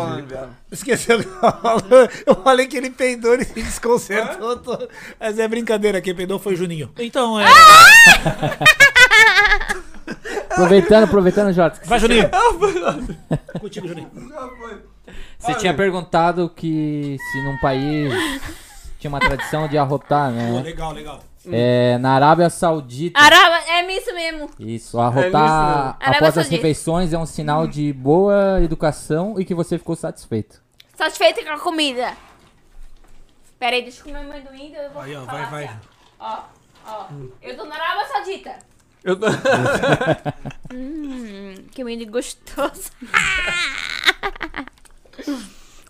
[SPEAKER 1] Esqueceu que eu falo. eu falei que ele peidou e se desconcertou. todo. Mas é brincadeira, quem peidou foi o Juninho. Então é.
[SPEAKER 5] Aproveitando, aproveitando, Jota.
[SPEAKER 1] Vai, Juninho! Contigo, Juninho.
[SPEAKER 5] Você tinha perguntado que se num país tinha uma tradição de arrotar,
[SPEAKER 1] Pô,
[SPEAKER 5] né?
[SPEAKER 1] legal, legal.
[SPEAKER 5] É, na Arábia Saudita.
[SPEAKER 3] Araba, é isso mesmo.
[SPEAKER 5] Isso,
[SPEAKER 2] mesmo.
[SPEAKER 5] arrotar
[SPEAKER 3] Arábia
[SPEAKER 5] após as
[SPEAKER 3] Saudita.
[SPEAKER 5] refeições é um sinal de boa educação e que você ficou satisfeito.
[SPEAKER 3] Satisfeito com a comida. Pera aí, deixa eu comer meu amendoim. daí Eu vou
[SPEAKER 1] Aí, ó, vai,
[SPEAKER 3] falar
[SPEAKER 1] vai.
[SPEAKER 3] assim, Ó, ó. ó. Eu tô na Arábia Saudita.
[SPEAKER 2] Eu tô...
[SPEAKER 3] Hum, que menino gostoso.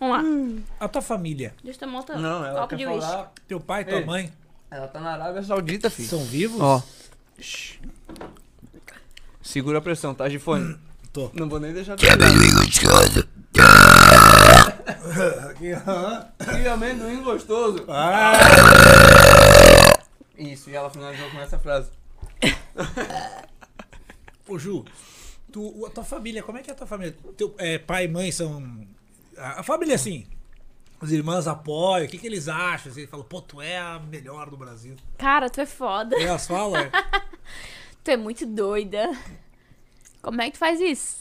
[SPEAKER 3] Vamos lá.
[SPEAKER 1] A tua família,
[SPEAKER 3] Deixa eu tomar outro
[SPEAKER 2] Não, ela
[SPEAKER 3] copo
[SPEAKER 2] quer
[SPEAKER 3] de uísque.
[SPEAKER 2] falar...
[SPEAKER 1] teu pai, tua
[SPEAKER 2] Ei.
[SPEAKER 1] mãe,
[SPEAKER 2] Ela tá na Arábia Saudita, filho.
[SPEAKER 1] são vivos?
[SPEAKER 2] Ó. Segura a pressão, tá, Gifone?
[SPEAKER 1] Tô.
[SPEAKER 2] Não vou nem deixar...
[SPEAKER 4] Amendoim gostoso.
[SPEAKER 2] E amendoim gostoso.
[SPEAKER 1] Ah,
[SPEAKER 2] Isso, e ela finalizou com essa frase.
[SPEAKER 1] ô Ju, tu, a tua família, como é que é a tua família? Teu é, pai e mãe são. A, a família, assim. As irmãs apoiam, o que, que eles acham? Assim, Eles falam, pô, tu é a melhor do Brasil.
[SPEAKER 3] Cara, tu é foda.
[SPEAKER 1] Elas falam, é.
[SPEAKER 3] Tu é muito doida. Como é que tu faz isso?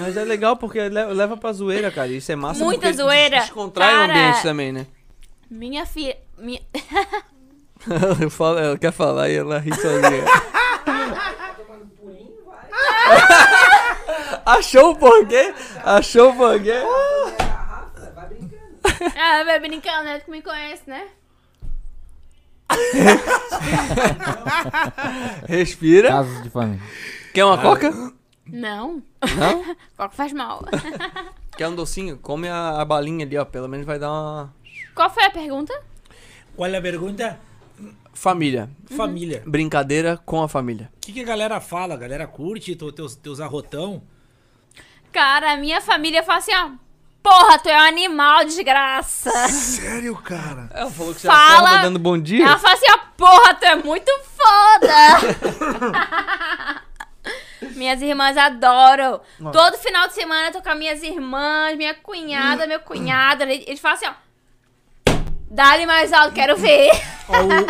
[SPEAKER 2] Mas é legal porque le- leva pra zoeira, cara. Isso é massa.
[SPEAKER 3] Muita
[SPEAKER 2] porque des-
[SPEAKER 3] zoeira.
[SPEAKER 2] Descontrai o
[SPEAKER 3] Cara.
[SPEAKER 2] ambiente também, né?
[SPEAKER 3] Minha filha. Minha...
[SPEAKER 2] Eu falo, ela quer falar e ela ri sozinha. Achou o porquê? Achou o porquê?
[SPEAKER 3] Ah, vai brincando, né? Tu me conhece, né?
[SPEAKER 2] Respira.
[SPEAKER 5] Casos de família.
[SPEAKER 2] Quer uma coca?
[SPEAKER 3] Não.
[SPEAKER 2] Não?
[SPEAKER 3] Qual que faz mal?
[SPEAKER 2] Quer um docinho? Come a, a balinha ali, ó. Pelo menos vai dar uma.
[SPEAKER 3] Qual foi a pergunta?
[SPEAKER 1] Qual é a pergunta?
[SPEAKER 2] Família.
[SPEAKER 1] Família.
[SPEAKER 2] Brincadeira com a família.
[SPEAKER 1] O que, que a galera fala? A galera curte tu- teus, teus arrotão?
[SPEAKER 3] Cara, a minha família fala assim, ó. Porra, tu é um animal, desgraça.
[SPEAKER 1] Sério, cara?
[SPEAKER 2] Ela falou que você
[SPEAKER 3] Fala.
[SPEAKER 2] acorda dando bom dia.
[SPEAKER 3] Ela fala assim, ó. Porra, tu é muito foda. minhas irmãs adoram. Todo final de semana eu tô com as minhas irmãs, minha cunhada, meu cunhado. Eles eles falam assim, ó. Dá-lhe mais alto, quero ver.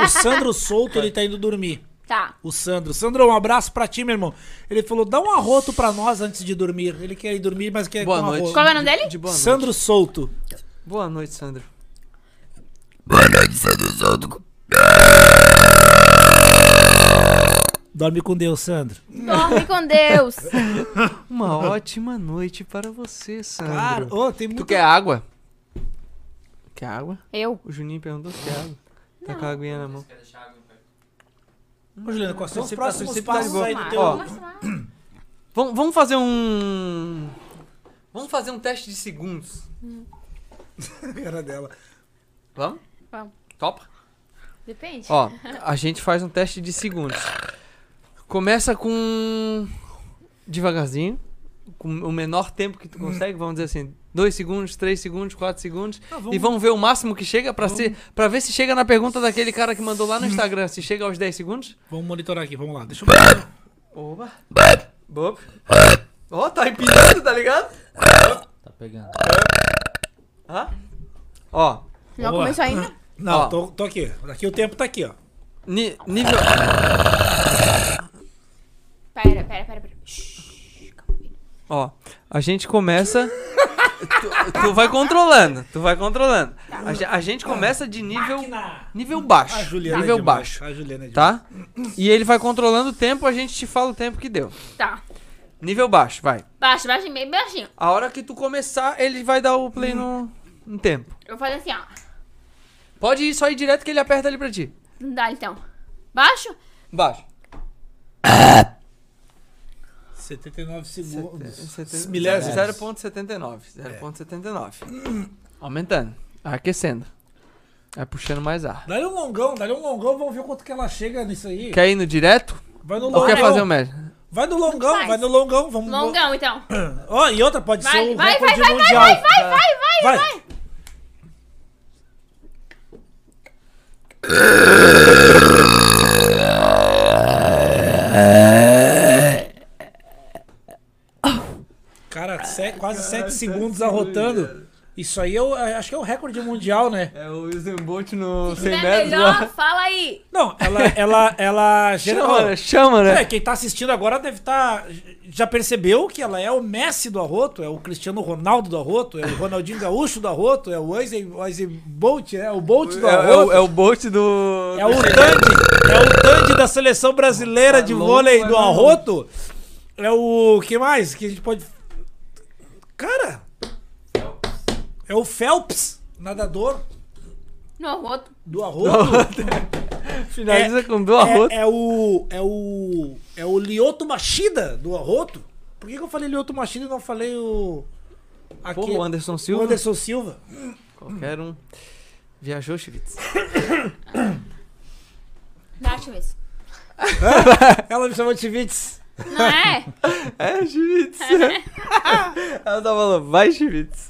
[SPEAKER 1] o, o Sandro Souto, ele tá indo dormir.
[SPEAKER 3] Tá.
[SPEAKER 1] O Sandro. Sandro, um abraço pra ti, meu irmão. Ele falou, dá um arroto pra nós antes de dormir. Ele quer ir dormir, mas quer
[SPEAKER 2] Boa
[SPEAKER 1] com
[SPEAKER 2] noite.
[SPEAKER 1] arroto.
[SPEAKER 3] Qual é o nome dele?
[SPEAKER 2] De boa noite.
[SPEAKER 1] Sandro Souto.
[SPEAKER 2] Boa noite, Sandro.
[SPEAKER 4] Boa noite, Sandro Solto.
[SPEAKER 1] Dorme com Deus, Sandro.
[SPEAKER 3] Dorme com Deus.
[SPEAKER 2] Uma ótima noite para você, Sandro.
[SPEAKER 1] Cara, Ah, ô, tem
[SPEAKER 2] Tu
[SPEAKER 1] muito...
[SPEAKER 2] quer água? Quer água?
[SPEAKER 3] Eu.
[SPEAKER 2] O Juninho perguntou se quer água. Tá com a aguinha na mão.
[SPEAKER 1] Ô, Juliana, quais são Então, os
[SPEAKER 2] Sempre tá-
[SPEAKER 1] próximos
[SPEAKER 2] sempre tá de
[SPEAKER 1] passos
[SPEAKER 2] boa.
[SPEAKER 1] aí do teu...
[SPEAKER 2] Ó.
[SPEAKER 3] Vamos lá.
[SPEAKER 2] Vamos, vamos fazer um. Vamos fazer um teste de segundos.
[SPEAKER 1] Era dela.
[SPEAKER 2] Vamos?
[SPEAKER 3] Vamos.
[SPEAKER 2] Topa?
[SPEAKER 3] Depende.
[SPEAKER 2] Ó, a gente faz um teste de segundos. Começa com. devagarzinho. Com o menor tempo que tu consegue, vamos dizer assim, 2 segundos, 3 segundos, 4 segundos. E Ah, vamos ver o máximo que chega pra, ser, pra ver se chega na pergunta daquele cara que mandou lá no Instagram. Se chega aos 10 segundos.
[SPEAKER 1] Vamos monitorar aqui, vamos lá. Deixa eu...
[SPEAKER 2] Oba. Bob. Ó, tá empinando, tá ligado?
[SPEAKER 5] Tá pegando.
[SPEAKER 2] Hã? Ó,
[SPEAKER 3] Não
[SPEAKER 1] Boa.
[SPEAKER 3] começou ainda?
[SPEAKER 1] Não,
[SPEAKER 2] Ó.
[SPEAKER 1] tô, tô aqui. Aqui o tempo tá aqui, ó.
[SPEAKER 2] ni- nível.
[SPEAKER 3] Pera, pera, pera, pera. Shhh, calma aí.
[SPEAKER 2] Ó, a gente começa. tu, tu vai controlando, tu vai controlando. A, ge- a gente começa de nível. Nível baixo.
[SPEAKER 1] A Juliana
[SPEAKER 2] nível
[SPEAKER 1] é demais.
[SPEAKER 2] baixo.
[SPEAKER 1] A Juliana é demais.
[SPEAKER 2] Tá? E ele vai controlando o tempo, a gente te fala o tempo que deu.
[SPEAKER 3] Tá.
[SPEAKER 2] Nível baixo, vai.
[SPEAKER 3] Baixo, baixinho, bem baixinho.
[SPEAKER 2] A hora que tu começar, ele vai dar o play no, no tempo.
[SPEAKER 3] Eu vou fazer assim, ó.
[SPEAKER 2] Pode ir só ir direto que ele aperta ali pra ti.
[SPEAKER 3] Não dá então. Baixo?
[SPEAKER 2] Baixo.
[SPEAKER 1] 79 segundos.
[SPEAKER 2] Seten-
[SPEAKER 1] Milésimos.
[SPEAKER 2] 0.79. 0.79. Aumentando. Aquecendo. Vai puxando mais ar.
[SPEAKER 1] Dá-lhe um longão, dá-lhe um longão, vamos ver quanto que ela chega nisso aí.
[SPEAKER 2] Quer ir no direto?
[SPEAKER 1] Vai no
[SPEAKER 2] Ou
[SPEAKER 1] longão.
[SPEAKER 2] quer fazer um o médio?
[SPEAKER 1] Vai no longão,
[SPEAKER 3] Faz.
[SPEAKER 1] vai no longão, vamos.
[SPEAKER 3] Longão, então.
[SPEAKER 1] Ó, e outra pode
[SPEAKER 3] Vai,
[SPEAKER 1] ser o
[SPEAKER 3] vai,
[SPEAKER 1] um recorde
[SPEAKER 3] vai, vai,
[SPEAKER 1] mundial.
[SPEAKER 3] vai, vai, vai, vai, vai.
[SPEAKER 1] Cara, se- quase
[SPEAKER 2] é
[SPEAKER 1] 7 segundos arrotando. Isso aí eu é, acho que é o recorde mundial, né?
[SPEAKER 2] É o Usain Bolt no
[SPEAKER 3] Se
[SPEAKER 2] 100
[SPEAKER 3] é
[SPEAKER 2] metros.
[SPEAKER 3] melhor,
[SPEAKER 2] lá.
[SPEAKER 3] fala aí.
[SPEAKER 1] Não, ela ela ela
[SPEAKER 2] Chama,
[SPEAKER 1] gerou.
[SPEAKER 2] né? Chama,
[SPEAKER 1] É,
[SPEAKER 2] né?
[SPEAKER 1] quem tá assistindo agora deve estar já percebeu que ela é o Messi do arroto, é o Cristiano Ronaldo do arroto, é o Ronaldinho Gaúcho do arroto, é o Usain Usain Bolt, é o Bolt do
[SPEAKER 2] É, é o,
[SPEAKER 1] arroto.
[SPEAKER 2] é o Bolt do.
[SPEAKER 1] É o Tandy, é o Tandy da seleção brasileira de
[SPEAKER 2] louco,
[SPEAKER 1] vôlei do
[SPEAKER 2] mano.
[SPEAKER 1] Arroto. É o que mais que a gente pode Cara, é o Phelps, nadador
[SPEAKER 3] No roto.
[SPEAKER 1] do Arroto.
[SPEAKER 2] Finaliza é. com do arroto.
[SPEAKER 1] É, é o é o é o Lioto Machida do Arroto. Por que, que eu falei Lioto Machida e não falei o aqui,
[SPEAKER 2] Porra, o Anderson
[SPEAKER 1] o
[SPEAKER 2] Silva.
[SPEAKER 1] Anderson Silva?
[SPEAKER 2] Qualquer um. Viajou, Chivitz.
[SPEAKER 3] Dá, deixa eu ver isso.
[SPEAKER 1] Ela me chamou de Chivitz.
[SPEAKER 3] Não é?
[SPEAKER 2] É, Chivitz. Ela tá falando, vai, Chivitz.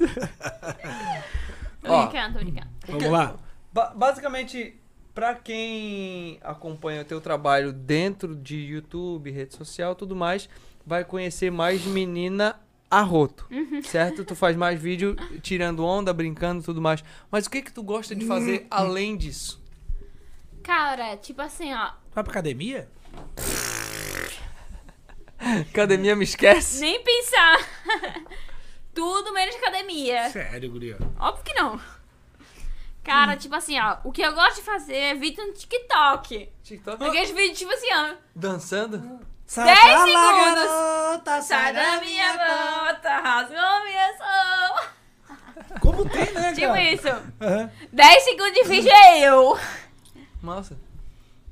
[SPEAKER 3] Tô
[SPEAKER 2] Ó.
[SPEAKER 3] brincando, tô brincando.
[SPEAKER 1] Vamos lá.
[SPEAKER 2] Ba- basicamente, pra quem acompanha o teu trabalho dentro de YouTube, rede social, tudo mais, vai conhecer mais menina arroto, certo? Tu faz mais vídeo tirando onda, brincando, tudo mais. Mas o que que tu gosta de fazer além disso?
[SPEAKER 3] Cara, tipo assim, ó.
[SPEAKER 1] Vai pra academia?
[SPEAKER 2] Academia me esquece.
[SPEAKER 3] Nem pensar. Tudo menos academia.
[SPEAKER 1] Sério, guria.
[SPEAKER 3] Óbvio que não. Cara, tipo assim, ó. O que eu gosto de fazer é vídeo no TikTok.
[SPEAKER 2] TikTok.
[SPEAKER 3] Aqueles vídeos, tipo assim, ó.
[SPEAKER 2] Dançando?
[SPEAKER 1] Sai
[SPEAKER 3] 10
[SPEAKER 1] pra lá, tá
[SPEAKER 3] segundos.
[SPEAKER 1] garota,
[SPEAKER 3] Sai da minha volta, rasgou minha soul.
[SPEAKER 1] Como tem, né,
[SPEAKER 3] Tipo
[SPEAKER 1] cara?
[SPEAKER 3] isso.
[SPEAKER 1] Aham.
[SPEAKER 3] 10 segundos de vídeo é eu.
[SPEAKER 2] Nossa.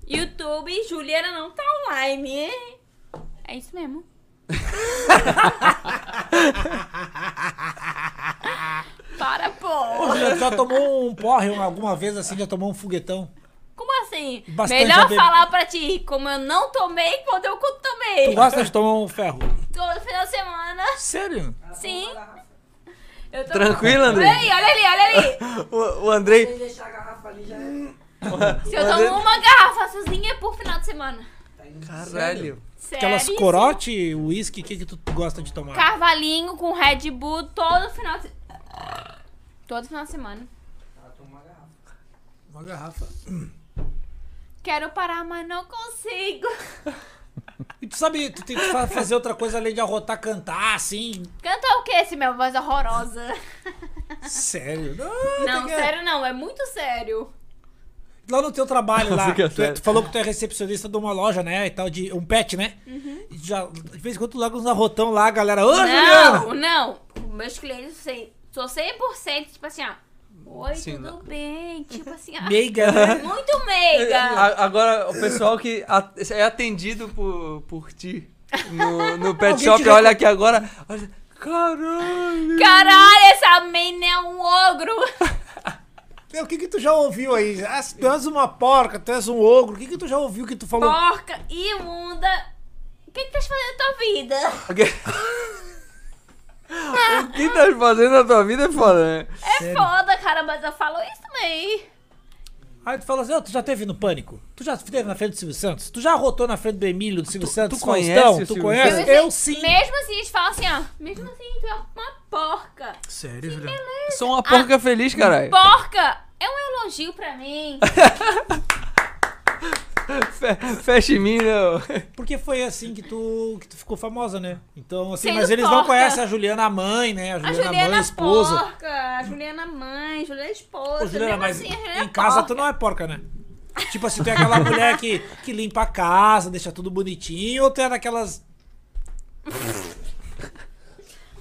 [SPEAKER 3] YouTube, Juliana não tá online. É isso mesmo. Para, pô.
[SPEAKER 1] Já- Já tomou um porre alguma vez assim, já tomou um foguetão?
[SPEAKER 3] Como assim?
[SPEAKER 1] Bastante
[SPEAKER 3] Melhor
[SPEAKER 1] abe-
[SPEAKER 3] falar pra ti como eu não tomei quando eu tomei.
[SPEAKER 1] Tu gosta de tomar um ferro?
[SPEAKER 3] Todo final de semana.
[SPEAKER 1] Sério?
[SPEAKER 3] Sim. Eu tô...
[SPEAKER 2] Tranquilo,
[SPEAKER 3] Olha
[SPEAKER 2] Andrei?
[SPEAKER 3] ali, olha ali, olha
[SPEAKER 2] O, o Andrei.
[SPEAKER 6] Se deixar a garrafa ali, já
[SPEAKER 3] ali. Se eu tomo uma garrafa sozinha por final de semana.
[SPEAKER 6] tá indo.
[SPEAKER 2] Caralho.
[SPEAKER 3] Sério.
[SPEAKER 1] Aquelas corote, uísque, o que que tu gosta de tomar?
[SPEAKER 3] Carvalhinho com Red Bull todo final de... Todo final de semana.
[SPEAKER 6] Ela toma uma garrafa.
[SPEAKER 1] Uma garrafa.
[SPEAKER 3] Quero parar, mas não consigo.
[SPEAKER 1] E tu sabe, tu tem que fa- fazer outra coisa além de arrotar, cantar, assim.
[SPEAKER 3] Canta o que esse meu voz horrorosa?
[SPEAKER 1] Sério. Não,
[SPEAKER 3] Não,
[SPEAKER 1] tem que-
[SPEAKER 3] sério não, é muito sério.
[SPEAKER 1] Lá no teu trabalho, lá,
[SPEAKER 2] Fica
[SPEAKER 1] tu, é-
[SPEAKER 2] sério.
[SPEAKER 1] tu falou que tu é recepcionista de uma loja, né? E tal, de um pet, né? E Já, de vez em quando tu larga uns arrotão lá, a galera. Ô, Juliana!
[SPEAKER 3] Uhum. Não, não. Meus clientes, sei, sou 100%, tipo assim, ó. Oi,
[SPEAKER 2] Sim,
[SPEAKER 3] tudo
[SPEAKER 2] não.
[SPEAKER 3] bem? Tipo assim, ó.
[SPEAKER 1] Meiga, né?
[SPEAKER 3] Muito
[SPEAKER 1] Ah.
[SPEAKER 3] meiga.
[SPEAKER 2] A- agora, o pessoal que a- é atendido por, por ti no, no
[SPEAKER 1] Alguém
[SPEAKER 2] pet
[SPEAKER 1] te
[SPEAKER 2] shop,
[SPEAKER 1] recom-
[SPEAKER 2] olha aqui agora. Olha, caralho!
[SPEAKER 3] Caralho, essa menina é um ogro.
[SPEAKER 1] Meu, O que que tu já ouviu aí? Ah, tu és uma porca, tu és um ogro. O que que tu já ouviu que tu falou?
[SPEAKER 3] Porca, imunda. O que que tá fazendo na tua vida?
[SPEAKER 2] O que o que tá fazendo na tua vida é foda, né?
[SPEAKER 3] É foda, cara, mas eu falo isso também.
[SPEAKER 1] Aí tu fala assim, ó, tu já teve no Pânico? Tu já teve na frente do Silvio Santos? Tu já arrotou na frente do Emílio, do Silvio Santos?
[SPEAKER 2] tu conhece
[SPEAKER 1] Faustão?
[SPEAKER 2] o
[SPEAKER 1] Tu
[SPEAKER 2] Silvio
[SPEAKER 1] conhece?
[SPEAKER 3] Santos?
[SPEAKER 1] Eu sim.
[SPEAKER 3] Mesmo assim, eles falam assim, ó. Mesmo assim, tu é uma porca.
[SPEAKER 1] Sério, Juliana?
[SPEAKER 2] Sou uma
[SPEAKER 3] Ah,
[SPEAKER 2] porca feliz, caralho.
[SPEAKER 3] Porca! É um elogio pra mim.
[SPEAKER 2] Fe- Fecha em mim, né, não.
[SPEAKER 1] Porque foi assim que tu, que tu ficou famosa, né? Então, assim,
[SPEAKER 3] Sendo
[SPEAKER 1] mas eles não
[SPEAKER 3] porca.
[SPEAKER 1] conhecem a Juliana, a mãe, né? A
[SPEAKER 3] A
[SPEAKER 1] Juliana, mãe,
[SPEAKER 3] Juliana
[SPEAKER 1] a esposa.
[SPEAKER 3] porca, a Juliana mãe, a Juliana esposa.
[SPEAKER 1] Ô, Juliana,
[SPEAKER 3] mesmo
[SPEAKER 1] mas
[SPEAKER 3] assim, a Juliana
[SPEAKER 1] em casa
[SPEAKER 3] porca.
[SPEAKER 1] tu não é porca, né? Tipo assim, tu é aquela mulher que, que limpa a casa, deixa tudo bonitinho, ou tu é daquelas.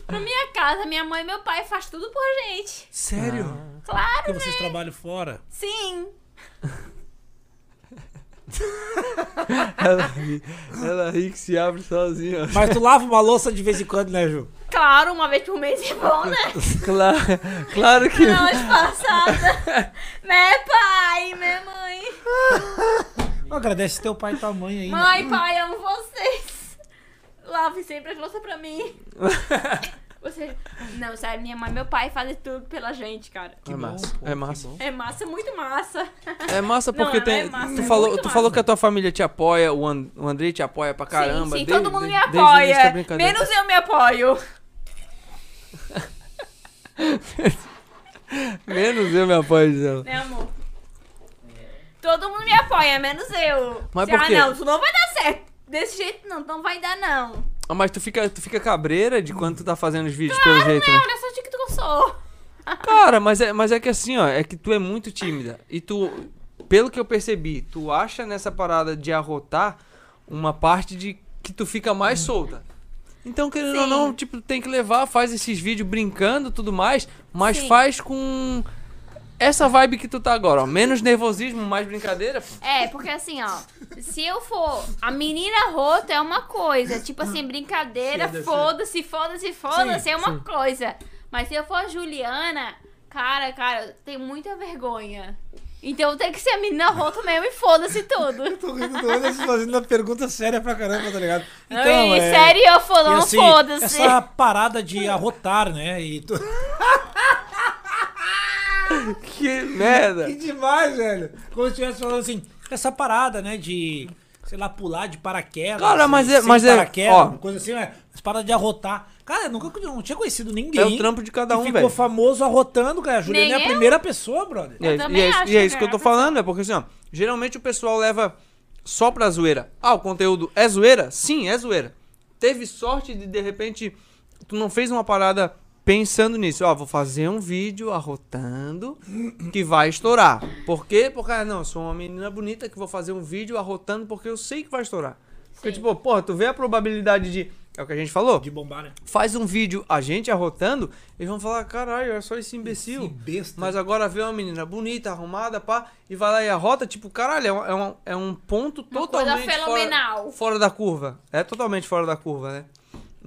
[SPEAKER 3] Na minha casa, minha mãe e meu pai faz tudo por gente.
[SPEAKER 1] Sério?
[SPEAKER 3] Claro, né?
[SPEAKER 1] Porque vocês trabalham fora.
[SPEAKER 3] sim.
[SPEAKER 2] Ela ri, ela ri que se abre sozinha.
[SPEAKER 1] Mas tu lava uma louça de vez em quando, né, Ju?
[SPEAKER 3] Claro, uma vez por mês é bom, né?
[SPEAKER 2] Claro, claro que.
[SPEAKER 3] Ah, Não, as passadas. né, pai, minha mãe.
[SPEAKER 1] Agradece teu pai e tua mãe aí. né?
[SPEAKER 3] Mãe, pai, amo vocês. Lave sempre as louças pra mim. Você. Não, sério, minha mãe e meu pai fazem tudo pela gente, cara.
[SPEAKER 2] é massa.
[SPEAKER 1] pô,
[SPEAKER 2] é
[SPEAKER 1] que
[SPEAKER 2] massa.
[SPEAKER 1] bom.
[SPEAKER 3] É massa, muito massa.
[SPEAKER 2] É massa
[SPEAKER 3] Não,
[SPEAKER 2] porque
[SPEAKER 3] ela
[SPEAKER 2] tem.
[SPEAKER 3] é massa,
[SPEAKER 2] tu
[SPEAKER 3] é
[SPEAKER 2] falou,
[SPEAKER 3] muito
[SPEAKER 2] tu falou
[SPEAKER 3] massa.
[SPEAKER 2] que a tua família te apoia, o, And, o Andrei te apoia pra caramba.
[SPEAKER 3] sim, sim,
[SPEAKER 2] desde-
[SPEAKER 3] todo mundo me
[SPEAKER 2] desde- desde o início da
[SPEAKER 3] apoia.
[SPEAKER 2] brincadeira.
[SPEAKER 3] Menos eu me apoio.
[SPEAKER 2] Menos eu me apoio, Gisela.
[SPEAKER 3] Né, amor? Todo mundo me apoia, menos eu.
[SPEAKER 2] Mas
[SPEAKER 3] Se,
[SPEAKER 2] por
[SPEAKER 3] ah,
[SPEAKER 2] quê?
[SPEAKER 3] não, tu não vai dar certo. Desse jeito não, não vai dar, não.
[SPEAKER 2] Ah, mas tu fica, tu fica cabreira de quando tu tá fazendo os vídeos, pelo jeito, né?
[SPEAKER 3] Olha só de que tu gostou.
[SPEAKER 2] Cara, mas é, mas é que assim, ó, é que tu é muito tímida. E tu, pelo que eu percebi, tu acha nessa parada de arrotar uma parte de que tu fica mais solta. Então, querendo ou
[SPEAKER 3] Sim.
[SPEAKER 2] não, tipo, tem que levar, faz esses vídeos brincando e tudo mais, mas
[SPEAKER 3] Sim.
[SPEAKER 2] faz com essa vibe que tu tá agora, ó. Menos nervosismo, mais brincadeira. pô.
[SPEAKER 3] É, porque assim, ó. Se eu for a menina rota é uma coisa. Tipo assim, brincadeira, foda-se, foda-se, foda-se, é uma coisa. Mas se eu for a Juliana, cara, cara, eu tenho muita vergonha. Então tem que ser a menina rota mesmo e foda-se tudo.
[SPEAKER 1] Tô rindo do Anderson fazendo uma pergunta séria pra caramba, tá ligado?
[SPEAKER 3] Ai,
[SPEAKER 1] é-
[SPEAKER 3] sério, eu
[SPEAKER 1] e
[SPEAKER 3] falando,
[SPEAKER 1] assim,
[SPEAKER 3] foda-se.
[SPEAKER 1] Essa parada de arrotar, né? E tu-
[SPEAKER 2] Que merda.
[SPEAKER 1] Que demais, velho. Como se estivesse falando assim, essa parada, né, de, sei lá, pular de paraquedas. assim,
[SPEAKER 2] Cara, mas
[SPEAKER 1] sem
[SPEAKER 2] é- mas é-
[SPEAKER 1] paraquedas,
[SPEAKER 2] ó.
[SPEAKER 1] uma coisa assim, né? Essa parada de arrotar. Cara, eu nunca eu não tinha conhecido ninguém.
[SPEAKER 2] É o trampo de cada
[SPEAKER 1] que
[SPEAKER 2] um,
[SPEAKER 1] ficou
[SPEAKER 2] velho.
[SPEAKER 1] famoso arrotando, cara. A Juliana
[SPEAKER 3] Nem
[SPEAKER 1] é a
[SPEAKER 3] eu.
[SPEAKER 1] primeira pessoa, brother.
[SPEAKER 2] E é,
[SPEAKER 3] Eu
[SPEAKER 2] isso-
[SPEAKER 3] também
[SPEAKER 2] e é isso-
[SPEAKER 3] acho,
[SPEAKER 2] e é isso que eu
[SPEAKER 3] cara.
[SPEAKER 2] tô falando, é porque assim, ó, geralmente o pessoal leva só pra zoeira. Ah, o conteúdo é zoeira? Sim, é zoeira. Teve sorte de, de repente, tu não fez uma parada pensando nisso. Ó, vou fazer um vídeo arrotando que vai estourar. Por quê? Porque, ah, não, eu sou uma menina bonita que vou fazer um vídeo arrotando porque eu sei que vai estourar. Porque,
[SPEAKER 3] Sim.
[SPEAKER 2] tipo, porra, tu vê a probabilidade de... É o que a gente falou.
[SPEAKER 1] De bombar, né?
[SPEAKER 2] Faz um vídeo a gente arrotando, eles vão falar, caralho, é só esse imbecil.
[SPEAKER 1] Que besta.
[SPEAKER 2] Mas agora vê uma menina bonita, arrumada, pá, e vai lá e arrota, tipo, caralho, é um, é um, é um ponto
[SPEAKER 3] Uma coisa
[SPEAKER 2] totalmente fora,
[SPEAKER 3] fenomenal.
[SPEAKER 2] fora da curva. É totalmente fora da curva, né?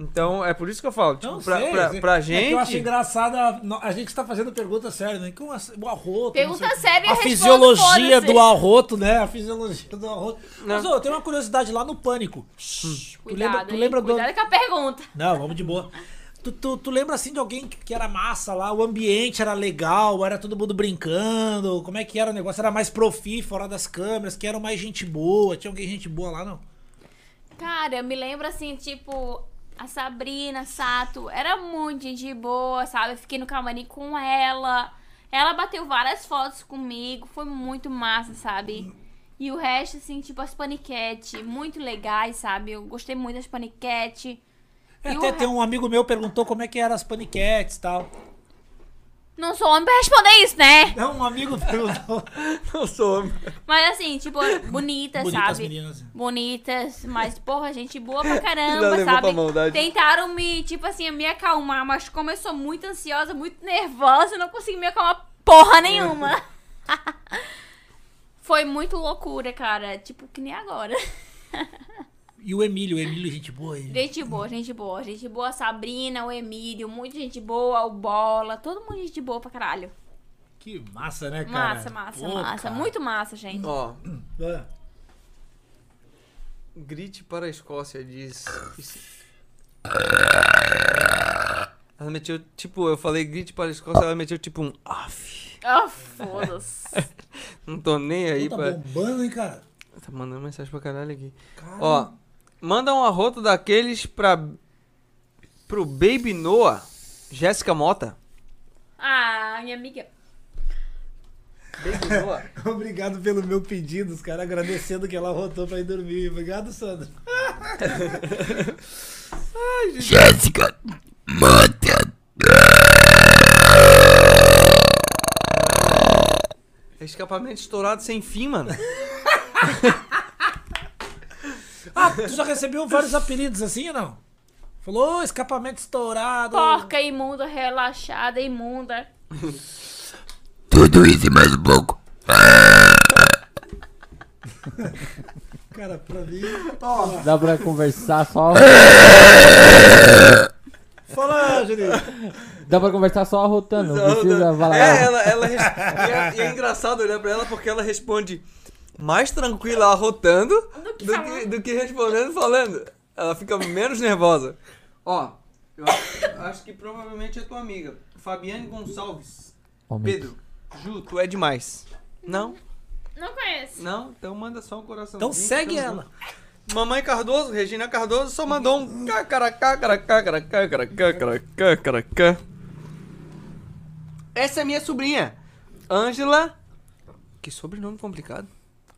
[SPEAKER 2] Então, é por isso que eu falo, tipo,
[SPEAKER 1] Não
[SPEAKER 2] pra,
[SPEAKER 1] sei,
[SPEAKER 2] pra,
[SPEAKER 1] assim,
[SPEAKER 2] pra
[SPEAKER 1] é que
[SPEAKER 2] gente...
[SPEAKER 1] eu acho engraçado, a, no- a gente tá fazendo pergunta séria, né? Como assim, o arroto.
[SPEAKER 3] Pergunta
[SPEAKER 1] não sei o quê.
[SPEAKER 3] séria e
[SPEAKER 1] A
[SPEAKER 3] respondo,
[SPEAKER 1] fisiologia
[SPEAKER 3] foda-se.
[SPEAKER 1] do arroto, né? A fisiologia do arroto. Mas,
[SPEAKER 2] Não.
[SPEAKER 1] ô, tem uma curiosidade lá no Pânico. Tu
[SPEAKER 3] Cuidado,
[SPEAKER 1] lembra, tu
[SPEAKER 3] hein?
[SPEAKER 1] lembra do,
[SPEAKER 3] Cuidado com a pergunta.
[SPEAKER 1] Não, vamos de boa. Tu, tu, tu lembra assim de alguém que, que era massa lá, o ambiente era legal, era todo mundo brincando, como é que era o negócio? Era mais profi fora das câmeras, que era mais gente boa, tinha alguém gente boa lá, não?
[SPEAKER 3] Cara, eu me lembro assim, tipo, a Sabrina, Sato, era muito gente boa, sabe? Eu fiquei no camarim com ela. Ela bateu várias fotos comigo, foi muito massa, sabe? E o resto, assim, tipo, as paniquete, muito legais, sabe? Eu gostei muito das paniquete. E
[SPEAKER 1] Até
[SPEAKER 3] o-
[SPEAKER 1] tem um amigo meu perguntou como é que eram as paniquetes e tal.
[SPEAKER 3] Não sou homem pra responder isso, né?
[SPEAKER 1] Não, um amigo perguntou.
[SPEAKER 2] Não sou...
[SPEAKER 3] Mas assim, tipo, bonitas,
[SPEAKER 1] Bonitas
[SPEAKER 3] sabe?
[SPEAKER 1] meninas.
[SPEAKER 3] bonitas, mas porra, gente boa pra
[SPEAKER 2] Já
[SPEAKER 3] caramba,
[SPEAKER 2] levou pra
[SPEAKER 3] sabe?
[SPEAKER 2] maldade.
[SPEAKER 3] Tentaram me, tipo assim, me acalmar, mas como eu sou muito ansiosa, muito nervosa, eu não consegui me acalmar porra nenhuma. Foi muito loucura, cara. Tipo, que nem agora.
[SPEAKER 1] E o Emílio, o Emílio, gente boa. Ele.
[SPEAKER 3] Gente boa, gente boa, gente boa. A Sabrina, o Emílio, muita gente boa, o Bola, todo mundo gente boa pra caralho.
[SPEAKER 1] Que massa, né, cara?
[SPEAKER 3] Massa, massa,
[SPEAKER 1] Pô,
[SPEAKER 3] massa.
[SPEAKER 1] cara.
[SPEAKER 3] Muito massa, gente.
[SPEAKER 2] Ó,
[SPEAKER 1] Ah,
[SPEAKER 2] grite para a Escócia, diz... Ela meteu, tipo, eu falei grite para a Escócia, ela meteu, tipo, um... Aff,
[SPEAKER 3] Ah, foda-se.
[SPEAKER 2] não tô nem aí
[SPEAKER 1] Pô, tá
[SPEAKER 2] pra...
[SPEAKER 1] bombando, hein, cara?
[SPEAKER 2] Tá mandando mensagem pra caralho aqui.
[SPEAKER 1] Caramba.
[SPEAKER 2] Ó, manda um arroto daqueles pra. pro Baby Noah, Jéssica Mota.
[SPEAKER 3] Ah, minha amiga.
[SPEAKER 2] Baby Noah?
[SPEAKER 1] Obrigado pelo meu pedido, os caras agradecendo que ela rotou pra ir dormir. Obrigado, Sandro.
[SPEAKER 4] Jessica, mata.
[SPEAKER 2] É escapamento estourado sem fim, mano.
[SPEAKER 1] Ah, tu já recebeu vários apelidos assim ou não? Falou, "Ô, escapamento estourado.
[SPEAKER 3] Porca, imunda, relaxada, imunda.
[SPEAKER 4] Tudo isso e mais um pouco.
[SPEAKER 1] Cara, pra mim.
[SPEAKER 5] Dá pra conversar só.
[SPEAKER 1] Fala, Juninho.
[SPEAKER 5] Dá pra conversar só arrotando. Não precisa falar.
[SPEAKER 2] É, ela. ela res- e, é, e é engraçado olhar pra ela porque ela responde mais tranquila arrotando do que, do que respondendo e falando. Ela fica menos nervosa. Ó, Eu acho, acho que provavelmente é tua amiga. Fabiane Gonçalves.
[SPEAKER 5] Aumenta.
[SPEAKER 2] Pedro, Ju, tu é demais. Não?
[SPEAKER 3] Não conheço.
[SPEAKER 2] Não? Então manda só um coração.
[SPEAKER 1] Então segue ela.
[SPEAKER 2] Mamãe Cardoso, Regina Cardoso, só mandou um cacaracacaracacaracacaracacaracá. Essa é minha sobrinha, Ângela. Que sobrenome complicado.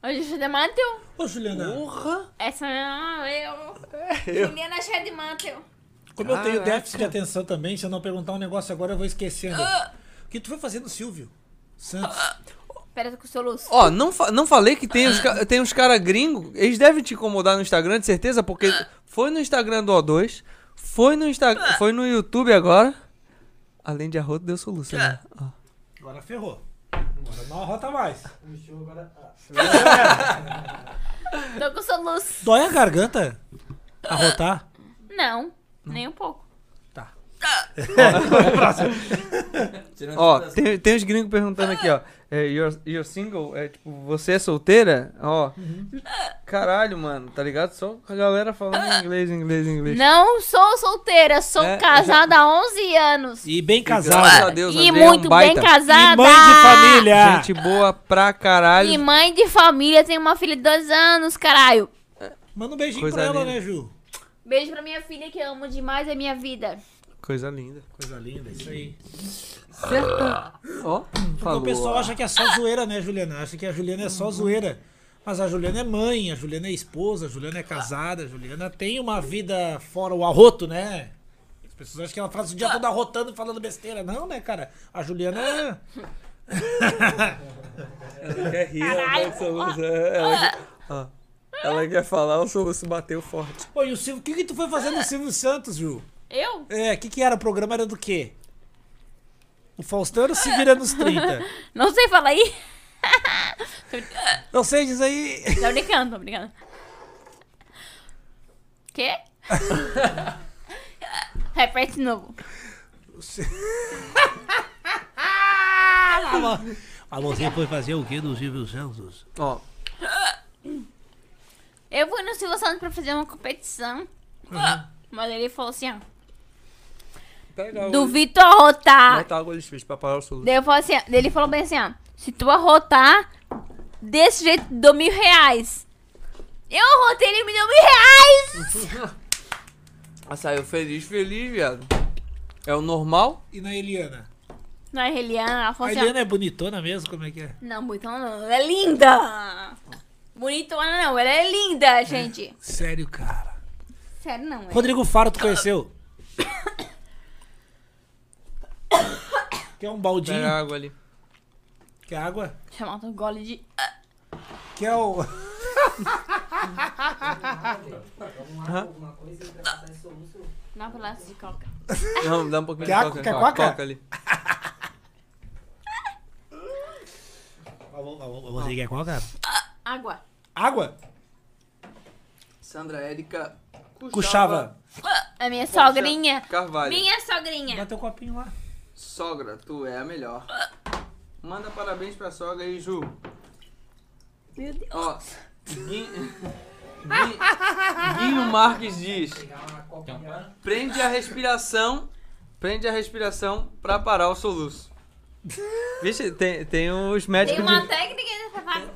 [SPEAKER 3] Hoje de mantel.
[SPEAKER 1] Ô, Juliana,
[SPEAKER 2] Porra!
[SPEAKER 3] Essa é eu.
[SPEAKER 2] eu.
[SPEAKER 3] Juliana cheia é de mantel.
[SPEAKER 1] como eu tenho
[SPEAKER 2] Caraca.
[SPEAKER 1] déficit de atenção também, se eu não perguntar um negócio agora, eu vou esquecendo.
[SPEAKER 3] Ah.
[SPEAKER 1] O que tu foi fazer no Silvio? Santos.
[SPEAKER 3] Pera com o soluço.
[SPEAKER 2] Ó, não, fa- não falei que tem os, ca- tem uns cara gringo, eles devem te incomodar no Instagram, de certeza, porque foi no Instagram do O2, foi no, Insta, foi no YouTube agora. Além de arroto, deu soluço, né? Ó.
[SPEAKER 1] Agora ferrou. Agora não arrota mais.
[SPEAKER 6] Puxou agora. Ah.
[SPEAKER 3] Tô com soluço.
[SPEAKER 1] Dói a garganta? Arrotar?
[SPEAKER 3] Não, nem um pouco.
[SPEAKER 1] Tá.
[SPEAKER 2] Ó, tem, tem uns gringos perguntando aqui, ó. É, you're, you're single? É tipo, você é solteira? Ó. Caralho, mano, tá ligado? Só a galera
[SPEAKER 3] Ah.
[SPEAKER 2] falando inglês, inglês, inglês.
[SPEAKER 3] Não sou solteira, sou
[SPEAKER 2] É,
[SPEAKER 3] casada há 11 anos.
[SPEAKER 1] E bem
[SPEAKER 2] Graças a
[SPEAKER 1] casada.
[SPEAKER 2] Deus,
[SPEAKER 3] e
[SPEAKER 2] André é um
[SPEAKER 3] muito bem
[SPEAKER 2] baita.
[SPEAKER 3] casada.
[SPEAKER 1] E mãe de família.
[SPEAKER 2] Gente boa pra caralho.
[SPEAKER 3] E mãe de família, tem uma filha de dois anos, caralho.
[SPEAKER 1] Manda um beijinho
[SPEAKER 2] Coisa
[SPEAKER 1] pra ela,
[SPEAKER 2] linda.
[SPEAKER 1] né, Ju?
[SPEAKER 3] Beijo pra minha filha que eu amo demais a minha vida.
[SPEAKER 2] Coisa linda.
[SPEAKER 1] Coisa linda, isso aí. Porque
[SPEAKER 2] Certa. Ó, falou.
[SPEAKER 1] o
[SPEAKER 2] Uhum.
[SPEAKER 1] pessoal
[SPEAKER 2] ó.
[SPEAKER 1] acha que é só zoeira, né, Juliana? Acha que a Juliana é só zoeira. Mas a Juliana é mãe, a Juliana é esposa, a Juliana é casada, a Juliana tem uma vida fora o arroto, né? As pessoas acham que ela faz o dia todo arrotando e falando besteira. Não, né, cara? A Juliana é.
[SPEAKER 2] Ela quer rir, ela quer soluçar. Ela quer, ó, ela quer falar, o soluço bateu forte.
[SPEAKER 1] Pô, e o Silvio, o que, que tu foi fazer no Silvio Santos, Ju?
[SPEAKER 3] Eu?
[SPEAKER 1] É, o que, que era? O programa era do quê? O Faustão era o se vira nos 30.
[SPEAKER 3] Não sei falar aí.
[SPEAKER 1] Não sei, diz aí.
[SPEAKER 3] Tô brincando, tô brincando. Quê? Repete de novo.
[SPEAKER 1] A você foi fazer o quê do Silvio Santos?
[SPEAKER 2] Ó,
[SPEAKER 3] Eu fui no Silvio Santos pra fazer uma competição.
[SPEAKER 1] Uhum.
[SPEAKER 3] Mas ele falou assim, ó.
[SPEAKER 2] pega
[SPEAKER 1] Uhum.
[SPEAKER 3] Do
[SPEAKER 2] o...
[SPEAKER 3] Vitor Rotar.
[SPEAKER 2] Bota água difícil pra parar o soluço.
[SPEAKER 3] Daí eu falo assim, ó, daí ele falou bem assim, ó. Se tu arrotar, desse jeito, dou mil reais. Eu arrotei, ele me deu mil
[SPEAKER 1] Uhum.
[SPEAKER 3] reais!
[SPEAKER 2] Ah, saiu feliz, feliz, viado. É o normal?
[SPEAKER 1] E na Eliana?
[SPEAKER 3] Não, é Eliana, ela
[SPEAKER 1] A
[SPEAKER 3] falou assim, ó.
[SPEAKER 1] Eliana é bonitona mesmo? Como é que é?
[SPEAKER 3] Não, bonitona não, ela é linda! Bonitona não, ela é linda, gente.
[SPEAKER 1] Sério, cara.
[SPEAKER 3] Sério não, é.
[SPEAKER 1] Rodrigo Faro, tu conheceu? Quer um baldinho?
[SPEAKER 2] Pega água ali.
[SPEAKER 1] Quer água?
[SPEAKER 3] Chamar um gole de...
[SPEAKER 1] Quer o.
[SPEAKER 6] Alguma coisa pra passar esse soluço.
[SPEAKER 3] Dá um pedaço de coca.
[SPEAKER 2] Não, dá um pouquinho
[SPEAKER 1] Quer
[SPEAKER 2] de
[SPEAKER 1] água?
[SPEAKER 2] coca.
[SPEAKER 1] Quer
[SPEAKER 2] coca,
[SPEAKER 1] coca?
[SPEAKER 2] coca ali.
[SPEAKER 1] Você quer qual, cara?
[SPEAKER 3] Água.
[SPEAKER 1] Água?
[SPEAKER 2] Sandra Érica
[SPEAKER 1] Cuxava.
[SPEAKER 3] ah, A minha sogrinha.
[SPEAKER 2] Carvalho.
[SPEAKER 3] Minha sogrinha.
[SPEAKER 1] Bateu o copinho lá.
[SPEAKER 2] Sogra, tu é a melhor. Manda parabéns pra sogra aí, Ju.
[SPEAKER 3] Meu Deus.
[SPEAKER 2] Ó. Gui- Gui- Guinho Marques diz: prende a respiração, prende a respiração pra parar o soluço. Vixe, tem, tem os
[SPEAKER 3] Tem
[SPEAKER 2] médicos
[SPEAKER 3] uma
[SPEAKER 2] de,
[SPEAKER 3] técnica pra falar.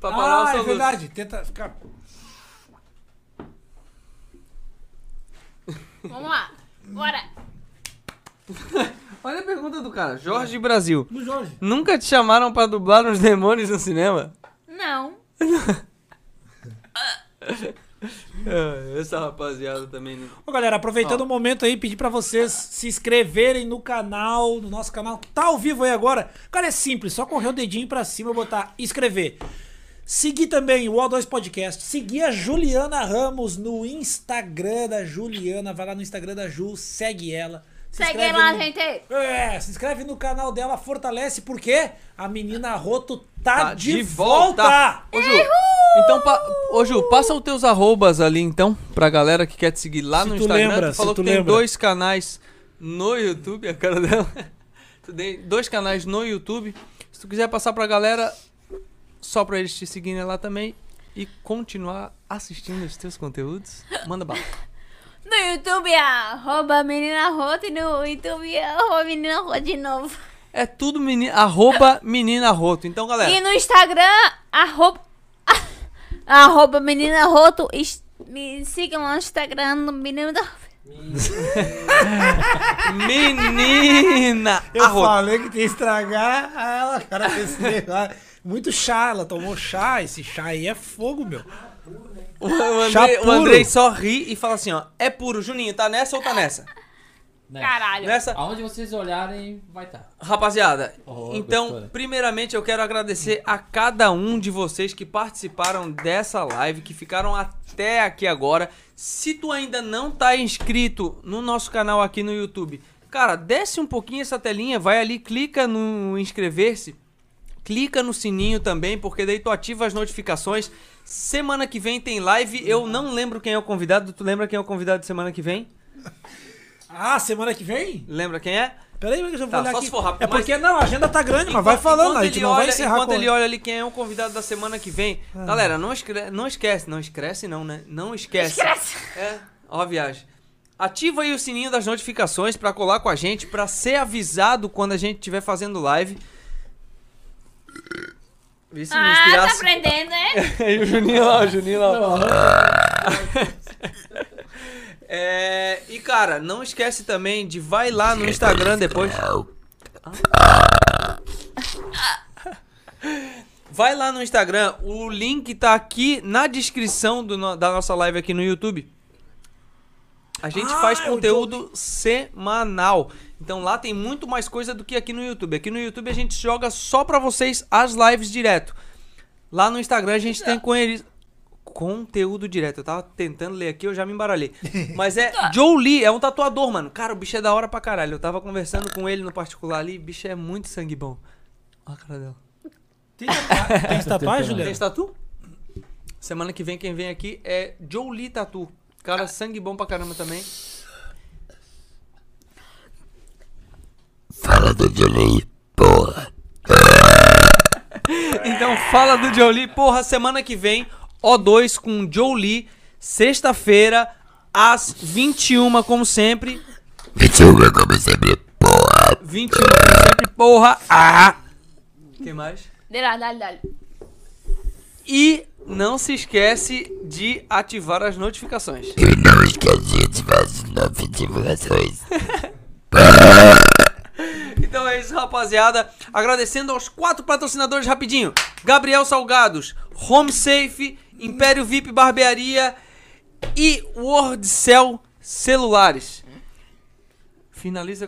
[SPEAKER 2] pra parar o
[SPEAKER 1] Ah, é
[SPEAKER 2] soluço.
[SPEAKER 1] verdade. Tenta ficar.
[SPEAKER 3] Vamos lá. Bora.
[SPEAKER 2] Olha a pergunta do cara, Jorge Brasil.
[SPEAKER 1] No Jorge.
[SPEAKER 2] Nunca te chamaram pra dublar uns demônios no cinema?
[SPEAKER 3] Não.
[SPEAKER 2] Ah, Essa rapaziada também né? não.
[SPEAKER 1] Ô, galera, aproveitando o momento aí, pedir pra vocês se inscreverem no canal, no nosso canal, que tá ao vivo aí agora. Cara, é simples, só correr o dedinho pra cima e botar inscrever. Seguir também o O2 Podcast. Seguir a Juliana Ramos no Instagram da Juliana. Vai lá no Instagram da Ju, segue ela. Se
[SPEAKER 3] Segue
[SPEAKER 1] inscreve
[SPEAKER 3] lá,
[SPEAKER 1] no-
[SPEAKER 3] gente.
[SPEAKER 1] É, se inscreve no canal dela, fortalece, porque a menina Roto tá,
[SPEAKER 2] Tá
[SPEAKER 1] de, volta.
[SPEAKER 2] Ô, Ju, então, pa... ô, Ju, passa os teus arrobas ali, então, pra galera que quer te seguir lá
[SPEAKER 1] Se
[SPEAKER 2] no
[SPEAKER 1] tu
[SPEAKER 2] Instagram.
[SPEAKER 1] lembra,
[SPEAKER 2] tu falou
[SPEAKER 1] se tu
[SPEAKER 2] que tem
[SPEAKER 1] lembra.
[SPEAKER 2] dois canais no YouTube, a cara dela. tu tem dois canais no YouTube. Se tu quiser passar pra galera, só pra eles te seguirem lá também e continuar assistindo os teus conteúdos, manda bala.
[SPEAKER 3] No YouTube, arroba menina rota e no YouTube, arroba menina rota de novo.
[SPEAKER 2] É tudo menina, arroba menina roto. Então,
[SPEAKER 1] É.
[SPEAKER 2] galera,
[SPEAKER 3] E no Instagram, arroba, arroba menina roto. es- Me sigam lá no Instagram, no menina roto.
[SPEAKER 2] menina
[SPEAKER 1] Eu
[SPEAKER 2] arroto.
[SPEAKER 1] falei que tinha que estragar aí ela, cara, desse negócio. Muito chá, ela tomou chá. Esse chá aí é fogo, meu.
[SPEAKER 2] O, o
[SPEAKER 1] Chá
[SPEAKER 2] Andrei, o
[SPEAKER 1] puro.
[SPEAKER 2] Andrei só ri e fala assim, ó, é puro. Juninho, tá nessa ou tá nessa?
[SPEAKER 5] Né?
[SPEAKER 3] Caralho.
[SPEAKER 2] Nessa?
[SPEAKER 5] Aonde vocês olharem, vai tá. estar.
[SPEAKER 2] Rapaziada,
[SPEAKER 5] Oh,
[SPEAKER 2] então,
[SPEAKER 5] gostou, né?
[SPEAKER 2] primeiramente eu quero agradecer a cada um de vocês que participaram dessa live, que ficaram até aqui agora. Se tu ainda não tá inscrito no nosso canal aqui no YouTube, cara, desce um pouquinho essa telinha, vai ali, clica no inscrever-se. Clica no sininho também, porque daí tu ativa as notificações. Semana que vem tem live. Eu não lembro quem é o convidado. Tu lembra quem é o convidado de semana que vem?
[SPEAKER 1] Ah, semana que vem?
[SPEAKER 2] Lembra quem é?
[SPEAKER 1] Peraí, que eu já vou
[SPEAKER 2] Tá,
[SPEAKER 1] olhar
[SPEAKER 2] só
[SPEAKER 1] aqui.
[SPEAKER 2] se for rápido,
[SPEAKER 1] é
[SPEAKER 2] mas-
[SPEAKER 1] porque, não, a agenda tá grande, mas vai
[SPEAKER 2] Enquanto-
[SPEAKER 1] falando,
[SPEAKER 2] enquanto
[SPEAKER 1] a gente
[SPEAKER 2] ele
[SPEAKER 1] não vai
[SPEAKER 2] olha-
[SPEAKER 1] encerrar
[SPEAKER 2] Enquanto
[SPEAKER 1] com... Ah.
[SPEAKER 2] ele olha ali quem é o convidado da semana que vem. Galera, não, escre- não esquece, não esquece não, né? Não esquece. É, ó a viagem. Ativa aí o sininho das notificações pra colar com a gente, pra ser avisado quando a gente estiver fazendo live. E se me
[SPEAKER 3] Ah, tá
[SPEAKER 2] inspirasse...
[SPEAKER 3] aprendendo, né?
[SPEAKER 2] E o Juninho lá, o Juninho lá. É, e cara, não esquece também de vai lá no Instagram depois. Vai lá no Instagram, o link tá aqui na descrição do no- da nossa live aqui no YouTube. A gente
[SPEAKER 1] Ah,
[SPEAKER 2] faz
[SPEAKER 1] é o
[SPEAKER 2] conteúdo semanal. Então lá tem muito mais coisa do que aqui no YouTube. Aqui no YouTube a gente joga só pra vocês as lives direto. Lá no Instagram a gente
[SPEAKER 1] é.
[SPEAKER 2] tem com eles conteúdo direto. Eu tava tentando ler aqui, eu já me embaralhei. Mas é Joe Lee, é um tatuador, mano. Cara, o bicho é da hora pra caralho. Eu tava conversando com ele no particular ali, bicho é muito sangue bom. Olha a cara dela.
[SPEAKER 1] Tem tatuagem, tem tatuagem,
[SPEAKER 2] Tem
[SPEAKER 1] Juliano?
[SPEAKER 2] esse tatu? Semana que vem quem vem aqui é Joe Lee Tatu. Cara, sangue bom pra caramba também.
[SPEAKER 4] Fala do Julinho, porra.
[SPEAKER 2] Então fala do Joe Lee. Porra, semana que vem, O2 com Joe Lee, sexta-feira, às 21, como sempre.
[SPEAKER 4] Vitinho, como sempre, porra.
[SPEAKER 2] 21, como sempre, porra. Ah! Quem mais?
[SPEAKER 3] Dale, dale, dale.
[SPEAKER 2] E não se esquece de ativar as notificações.
[SPEAKER 4] E não esquece de fazer notificações.
[SPEAKER 2] Então é isso, rapaziada. Agradecendo aos quatro patrocinadores rapidinho: Gabriel Salgados, Home Safe, Império VIP Barbearia e WorldCell Celulares. Finaliza